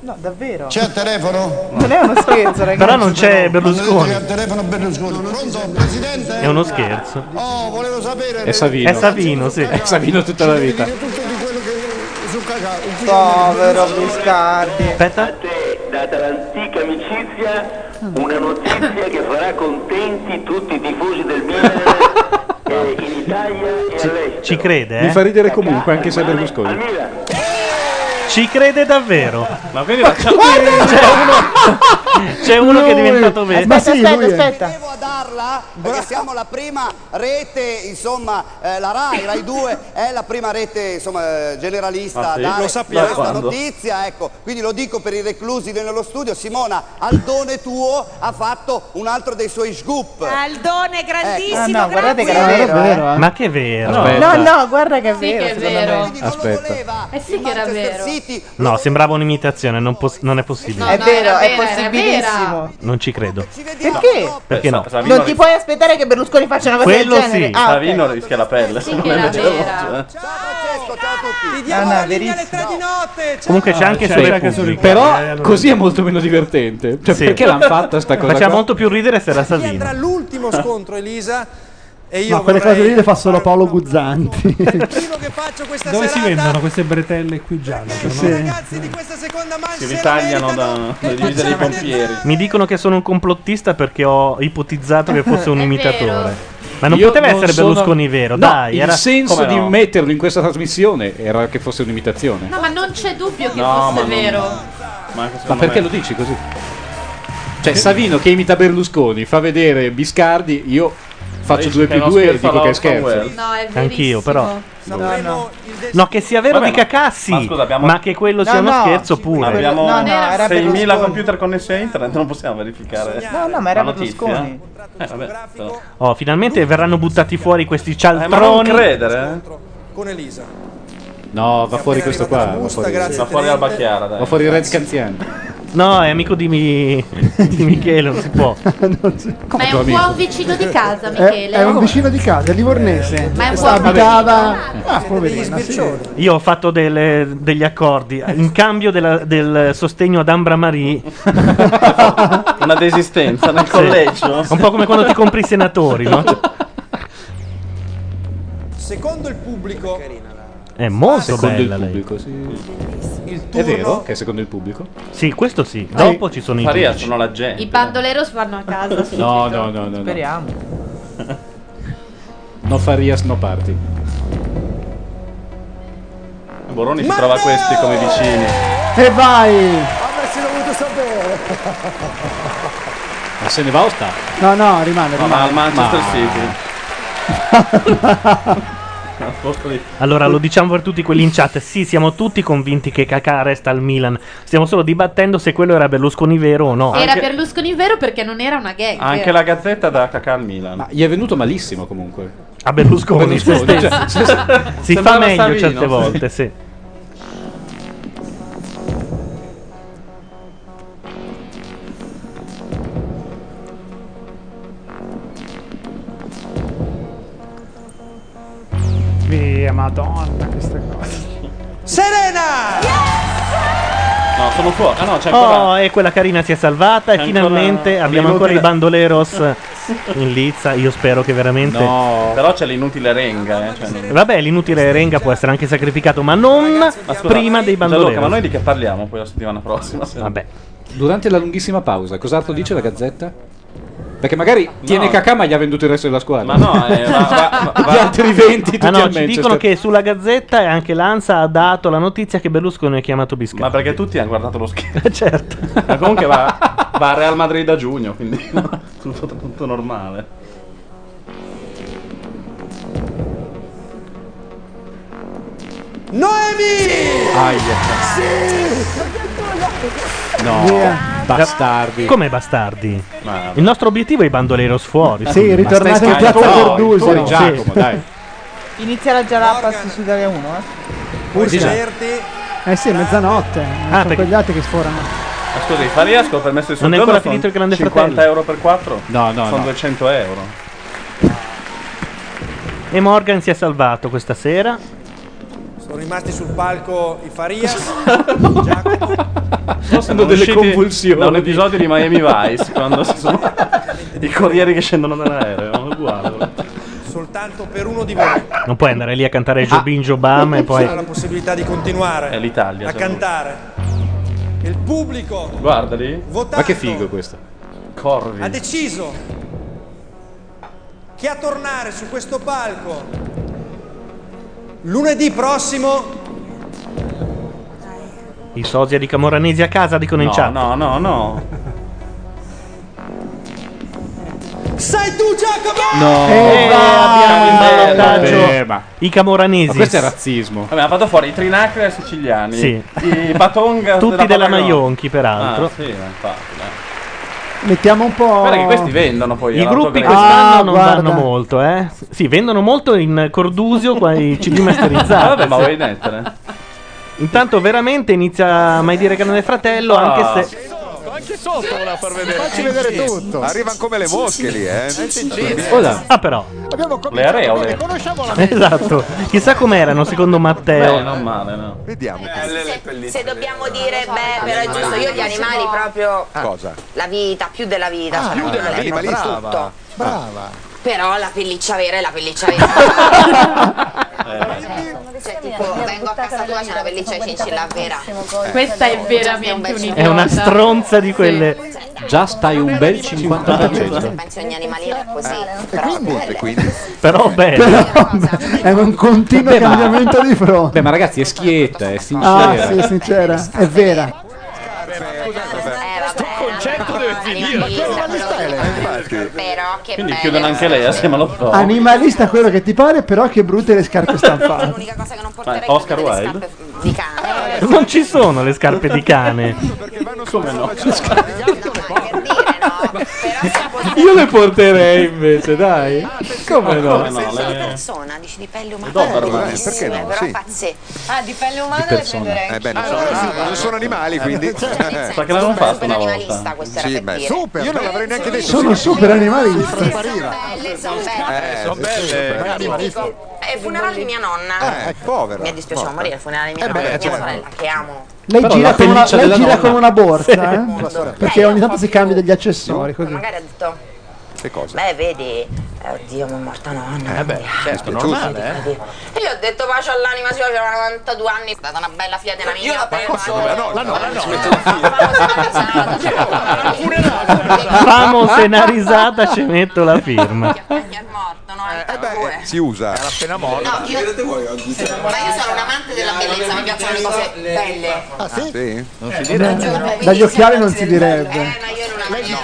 S3: No, davvero.
S23: C'è il telefono?
S3: Non è uno scherzo, ragazzi.
S2: Però non c'è
S23: Quando dice
S2: Berlusconi.
S23: che al telefono Berlusconi. Pronto, presidente?
S2: È uno scherzo.
S23: Oh, volevo sapere.
S2: È Savino. È Savino, sì. È Savino tutta la vita.
S23: Tutto di quello che su cacà.
S3: Povero Biscardi.
S2: Aspetta.
S15: data l'antica amicizia, una notizia che farà contenti tutti i tifosi del Milan eh, in Italia e all'estero.
S2: Ci crede, eh?
S4: Mi fa ridere comunque anche se è Berlusconi.
S2: Ci crede davvero.
S8: Ma vedi la
S2: C'è uno, c'è uno che è diventato vero.
S3: Aspetta, aspetta, aspetta.
S12: parla perché siamo la prima rete, insomma, eh, la Rai, Rai 2 è la prima rete, insomma, eh, generalista
S8: Ah,
S12: a
S8: sì?
S12: dare
S8: Lo sappiamo.
S12: questa
S8: Quando?
S12: notizia, ecco. Quindi lo dico per i reclusi nello studio, Simona, Aldone tuo ha fatto un altro dei suoi scoop.
S43: Aldone grandissimo,
S12: Ecco. Ah, no,
S43: grazie.
S12: guardate che era vero, eh.
S2: Ma che vero?
S3: No, no, guarda che è vero.
S43: che è
S3: secondo
S43: vero.
S3: me.
S2: Aspetta.
S43: Eh sì che era vero.
S2: No, sembrava un'imitazione, non, pos- non è possibile.
S3: È vero, è
S43: era vera,
S3: possibilissimo.
S2: Non ci credo.
S3: Perché?
S2: Perché no?
S3: Non ti puoi aspettare che Berlusconi faccia una cosa
S2: Quello
S3: del genere.
S2: sì,
S3: Ah, ok.
S8: Savino rischia la pelle.
S3: Sì,
S8: se non
S3: che era
S8: le legge la
S3: vera.
S8: voce, eh.
S12: Ti
S19: diamo
S3: Ah, no,
S19: la linea alle
S3: verissimo.
S19: tre di notte. ciao.
S2: Comunque c'è anche
S4: Ah, c'è
S2: eh, su
S4: anche
S2: Repubblica.
S4: su Repubblica. Però così è molto meno divertente. Cioè,
S2: Sì.
S4: perché l'hanno fatta sta cosa?
S2: Faceva
S4: qua?
S2: molto più ridere se era
S19: Chi
S2: Salvini.
S19: andrà all'ultimo scontro, Elisa? E io
S6: Ah. Ma quelle
S19: vorrei-
S6: cose lì le fa solo Paolo Guzzanti. Eh,
S14: Dove si vendono queste bretelle qui gialle?
S19: Ragazzi di questa seconda
S8: Si ritagliano da, da divise dei pompieri.
S2: Mi dicono che sono un complottista perché ho ipotizzato che fosse un
S8: È
S2: imitatore.
S8: vero.
S2: Ma non
S4: Io
S2: poteva essere
S4: sono-
S2: Berlusconi vero,
S4: No,
S2: dai.
S4: Il
S2: era-
S4: senso
S2: Come
S4: di
S2: no?
S4: metterlo in questa trasmissione era che fosse un'imitazione.
S5: No, ma non c'è dubbio che
S4: No, ma
S5: fosse
S4: non-
S5: vero.
S4: Ma perché lo dici così? Cioè, Savino che imita Berlusconi fa vedere Biscardi, io faccio
S2: Dici
S4: 2
S2: che
S4: più
S2: non
S4: 2 e
S2: scherza
S4: dico che è
S2: l'Orson
S4: scherzo.
S2: Welles. No, è Anch'io, verissimo. però.
S4: No,
S2: No, che sia vero
S8: Vabbè,
S2: di
S8: ma-
S2: cacà sì,
S8: ma
S2: ma,
S8: scusa, abbiamo-
S2: che quello sia
S8: No,
S2: uno
S8: no,
S2: scherzo pure.
S8: Abbiamo
S3: No, no, era
S8: 6.000
S3: Berlusconi.
S8: computer connessi a internet, non possiamo verificare.
S3: No, no, ma era
S8: la notizia.
S3: Berlusconi.
S8: Eh, vabbè, però-
S2: Oh, finalmente verranno buttati fuori questi
S8: Eh, ma non
S2: cialtroni.
S8: credere, eh.
S19: Con Elisa.
S4: No, va fuori questo qua. Va fuori,
S8: Va fuori Alba Chiara, dai.
S4: va fuori Red Scanziani.
S2: No, è amico di, mi- di Michele, non si può.
S5: Ma è un
S2: amico?
S5: buon vicino di
S3: Eh,
S5: casa,
S6: È,
S5: Michele. Oh.
S6: è un vicino di casa, è livornese.
S5: Ma è un po'
S6: abitava. Ah, poverino. sì.
S2: Io ho fatto delle- degli accordi in cambio della- del sostegno ad Ambra Marie.
S8: Una desistenza nel
S2: Sì.
S8: collegio.
S2: Un po' come quando ti compri i senatori, no?
S19: Secondo il pubblico,
S2: È molto
S4: Secondo
S2: bella
S4: il
S2: lei.
S4: pubblico, sì.
S19: il
S4: È
S19: turno
S4: vero che è secondo il pubblico?
S2: Sì, questo sì.
S4: Ah,
S2: Dopo ci sono i
S8: Faria
S2: giudici.
S8: sono la gente.
S5: I bandoleros vanno a casa. subito.
S4: No, no, no, no, no.
S3: Speriamo.
S4: No Farias, no party.
S8: Boroni si trova questi come vicini.
S6: E vai!
S15: Avresti dovuto sapere.
S4: Ma se ne va o sta?
S6: No, no, rimane.
S8: No, ma al
S6: rimane.
S8: Manchester
S4: Ma-
S8: City. Al posto di-
S2: Allora lo diciamo per tutti quelli in chat. Sì, siamo tutti convinti che Kakà resta al Milan. Stiamo solo dibattendo se quello era Berlusconi vero o no.
S5: Era Berlusconi vero perché non era una gag.
S8: Anche la gazzetta da Cacà al Milan. Ma
S4: gli è venuto malissimo comunque.
S2: A Berlusconi, se
S4: Berlusconi,
S2: stesso.
S4: cioè, se- se-
S2: si fa
S4: sembrava
S2: meglio
S4: Savino,
S2: certe
S4: sì.
S2: volte, sì.
S6: Via, madonna, queste cose.
S19: Serena!
S8: No, sono fuori. Ah no, c'è ancora.
S2: Oh, e quella carina si è salvata. E
S8: Ancora-
S2: finalmente abbiamo ancora i
S8: Inutile.
S2: bandoleros in lizza. Io spero che veramente.
S8: No. Però c'è l'inutile renga, eh. Cioè, non-
S2: Vabbè, l'inutile Renga può essere anche sacrificato, ma non
S8: Ma scusa,
S2: prima dei
S8: Gianluca, ma
S2: bandoleros.
S8: noi di che parliamo poi la settimana prossima?
S2: Vabbè.
S4: Durante la lunghissima pausa, cos'altro dice la gazzetta? Perché magari tiene Kakà ma gli ha venduto il resto della squadra.
S8: Ma no, eh, va-
S4: Gli altri 20 tutti
S2: Ah no,
S4: al
S2: ci dicono
S4: Manchester.
S2: che sulla Gazzetta e anche l'Ansa ha dato la notizia che Berlusconi ha chiamato Biscardi.
S8: Ma perché tutti hanno guardato lo schermo?
S2: certo.
S8: Ma comunque va, va a Real Madrid a giugno, quindi tutto, tutto normale.
S19: Noemi!
S4: No, bastardi.
S2: Come bastardi? Il nostro obiettivo è i bandoleros fuori.
S6: Sì,
S2: scusa.
S6: ritornate
S2: Ma stai
S6: in
S2: scherzando?
S6: piazza
S2: No,
S6: Cordusio.
S2: fuori,
S6: Sì.
S2: Giacomo, dai.
S3: Inizia la Jalapas su Italia 1, eh.
S6: Pur
S8: Sì, già.
S6: Eh sì, è mezzanotte. sono
S8: perché-
S6: quegli altri che sforano.
S8: Ma scusi, Fariasco ha permesso di
S2: Non è
S8: soggiorno
S2: ancora
S8: sono
S2: finito il Grande
S8: 50
S2: Fratello.
S8: euro per 4?
S4: No, no,
S8: Sono
S4: no.
S8: 200 euro.
S2: E Morgan si è salvato questa sera.
S19: Sono rimasti sul palco i Farias.
S8: Forse
S4: Hanno delle convulsioni.
S8: Da un episodio di Miami Vice, quando si sono i corrieri che scendono dall'aereo. Uguale.
S19: Soltanto per uno di voi
S2: Non puoi andare lì a cantare Jobin Jobam e
S19: sarà
S2: Ah, poi.
S19: la possibilità di continuare
S8: È l'Italia.
S19: a
S8: secondo me.
S19: cantare. Il pubblico
S8: Guardali.
S19: Ma che figo
S4: questo.
S8: Corvi.
S19: ha deciso che a tornare su questo palco lunedì prossimo
S2: I sosia di Camoranesi a casa dicono in
S8: No,
S2: chat.
S8: no, no, no.
S19: sai tu Giacomo!
S4: No.
S2: Eh, abbiamo in ballottaggio
S4: Eh, ma-
S2: i camoranesi.
S4: Ma questo è razzismo.
S8: Vabbè, ha fatto fuori i Trinacre siciliani.
S2: Sì.
S8: I Batonga
S2: Tutti della
S8: Patagonia.
S2: Maionchi, peraltro.
S8: Ah, sì, ma infatti. eh.
S6: Mettiamo un po'.
S8: Guarda che questi vendono poi. eh,
S2: I
S8: alla
S2: gruppi
S8: Rotogrande.
S2: quest'anno
S6: Ah,
S2: non
S6: guarda.
S2: vanno molto, eh? Sì, vendono molto in Cordusio qua i CD masterizzati.
S8: Ah, Vabbè, ma
S2: sì.
S8: vuoi mettere?
S2: Intanto veramente inizia a mai dire canale fratello,
S8: Ah.
S2: anche se
S13: Anche sotto voleva far vedere.
S14: Facci vedere tutto.
S13: Arrivano come le mosche lì, eh.
S2: Hola. Ah però.
S14: Abbiamo
S8: Le areole.
S2: Esatto. Chissà com'erano secondo Matteo.
S8: Beh, non male, no.
S13: Vediamo.
S5: Se dobbiamo dire, beh, però è giusto, io gli animali proprio...
S4: Ah.
S13: Cosa?
S5: La vita, più della vita.
S13: Ah, più
S5: secondo
S13: della
S5: me,
S13: vita,
S5: proprio
S13: brava.
S5: tutto.
S6: Ah,
S14: Brava.
S5: Però la pelliccia vera è la pelliccia vera.
S13: Eh.
S5: cioè, tipo, vengo a casa tua, c'è la pelliccia di cincilla vera.
S16: Questa è veramente un
S2: È una stronza di quelle.
S4: Già stai un bel
S6: Certo.
S4: 50%.
S5: Pensi ogni
S13: Eh,
S5: animalino è così.
S6: quindi?
S2: Però bello.
S6: è un continuo
S4: Beh, ma-
S6: cambiamento di fronte.
S4: Beh, ma ragazzi, è schietta, è
S6: Ah,
S4: sincera.
S6: sì, sincera, è vera.
S13: Eh,
S5: Però che
S8: Ah, Quindi chiudono anche lei eh, assieme allo zoo.
S6: Animalista quello che ti pare, però che brutte le scarpe stampate.
S8: Ma Oscar Wilde?
S2: Non ci sono le scarpe di cane.
S8: Come no?
S4: Io le porterei invece, dai. Come no?
S5: Come no, le- persona, dici di pelle umana,
S4: Le Doberman,
S5: bellissime,
S4: perché no,
S5: però
S4: sì.
S5: pazze. Ah, di pelle
S4: Di
S5: umana
S4: le persona. prenderei.
S13: Eh beh, non sono, non sono animali, quindi.
S14: Certo.
S5: Perché
S8: che l'avevamo fatto una volta.
S5: questa
S13: Sì, beh, super. Io non l'avrei neanche detto.
S6: Sono super animalista.
S13: Eh, sono belle. Animalista.
S5: È il funerale di mia nonna.
S13: Eh, povera.
S5: Mi è dispiaciuto
S13: Morta.
S5: morire il funerale di mia
S13: Eh beh,
S5: nonna, mia
S13: certo.
S5: sorella, che amo.
S6: Lei
S13: Però
S6: gira,
S13: la
S6: con una,
S13: pelliccia
S6: lei
S13: della
S6: gira
S13: nonna.
S6: con una borsa, eh?
S13: Sì.
S5: Lei
S6: perché
S5: è
S6: ogni
S5: un
S6: tanto
S5: po'
S6: si
S5: più-
S6: cambia degli accessori.
S5: Ma
S6: Così.
S5: Magari ha detto.
S13: Che cosa?
S5: Beh, vedi, eh, oddio, mi è morta nonna.
S13: Eh beh, certo, normale, eh.
S5: E io ho detto pace all'anima sua, c'aveva 92 anni, è stata una bella figlia della mia.
S13: Eh, La no, la no, la no.
S2: Famo se una risata ci metto la firma.
S13: Si usa. Era appena morta.
S5: Ma io sono un amante della bellezza, mi piacciono le cose belle.
S13: Ah, sì? Non si
S6: Beh, dagli occhiali non si direbbe.
S5: Che ne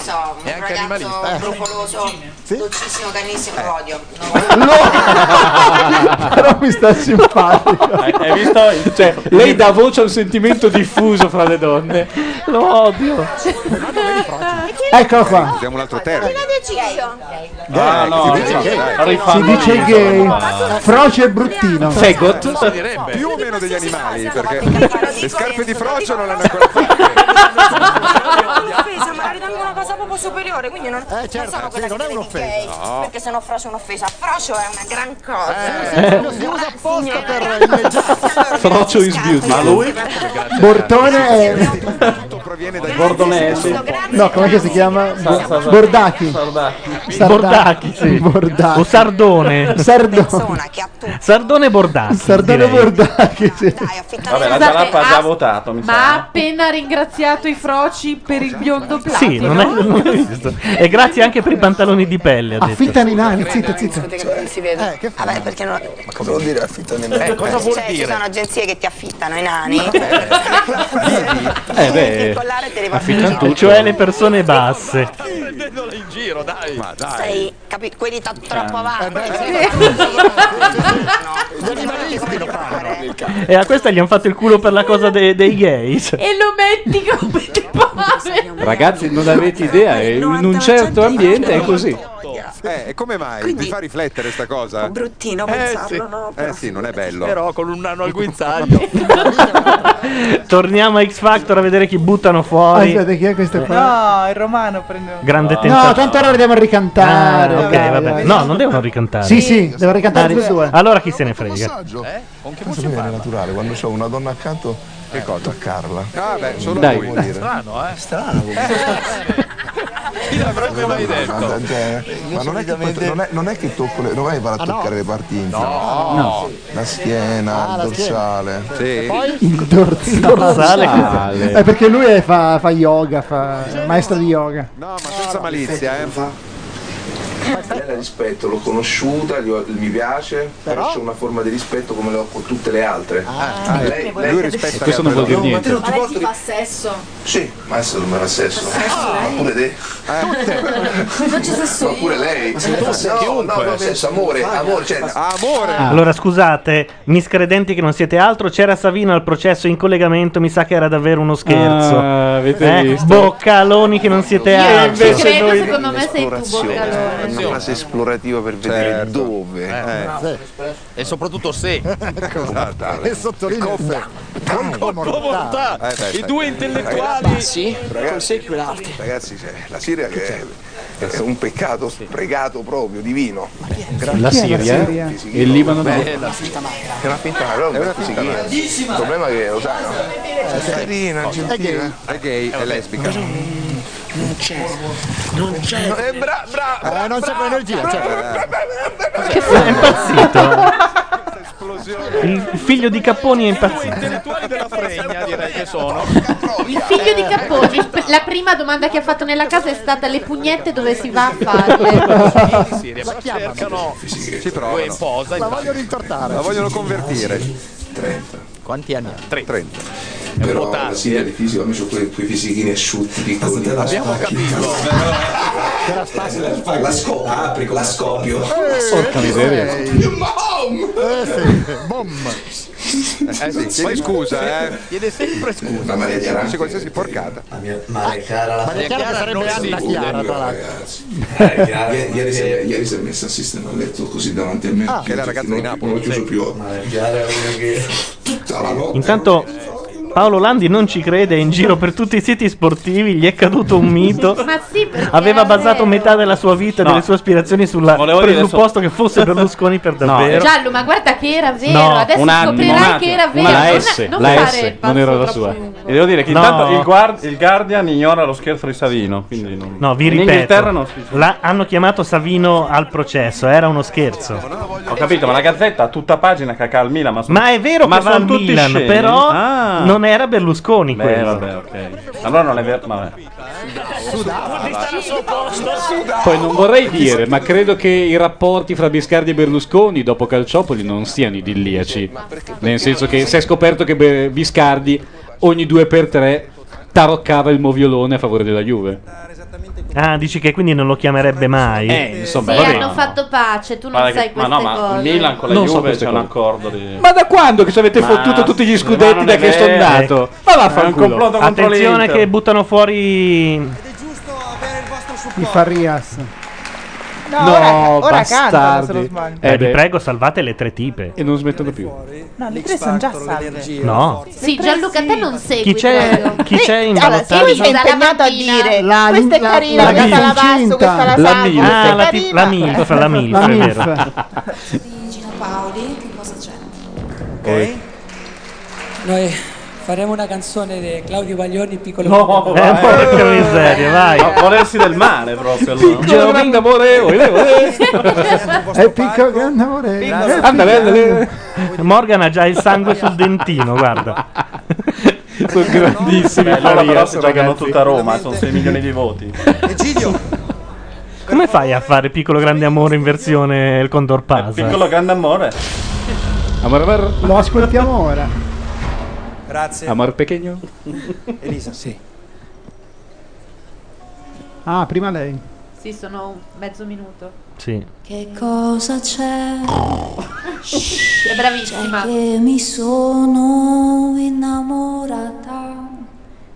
S5: so, un ragazzo
S14: eh.
S5: brufoloso, dolcissimo, carnissimo, lo odio.
S6: Però mi sta simpatico.
S8: Hai visto?
S4: Cioè, lei dà voce a un sentimento diffuso fra le donne.
S2: Lo odio.
S6: Eccolo qua.
S4: Ah,
S13: Usiamo un altro termine.
S5: deciso?
S13: Ah, no,
S6: si dice
S13: no, dai.
S6: Si dice
S16: Eh,
S6: gay. Froce e bruttino.
S13: Si direbbe. Più o meno degli animali, Esatto. perché le scarpe di frocio non le hanno ancora fatte.
S5: Un'offesa, ma la ritengo una cosa proprio superiore, quindi non, eh, certo, sono quella non è un'offesa.
S13: No.
S5: Perché se no Frocio è un'offesa. Frocio è una gran cosa.
S13: Eh.
S5: Si usa apposta per
S4: Frocio is beauty.
S13: Ma lui?
S6: Bortone è...
S13: Tutto proviene dai
S4: Bordonelli.
S6: No, com'è che si chiama?
S4: Sa- sa- sa-
S6: Bordachi.
S2: Sardà- Bordacchi, sì.
S6: Bordacchi.
S2: O Sardone.
S6: Sardone.
S2: Sardone Bordacchi.
S6: Sardone
S2: direi.
S6: Bordacchi. sì.
S8: Vabbè, la
S16: Scusate,
S8: Zalappa ha
S16: ah,
S8: già votato, mi
S16: Ma ha
S8: sa.
S16: appena ringraziato i froci per il biondo platino.
S2: Sì, non è, non è giusto. E grazie anche per i pantaloni di pelle, ha detto.
S6: Affitta Ninani, zitta, zitta.
S5: non si vede. Vabbè, perché non...
S6: Ma cosa vuol dire affitta
S5: Eh, cioè, ci sono agenzie che ti affittano i nani.
S2: Eh beh, cioè le persone basse.
S13: Prendendola in giro, dai. Ma
S5: Sei, capi- quelli ta- troppo avanti. cioè, eh.
S2: E a questa gli hanno fatto il culo per la cosa de- dei gay.
S16: E lo metti come ti pare.
S4: Ragazzi, non avete idea, è- in un certo ambiente è così.
S13: Eh, e come mai? Ti fa riflettere sta cosa?
S5: Bruttino
S13: pensarlo, no? Eh sì, non è bello.
S44: Però con un nano al guinzaglio.
S2: Torniamo a X Factor a vedere chi buttano fuori.
S6: Aspetta, chi è questo qua?
S3: No, il romano prende
S2: Grande
S6: No,
S2: tentativo.
S6: tanto ora dobbiamo ricantare.
S2: Ah, ok,
S6: dai,
S2: vabbè.
S6: dai.
S2: No, non devono ricantare.
S6: Sì, sì, devo ricantare
S2: Ah,
S6: tutti e due.
S2: Allora chi se ne frega?
S14: Cosa viene naturale quando c'ho una donna accanto
S2: Eh.
S14: e cosa? Carla.
S13: Ah, beh, solo
S14: Dai.
S13: lui.
S14: Dai.
S13: Strano, eh?
S14: Strano
S13: Chi l'avrebbe mai detto?
S14: Ma, cioè, ma non, è che, non, è, non è che tocco le, non è che vado a toccare le parti intime.
S13: No. No.
S14: La schiena,
S13: Ah,
S14: il
S13: la
S14: dorsale.
S6: Il dorsale.
S14: dorsale.
S6: È perché lui è- fa, fa yoga, fa maestro di yoga.
S13: No, ma senza malizia, eh.
S18: Lei la rispetto, l'ho conosciuta, gli ho- mi piace, però, c'è una forma di rispetto come le ho con tutte le altre.
S4: Ah,
S18: lei,
S4: lui rispetta le Questo non altre vuol dire
S18: Ma te non
S4: niente.
S18: ti
S26: lei
S18: posso
S26: ti fa sesso.
S18: Sì, ma adesso non me la sesso. Ma pure te.
S26: Non ci sei
S18: Ma pure lei.
S26: Ma sei tu, sei
S18: no,
S26: chiunque.
S18: No, no, sesso, amore, amore, cioè, amore.
S6: Ah.
S2: Allora scusate, miscredenti che non siete altro, c'era Savino al processo in collegamento, mi sa che era davvero uno scherzo. Eh?
S4: Ah, avete visto?
S2: Boccaloni che non siete
S5: Io
S2: altro.
S5: invece Ci
S2: Cioè,
S5: credo, noi- secondo me sei tu,
S13: Eh,
S5: Boccalone.
S18: Una fase esplorativa per vedere dove.
S12: Eh, E soprattutto se.
S18: Ecco.
S12: Esatto.
S18: E sottolineo
S12: Comodità.
S18: Eh, beh,
S12: I
S18: sai.
S12: due intellettuali.
S18: Sì, ragazzi, ragazzi cioè, la Siria che è, è un peccato pregato proprio, divino.
S4: La Siria e il Libano
S18: Beh,
S4: dove-
S18: è una finta marea. È una finta marea, però è un bel fisichino. Il problema è che lo sai, no? È carina, gentile. È gay, è lesbica.
S26: Non c'è. Non c'è.
S12: Eh,
S18: Eh, non c'è cioè. energia.
S2: È impazzito. Il figlio di Capponi è impazzito.
S12: direi che sono.
S5: Il figlio di Capponi, il pr- la prima domanda che ha fatto nella casa è stata le pugnette dove si va a farle.
S12: In Siria, però cercano. Si provano. in posa.
S13: La
S12: infatti.
S13: voglio rintortare.
S12: La vogliono
S18: convertire.
S13: 30.
S12: Quanti anni ha?
S18: 30. Però la Siria di fisico, amici, quei, quei fisichini asciutti, piccoli. Abbiamo capito. La scopo, apri con la scopio.
S4: Porca miseria.
S13: Eh, Poi scusa, eh.
S12: Chiede sempre scusa.
S18: Ma Maria Chiara
S13: Dice qualsiasi porcata.
S18: Maria Chiara la Eh,
S13: Maria Chiara che sarebbe Anna Chiara, tra l'altro.
S18: Ieri, ieri, si è, ieri si è messa a sistemare il letto così davanti a me.
S13: Ah,
S18: Chiuso,
S13: che è la ragazza
S18: non-
S13: di Napoli.
S18: Non l'ho chiuso più. Tutta la notte.
S2: Intanto Paolo Landi non ci crede, è in giro per tutti i siti sportivi, gli è caduto un mito.
S5: Ma sì, perché
S2: Aveva
S5: è
S2: basato
S5: vero.
S2: metà della sua vita,
S8: No.
S2: delle sue aspirazioni sulla
S8: Volevo dire
S2: presupposto che fosse Berlusconi per davvero.
S5: Giallo, ma guarda che era vero,
S2: No,
S5: adesso
S2: un attimo,
S5: scoprirai
S2: un attimo.
S5: che era vero.
S2: Una
S5: Non-
S2: S,
S5: non
S2: la
S5: fare
S2: S,
S5: il passo
S2: non era la
S5: troppo
S2: sua.
S5: lungo.
S8: E devo dire che
S2: No.
S8: intanto il, guard- il Guardian ignora lo scherzo di Savino. Quindi non...
S2: No, vi
S8: In Inghilterra
S2: ripeto,
S8: non si-
S2: la- hanno chiamato Savino al processo, era uno scherzo.
S8: Ho capito, ma la gazzetta ha tutta pagina che ha il Milan. Ma, sono-
S2: Ma è vero
S8: ma
S2: che va
S8: sono
S2: al
S8: tutti
S2: Milan,
S8: scemi.
S2: però
S8: Ah.
S2: non era Berlusconi
S8: Beh,
S2: quello.
S8: vabbè, ok. Allora non è vero. Vabbè.
S4: Poi non vorrei dire, ma credo che i rapporti fra Biscardi e Berlusconi dopo Calciopoli non siano idilliaci. Nel senso che si è scoperto che Be- Biscardi ogni 2x3 taroccava il moviolone a favore della Juve.
S2: Ah, dici che quindi non lo chiamerebbe mai?
S4: Eh, insomma,
S5: Sì, hanno fatto pace, tu non
S2: Guarda
S5: sai
S2: che-
S8: Ma
S5: queste
S8: no, ma
S5: cose.
S8: il Milan con la
S4: Non so
S8: Juve
S4: queste
S8: c'è un
S4: cose.
S8: accordo di.
S4: Ma da quando che ci avete
S8: Ma-
S4: fottuto tutti gli
S8: ma
S4: scudetti
S8: non è
S4: da che sono
S8: vero.
S4: nato? Ma
S2: Ecco. È un
S4: vaffanculo.
S2: complotto contro Attenzione l'Inter. che buttano fuori i
S6: Farrias.
S3: No,
S2: No,
S3: ora, ora
S2: bastardi.
S3: cantano se non sbaglio.
S2: Eh, vi prego, salvate le tre tipe.
S4: E non smettono più.
S3: No, le tre sono già salve.
S2: No.
S5: Sì, Gianluca, te non segui.
S2: Chi c'è, chi c'è in
S3: Allora, se lui si è
S2: ballottaggio?
S3: impegnato a dire questa è carina,
S2: la
S3: questa la basso,
S2: Ghincinta.
S3: questa la
S2: La
S3: salvo,
S2: Milf.
S3: questa
S2: Ah,
S3: è
S2: la ti-
S3: carina.
S2: la Milf, la Milf, è vero.
S26: Di Gino Paoli, che cosa c'è?
S15: Noi faremo una canzone di Claudio Baglioni, il piccolo
S8: No,
S15: Eh,
S8: vai.
S15: porca
S2: miseria, vai.
S8: Ma volersi del male proprio. allora.
S6: Piccolo grande amore,
S2: Oh,
S6: olè, olè. È
S8: È
S6: piccolo grande amore.
S8: Piccolo.
S6: Eh,
S2: Andale,
S6: piccolo.
S2: andale. Morgan ha già il sangue sul dentino, guarda.
S4: Sono grandissimi.
S8: Beh, Eh, loro però si
S2: Ragazzi.
S8: giocano tutta Roma, sono 6 milioni di voti.
S2: Come fai a fare piccolo grande amore in versione il Condor Pasa?
S8: Piccolo grande amore.
S4: Amor, amor.
S6: Lo ascoltiamo ora.
S19: Grazie.
S4: Amor pequeño.
S19: Elisa, sì.
S6: Ah, prima lei.
S5: Sì, sono un mezzo minuto.
S2: Sì.
S26: Che cosa c'è?
S5: È bravissima.
S26: Che mi sono innamorata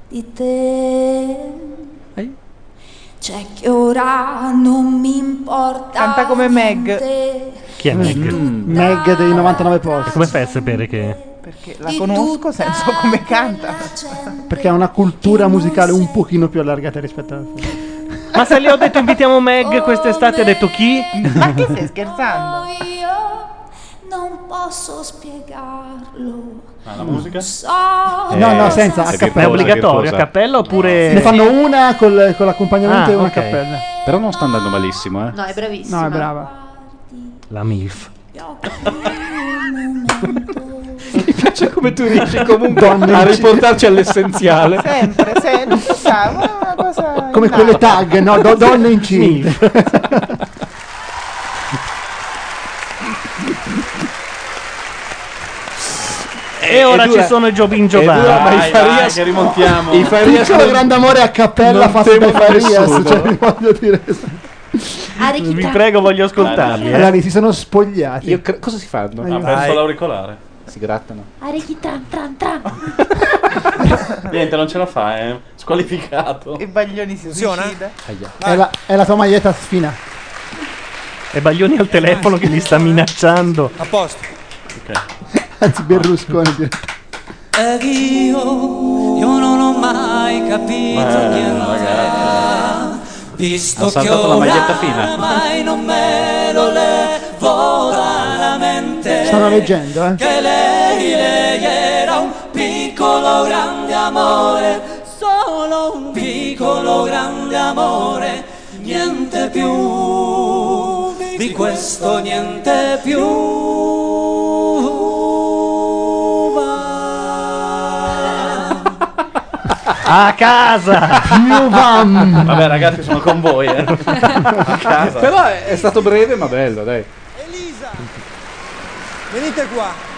S26: di te. C'è che ora non mi importa.
S3: Canta come Meg.
S26: te.
S2: Chi è Meg?
S6: Meg dei 99 posti.
S2: Come fai a sapere che...
S3: Perché la conosco, se so come canta.
S6: Perché ha una cultura musicale un pochino più allargata rispetto alla film.
S2: Ma se le ho detto invitiamo
S6: Oh,
S2: Meg quest'estate, ha detto chi?
S3: Ma che stai scherzando?
S26: Io non posso spiegarlo.
S8: Ma la musica?
S26: So
S6: no, no, senza, a
S2: Ma Eh, è
S6: cappella.
S2: obbligatorio, a cappella oppure...
S6: Ne fanno una col- con l'accompagnamento
S2: Ah,
S6: e una
S2: ok.
S6: cappella.
S4: Però non sta andando malissimo, eh.
S5: No, è bravissima.
S6: No, è brava.
S2: La MILF.
S4: Mi piace come tu riesci comunque a riportarci all'essenziale.
S3: Sempre, se non si sa, una cosa...
S6: Come
S3: in
S6: quelle
S3: alto.
S6: tag, no, do- donne incinte.
S2: E, ora ci sono i Giobin Giovanni.
S6: Dai,
S2: Faria
S8: che rimontiamo.
S2: I Farias
S6: Piccolo grande amore a cappella
S2: non
S6: fatto
S2: temo
S6: dai Farias.
S2: nessuno.
S6: Cioè, vi voglio dire.
S2: Vi prego, voglio ascoltarli. eh.
S6: Allora, si sono spogliati.
S4: cosa si fanno?
S8: Ha perso l'auricolare.
S4: Si grattano.
S5: Arechi tran tran tran.
S8: Niente, non ce la fa, eh. Squalificato.
S45: I baglioni si
S8: Funziona?
S45: suicida.
S6: È la, è la tua maglietta sfina.
S2: E Baglioni al telefono che li sta minacciando.
S19: A posto.
S6: Anzi, Berlusconi. direi.
S15: Ed io, io non ho mai capito niente, visto
S4: Ha
S15: che
S4: saltato la maglietta fina.
S15: oramai non me lo levo dalla mente.
S6: Stanno leggendo, eh.
S15: Che lei, lei era un piccolo grande amore, solo un piccolo grande amore, niente più di questo, niente più.
S2: A casa!
S8: Vabbè, ragazzi, sono con voi, eh. A casa.
S4: Però è, è stato breve ma bello, dai.
S19: Venite qua.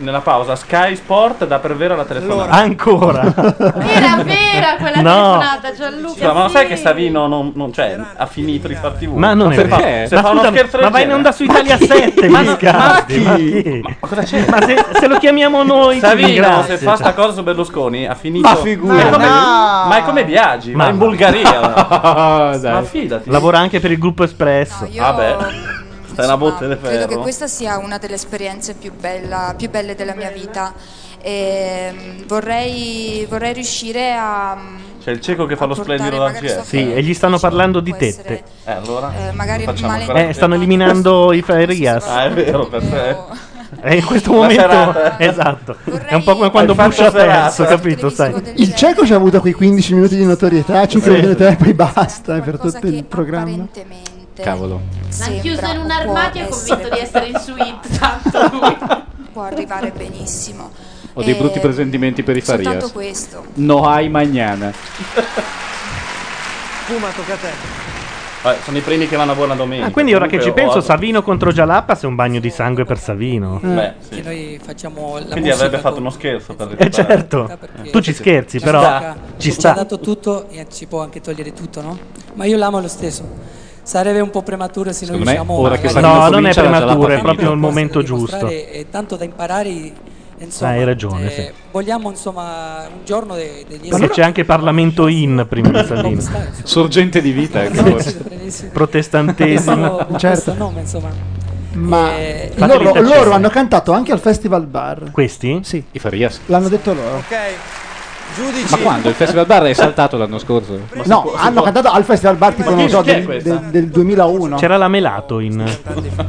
S8: Nella pausa, Sky Sport dà per vera la telefonata.
S2: Ancora.
S5: Era vera Ah, quella
S8: No.
S5: telefonata, Gianluca.
S8: Scusa, ma lo
S5: sì.
S8: sai che Savino non, non- cioè, ha finito di farti TV?
S2: Ma non è
S8: se fa-
S2: vero.
S8: se
S2: Ma
S8: fa uno
S2: scusami,
S8: scherzo del
S2: ma va in
S8: genere-
S2: onda su Italia 7,
S8: Ma
S2: mi
S8: no-
S2: scardi,
S8: ma
S2: ma
S8: chi?
S2: chi?
S8: Ma cosa c'è?
S2: Ma se, se lo chiamiamo noi, cioè.
S8: Savino, se fa sta cosa su Berlusconi, ha finito.
S2: Ma figurati.
S8: Ma è come,
S2: No.
S8: ma è come Biagi, ma
S2: Ma
S8: in
S2: no.
S8: Bulgaria. Ma fidati. Ah,
S2: Lavora anche per il gruppo Espresso.
S26: io- Vabbè.
S2: stai una botte di
S26: Credo che questa sia una delle esperienze più, bella- più belle della mia vita. E, mm, vorrei, vorrei riuscire a mm,
S8: C'è il cieco che fa lo splendido da GS.
S2: Sì, e gli stanno parlando di tette.
S8: Eh, allora.
S26: magari
S8: facciamo
S26: male-
S8: ancora
S2: Eh, stanno eliminando i Farias.
S8: Ah, è vero, per te.
S2: E in questo
S8: La
S2: momento,
S8: serata.
S2: esatto, è un po' come quando
S8: Hai fatto
S2: Bush ha
S8: serata.
S2: perso, capito? Sai.
S6: Il cieco ci ha avuto quei 15 minuti di notorietà, 5 minuti di te, poi basta eh, per tutto il programma.
S4: Cavolo.
S5: Ma
S26: sembra
S5: chiuso in un
S26: o può
S5: armadio è
S26: essere
S5: convinto di essere in suite. Tanto
S26: può arrivare benissimo.
S4: Ho dei
S26: Eh,
S4: brutti presentimenti per i Farias.
S26: Soltanto questo.
S4: No hai magnana.
S19: Puma, tocca a te.
S8: Vabbè, Eh, sono i primi che vanno a buona domenica.
S2: Ah, quindi ora che ci
S8: Comunque,
S2: penso,
S8: oh,
S2: Savino contro Gialappas è un bagno di sangue per Savino.
S8: Beh, sì.
S15: Che noi facciamo la
S8: Quindi
S15: musica
S8: avrebbe fatto
S15: con-
S8: uno scherzo per
S2: Eh
S8: recuperare.
S2: certo, tu ci scherzi
S15: Ci
S2: però,
S15: sta. Ci
S2: ci
S15: ha
S2: sta.
S15: dato tutto e ci può anche togliere tutto, no? Ma io l'amo lo stesso. Sarebbe un po' prematuro se noi
S2: Secondo me,
S15: riusciamo
S2: ora che
S15: magari-
S2: Savino No, non è comincia, la prematuro, Gialappa è finisce. proprio il momento
S15: dimostrare,
S2: giusto.
S15: eh, tanto da imparare, eh, insomma,
S2: Hai ragione,
S15: eh,
S2: sì.
S15: Vogliamo insomma un giorno de- degli
S2: Perché c'è anche Parlamento in prima di Salvini.
S4: Sorgente di vita, ecco forse.
S2: Protestantesimo.
S15: Certo. nome, insomma.
S6: Ma
S15: Eh,
S2: fatemi
S6: loro,
S2: piacere.
S6: loro hanno cantato anche al Festival Bar.
S2: Questi?
S6: Sì.
S4: I Farias.
S6: L'hanno detto loro.
S19: Ok. Giudici.
S4: Ma quando? Il Festival Bar è saltato l'anno scorso?
S6: No, hanno cantato al Festival Bar tipo,
S4: Ma
S6: non
S4: chi-
S6: so,
S4: chi è
S6: del,
S4: questa?
S6: del- del 2001.
S2: C'era la Melato in...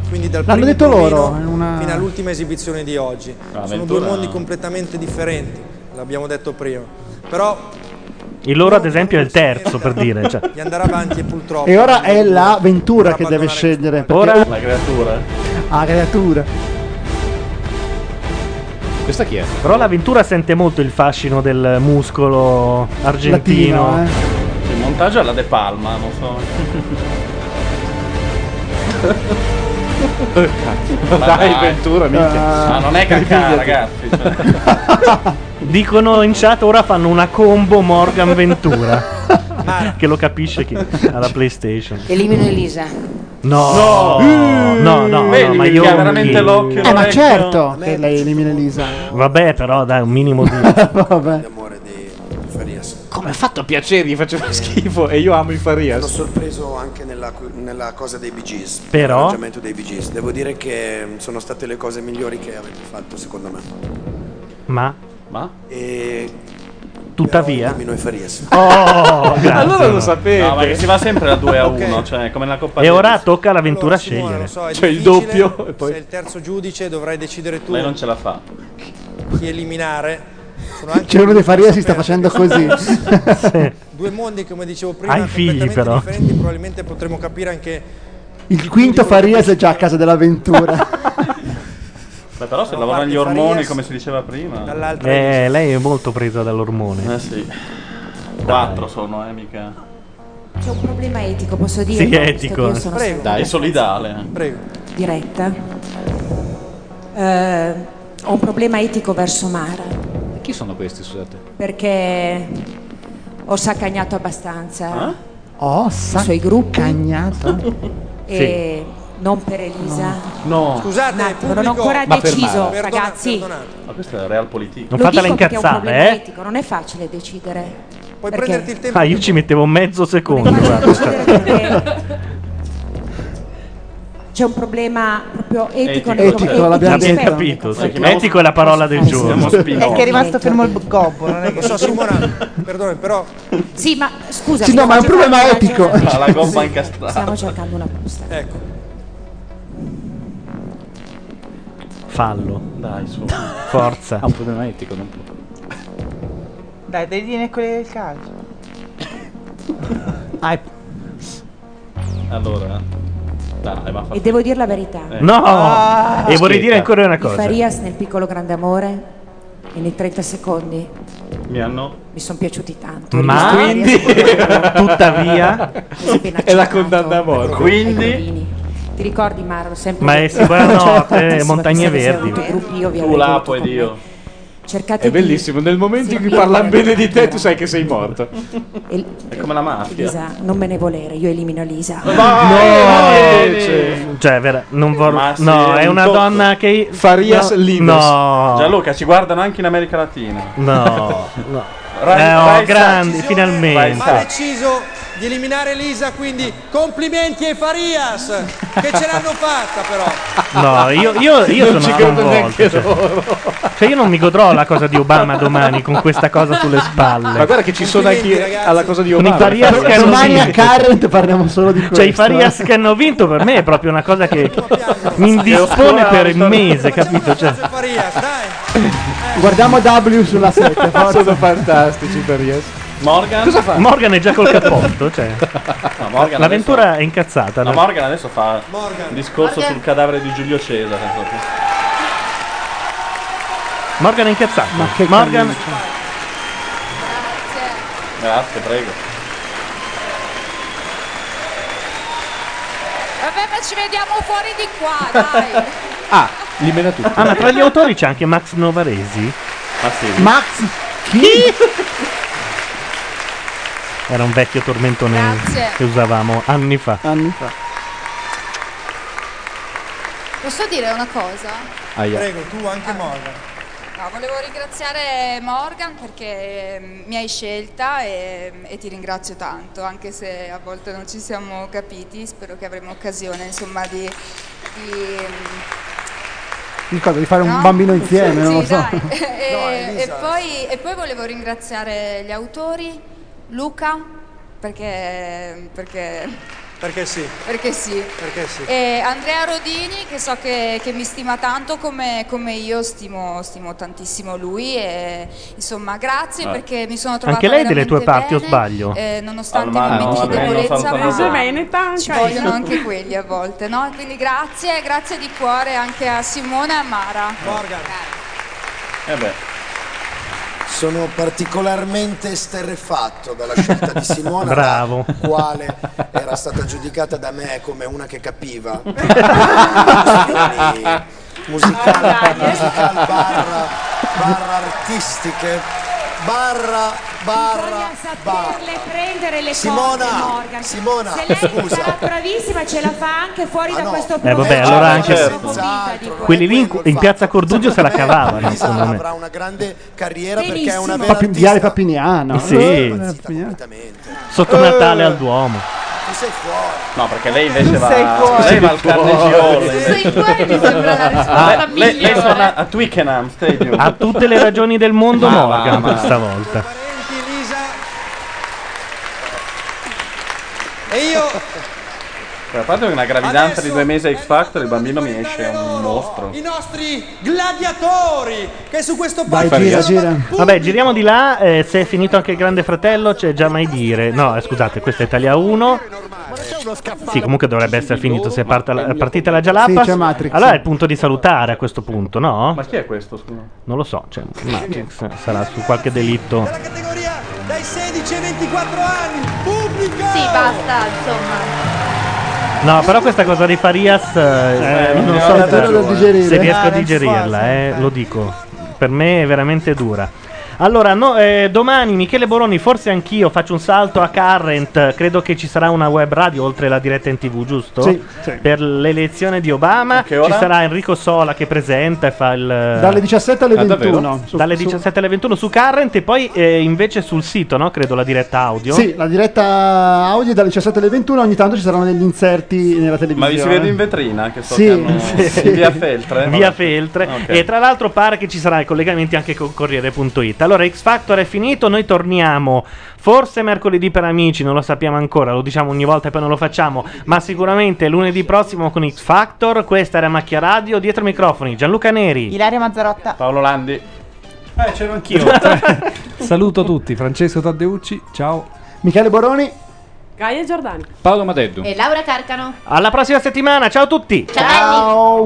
S19: Quindi dal
S6: L'hanno
S19: primo
S6: detto loro,
S19: provino
S6: in una-
S19: fino all'ultima esibizione di oggi.
S8: Ah,
S19: Sono
S2: Ventura-
S19: due mondi completamente differenti, l'abbiamo detto prima. Però
S2: Il loro ad esempio è il terzo per dire. Cioè.
S19: di andare avanti è purtroppo.
S6: E ora è la Ventura che deve scegliere.
S2: Ora-
S8: La creatura.
S6: Ah, creatura.
S4: Questa chi è?
S2: Però l'avventura sente molto il fascino del muscolo argentino.
S6: Latino, eh.
S8: Il montaggio è la De Palma, non so.
S4: Dai, Ventura, minchia.
S8: Ma non è cacca,
S2: Ripigliati.
S8: ragazzi. cioè.
S2: Dicono in chat ora fanno una combo Morgan Ventura. che lo capisce chi alla PlayStation.
S17: Elimino Elisa.
S2: No, no, no, no,
S8: Vedi,
S2: ma
S8: mi
S2: io
S8: piglia veramente l'occhio.
S6: Eh, ma
S8: l'orecchio.
S6: certo che lei elimina Elisa.
S2: Vabbè, però dai, un minimo di
S6: Vabbè.
S4: Come ha fatto a piacergli? Faceva schifo e io amo i
S46: L'ho
S4: Farias.
S46: sorpreso anche nella, nella cosa dei Bee Gees.
S4: Però?
S46: nell'arrangiamento dei Bee Gees. Devo dire che mm, sono state le cose migliori che avete fatto, secondo me.
S2: ma
S8: Ma?
S46: E.
S2: tuttavia
S46: Elimino i Farias.
S2: Oh, grazie.
S8: No, ma che si va sempre da 2 a 1, cioè come nella Coppa
S2: E
S8: Davis.
S2: ora tocca all'avventura scegliere.
S19: lo so, è
S8: C'è Cioè, il
S19: difficile,
S8: doppio e poi-
S19: Sei il terzo giudice, dovrai decidere tu
S8: Lei non ce la fa.
S19: chi eliminare. Sono anche
S6: C'è uno dei Faria si sta
S19: consapevole.
S6: facendo così.
S19: Due mondi, come dicevo prima,
S6: Ha i figli,
S19: completamente
S6: però.
S19: differenti, probabilmente potremo capire anche
S6: Il quinto Farias è già a casa dell'avventura.
S8: Beh, però se lavorano gli ormoni, come si diceva prima.
S19: Dall'altra
S2: Eh,
S19: Eh,
S2: lei è molto presa dall'ormone.
S8: Eh sì. 4 sono, eh, mica.
S17: C'è un problema etico, posso dire?
S8: Sì,
S17: No,
S8: è
S17: visto
S8: etico.
S17: che Io sono
S8: Prego.
S17: sempre
S8: Dai, solidale.
S19: Prego.
S17: Diretta. Eh, ho un problema etico verso Mara
S4: Chi sono questi, scusate?
S17: perché ho saccagnato
S8: Ah?
S17: abbastanza
S13: Oh,
S17: i suoi gruppi e
S4: Sì.
S17: non per Elisa.
S4: No.
S17: Scusate, non ho
S8: pubblico-
S17: ancora
S8: Ma per
S17: deciso,
S8: Mara.
S17: ragazzi.
S8: Ma questa è realpolitik.
S2: Non
S17: Lo
S2: fatela
S17: dico perché è un
S2: incazzare,
S17: problema
S2: eh.
S17: etico, non è facile decidere. Puoi
S19: prenderti il
S2: Ah, io ci mettevo mezzo secondo. cioè. guarda.
S17: C'è un problema proprio etico,
S2: Etico.
S17: nel
S2: Etico, l'abbiamo
S17: aspetta.
S2: detto. Capito, sì. Etico è la parola del giorno.
S3: È che è rimasto fermo il gobbo, non è che
S19: so Simona, perdonami, però
S17: Sì, ma scusa.
S13: Sì, no, ma è un problema etico.
S8: Ah, la gobba
S17: Stiamo
S8: incastrata.
S17: cercando una posta.
S19: Ecco.
S2: Fallo.
S4: Dai, su.
S2: Forza.
S8: Ah,
S4: Ha un problema etico, non può.
S3: Dai, devi dire quelle del calcio.
S8: Allora. Dai, ma fa.
S17: E devo dire la verità.
S8: Eh. No! Ah! E vorrei dire ancora una
S17: Di
S8: cosa.
S17: Farias nel piccolo grande amore e nei 30 secondi
S8: Mi hanno.
S17: mi sono piaciuti tanto.
S2: Ma
S17: Quindi-
S2: tuttavia
S4: è la condanna a morte.
S2: Quindi
S17: Ecco, Ti ricordi Maro sempre?
S2: Ma è sì, buonanotte, Montagne Verdi.
S17: Gruppi, io vi
S4: Tu
S17: avrei
S4: là,
S17: voluto
S4: poi
S17: con
S4: Dio.
S17: me. Cercate
S4: È bellissimo, nel momento in cui parlano bene di te, tu sai che sei morto.
S8: È come la
S17: di
S8: mafia.
S17: Elisa, non me ne volere, io elimino Elisa.
S2: no, cioè, vera, non vorrei.
S8: sì,
S2: No,
S8: è
S2: è
S8: un
S2: una
S8: tocco.
S2: donna che. no, No,
S8: Gianluca, ci guardano anche in America Latina.
S2: No, no.
S8: Rai-
S2: Eh, oh,
S8: Rai Star.
S2: grandi,
S8: Decisione.
S2: finalmente.
S8: Rai
S19: ha deciso di eliminare Elisa, quindi complimenti ai Farias che ce l'hanno fatta però.
S2: oh, No, io, io, io
S4: Non ci
S2: sono
S4: credo
S2: sconvolto.
S4: neanche
S2: Cioè.
S4: loro.
S2: Cioè, io non mi godrò la cosa di Obama domani con questa cosa sulle spalle.
S4: Ma guarda che ci sono anche alla cosa di
S2: Con
S4: Obama.
S2: i Farias che hanno
S13: Domani a
S2: vinto.
S13: Current parliamo solo di
S6: eh.
S13: questo. eh.
S2: Cioè, i Farias che hanno vinto per me è proprio una cosa che mi indispone per il mese, capito? Cioè,
S13: Guardiamo W sulla 7, forza.
S4: Sono fantastici i Farias.
S8: Morgan?
S2: Cosa fa? Morgan è già col cappotto. Cioè.
S8: No, Morgan
S2: L'avventura è incazzata.
S8: adesso...
S2: no?
S8: No, Morgan adesso fa un discorso
S2: Morgan.
S8: sul cadavere di Giulio Cesare.
S2: Morgan è incazzato.
S8: Ma che cioè.
S2: Morgan.
S8: Grazie, prego.
S9: Vabbè, ma ci vediamo fuori di qua, dai.
S2: Ah,
S4: li mena tutti.
S2: Ah, ma tra gli autori c'è anche Max Novaresi.
S8: Ma sì.
S2: Max chi? Era un vecchio tormentone
S9: Grazie.
S2: che usavamo anni fa. Anni fa.
S26: Posso dire una cosa?
S19: Prego, tu anche Morgan.
S26: No, volevo ringraziare Morgan perché ehm, mi hai scelta e, e ti ringrazio tanto, anche se a volte non ci siamo capiti, spero che avremo occasione insomma di... di, ehm,
S13: Di cosa? Di fare un
S26: No?
S13: bambino insieme, non lo
S26: Sì,
S13: so.
S26: dai. e, e poi, e poi volevo ringraziare gli autori, Luca, perché, perché,
S19: Perché sì.
S26: perché sì. Eh,
S19: Perché sì.
S26: E Andrea Rodini, che so che, che mi stima tanto come, come io stimo, stimo tantissimo lui. E, insomma, grazie
S2: Ah.
S26: perché mi sono trovata
S2: Anche lei delle tue
S26: veramente
S2: parti, o
S26: bene,
S2: sbaglio?
S26: eh, nonostante i
S2: Al
S26: momenti
S2: mare,
S26: di
S2: no, vabbè, non
S26: debolezza,
S2: sono
S26: ma
S2: tanto-
S26: ci vogliono anche quelli a volte. No? Quindi grazie, grazie di cuore anche a Simona e a Mara.
S2: Eh
S6: Sono particolarmente sterrefatto dalla scelta di Simona,
S2: Bravo.
S6: la quale era stata giudicata da me come una che capiva.
S26: Ah,
S6: musicale, musical barra, barra artistiche, barra, barra, barra.
S17: Saperle prendere le
S6: Simona,
S17: cose, Morgan.
S6: Simona,
S17: Se lei
S6: scusa.
S17: sarà bravissima, ce la fa anche fuori da questo
S2: Eh
S17: programma.
S2: vabbè, allora
S6: ma
S2: anche
S6: certo.
S2: quelli lì in, in piazza Cordugio se la cavavano, secondo me.
S6: Avrà una grande carriera perché è
S13: Benissimo.
S6: una vera
S13: Papi-
S6: artista.
S13: Viale Papiniano.
S2: Sì.
S13: Eh,
S2: Impazzita
S13: Papiniano.
S2: Sotto
S13: Eh.
S2: Natale al Duomo.
S6: Tu sei fuori.
S8: No, perché lei invece va,
S6: Sei fuori.
S8: lei va al
S2: Sei fuori.
S8: Carnegie Hall.
S2: Sei fuori, mi sembra la risposta
S8: Ah, lei, lei
S2: migliore.
S8: suona a Twickenham Stadium.
S2: Ha tutte le ragioni del mondo
S8: Ma va,
S2: Morgan
S8: ma-
S2: questa volta.
S19: E io
S8: A parte una gravidanza di due mesi a X Factor, il bambino mi esce un mostro.
S19: i nostri gladiatori che su questo
S2: Vai,
S19: palco
S2: gira,
S19: sono-
S2: Vabbè, giriamo di là. eh, se è finito anche il Grande Fratello, c'è già mai dire. No, eh, scusate, questa è Italia 1. Sì, comunque dovrebbe essere finito se è parta la- è partita la Jalapa.
S13: Sì, c'è Matrix.
S2: Allora è il punto di salutare a questo punto, no?
S8: Ma chi è questo, scusa?
S2: cioè, Non lo so, c'è Matrix sarà su qualche delitto.
S19: dai 16 ai 24 anni, pubblico!
S5: Sì, basta, insomma.
S2: No, però questa cosa di Farias eh,
S6: Eh,
S2: non
S6: no,
S2: so
S6: la
S2: se,
S6: devo digerire.
S2: se riesco a
S6: Ah, non si
S2: digerirla,
S6: fa,
S2: eh, lo dico. Per me è veramente dura. Allora, no, eh, domani Michele Boroni, forse anch'io faccio un salto a Current, credo che ci sarà una web radio oltre la diretta in tv, giusto?
S6: Sì, sì.
S2: Per l'elezione di Obama
S6: che ora?
S2: ci sarà Enrico Sola che presenta e fa il... Ah,
S6: Dalle 17 alle 21. Su-
S2: Dalle
S6: su-
S2: 17 alle 21 su Current e poi eh, invece sul sito, no? Credo la diretta audio.
S6: Sì, la diretta audio è dalle 17 alle 21, ogni tanto ci saranno degli inserti nella
S11: Ma
S6: televisione.
S11: vi si vede in vetrina anche so
S6: Sì,
S11: che hanno-
S6: sì.
S11: in via Feltre?
S2: Via Feltre.
S11: Ok.
S2: E tra l'altro pare che ci saranno i collegamenti anche con Corriere.it. Allora, X Factor è finito, noi torniamo. Forse mercoledì per amici, non lo sappiamo ancora, lo diciamo ogni volta e poi non lo facciamo. Ma sicuramente lunedì prossimo con X Factor. Questa era Macchia Radio, dietro i microfoni, Gianluca Neri.
S8: Ilaria Mazzarotta.
S11: Paolo Landi.
S14: Eh, c'ero anch'io. Saluto tutti, Francesco Taddeucci, ciao.
S6: Michele Boroni. Eh.
S9: Gaia Giordani.
S4: Paolo Madeddu.
S5: E Laura Carcano.
S2: Alla prossima settimana, ciao a tutti!
S6: Ciao!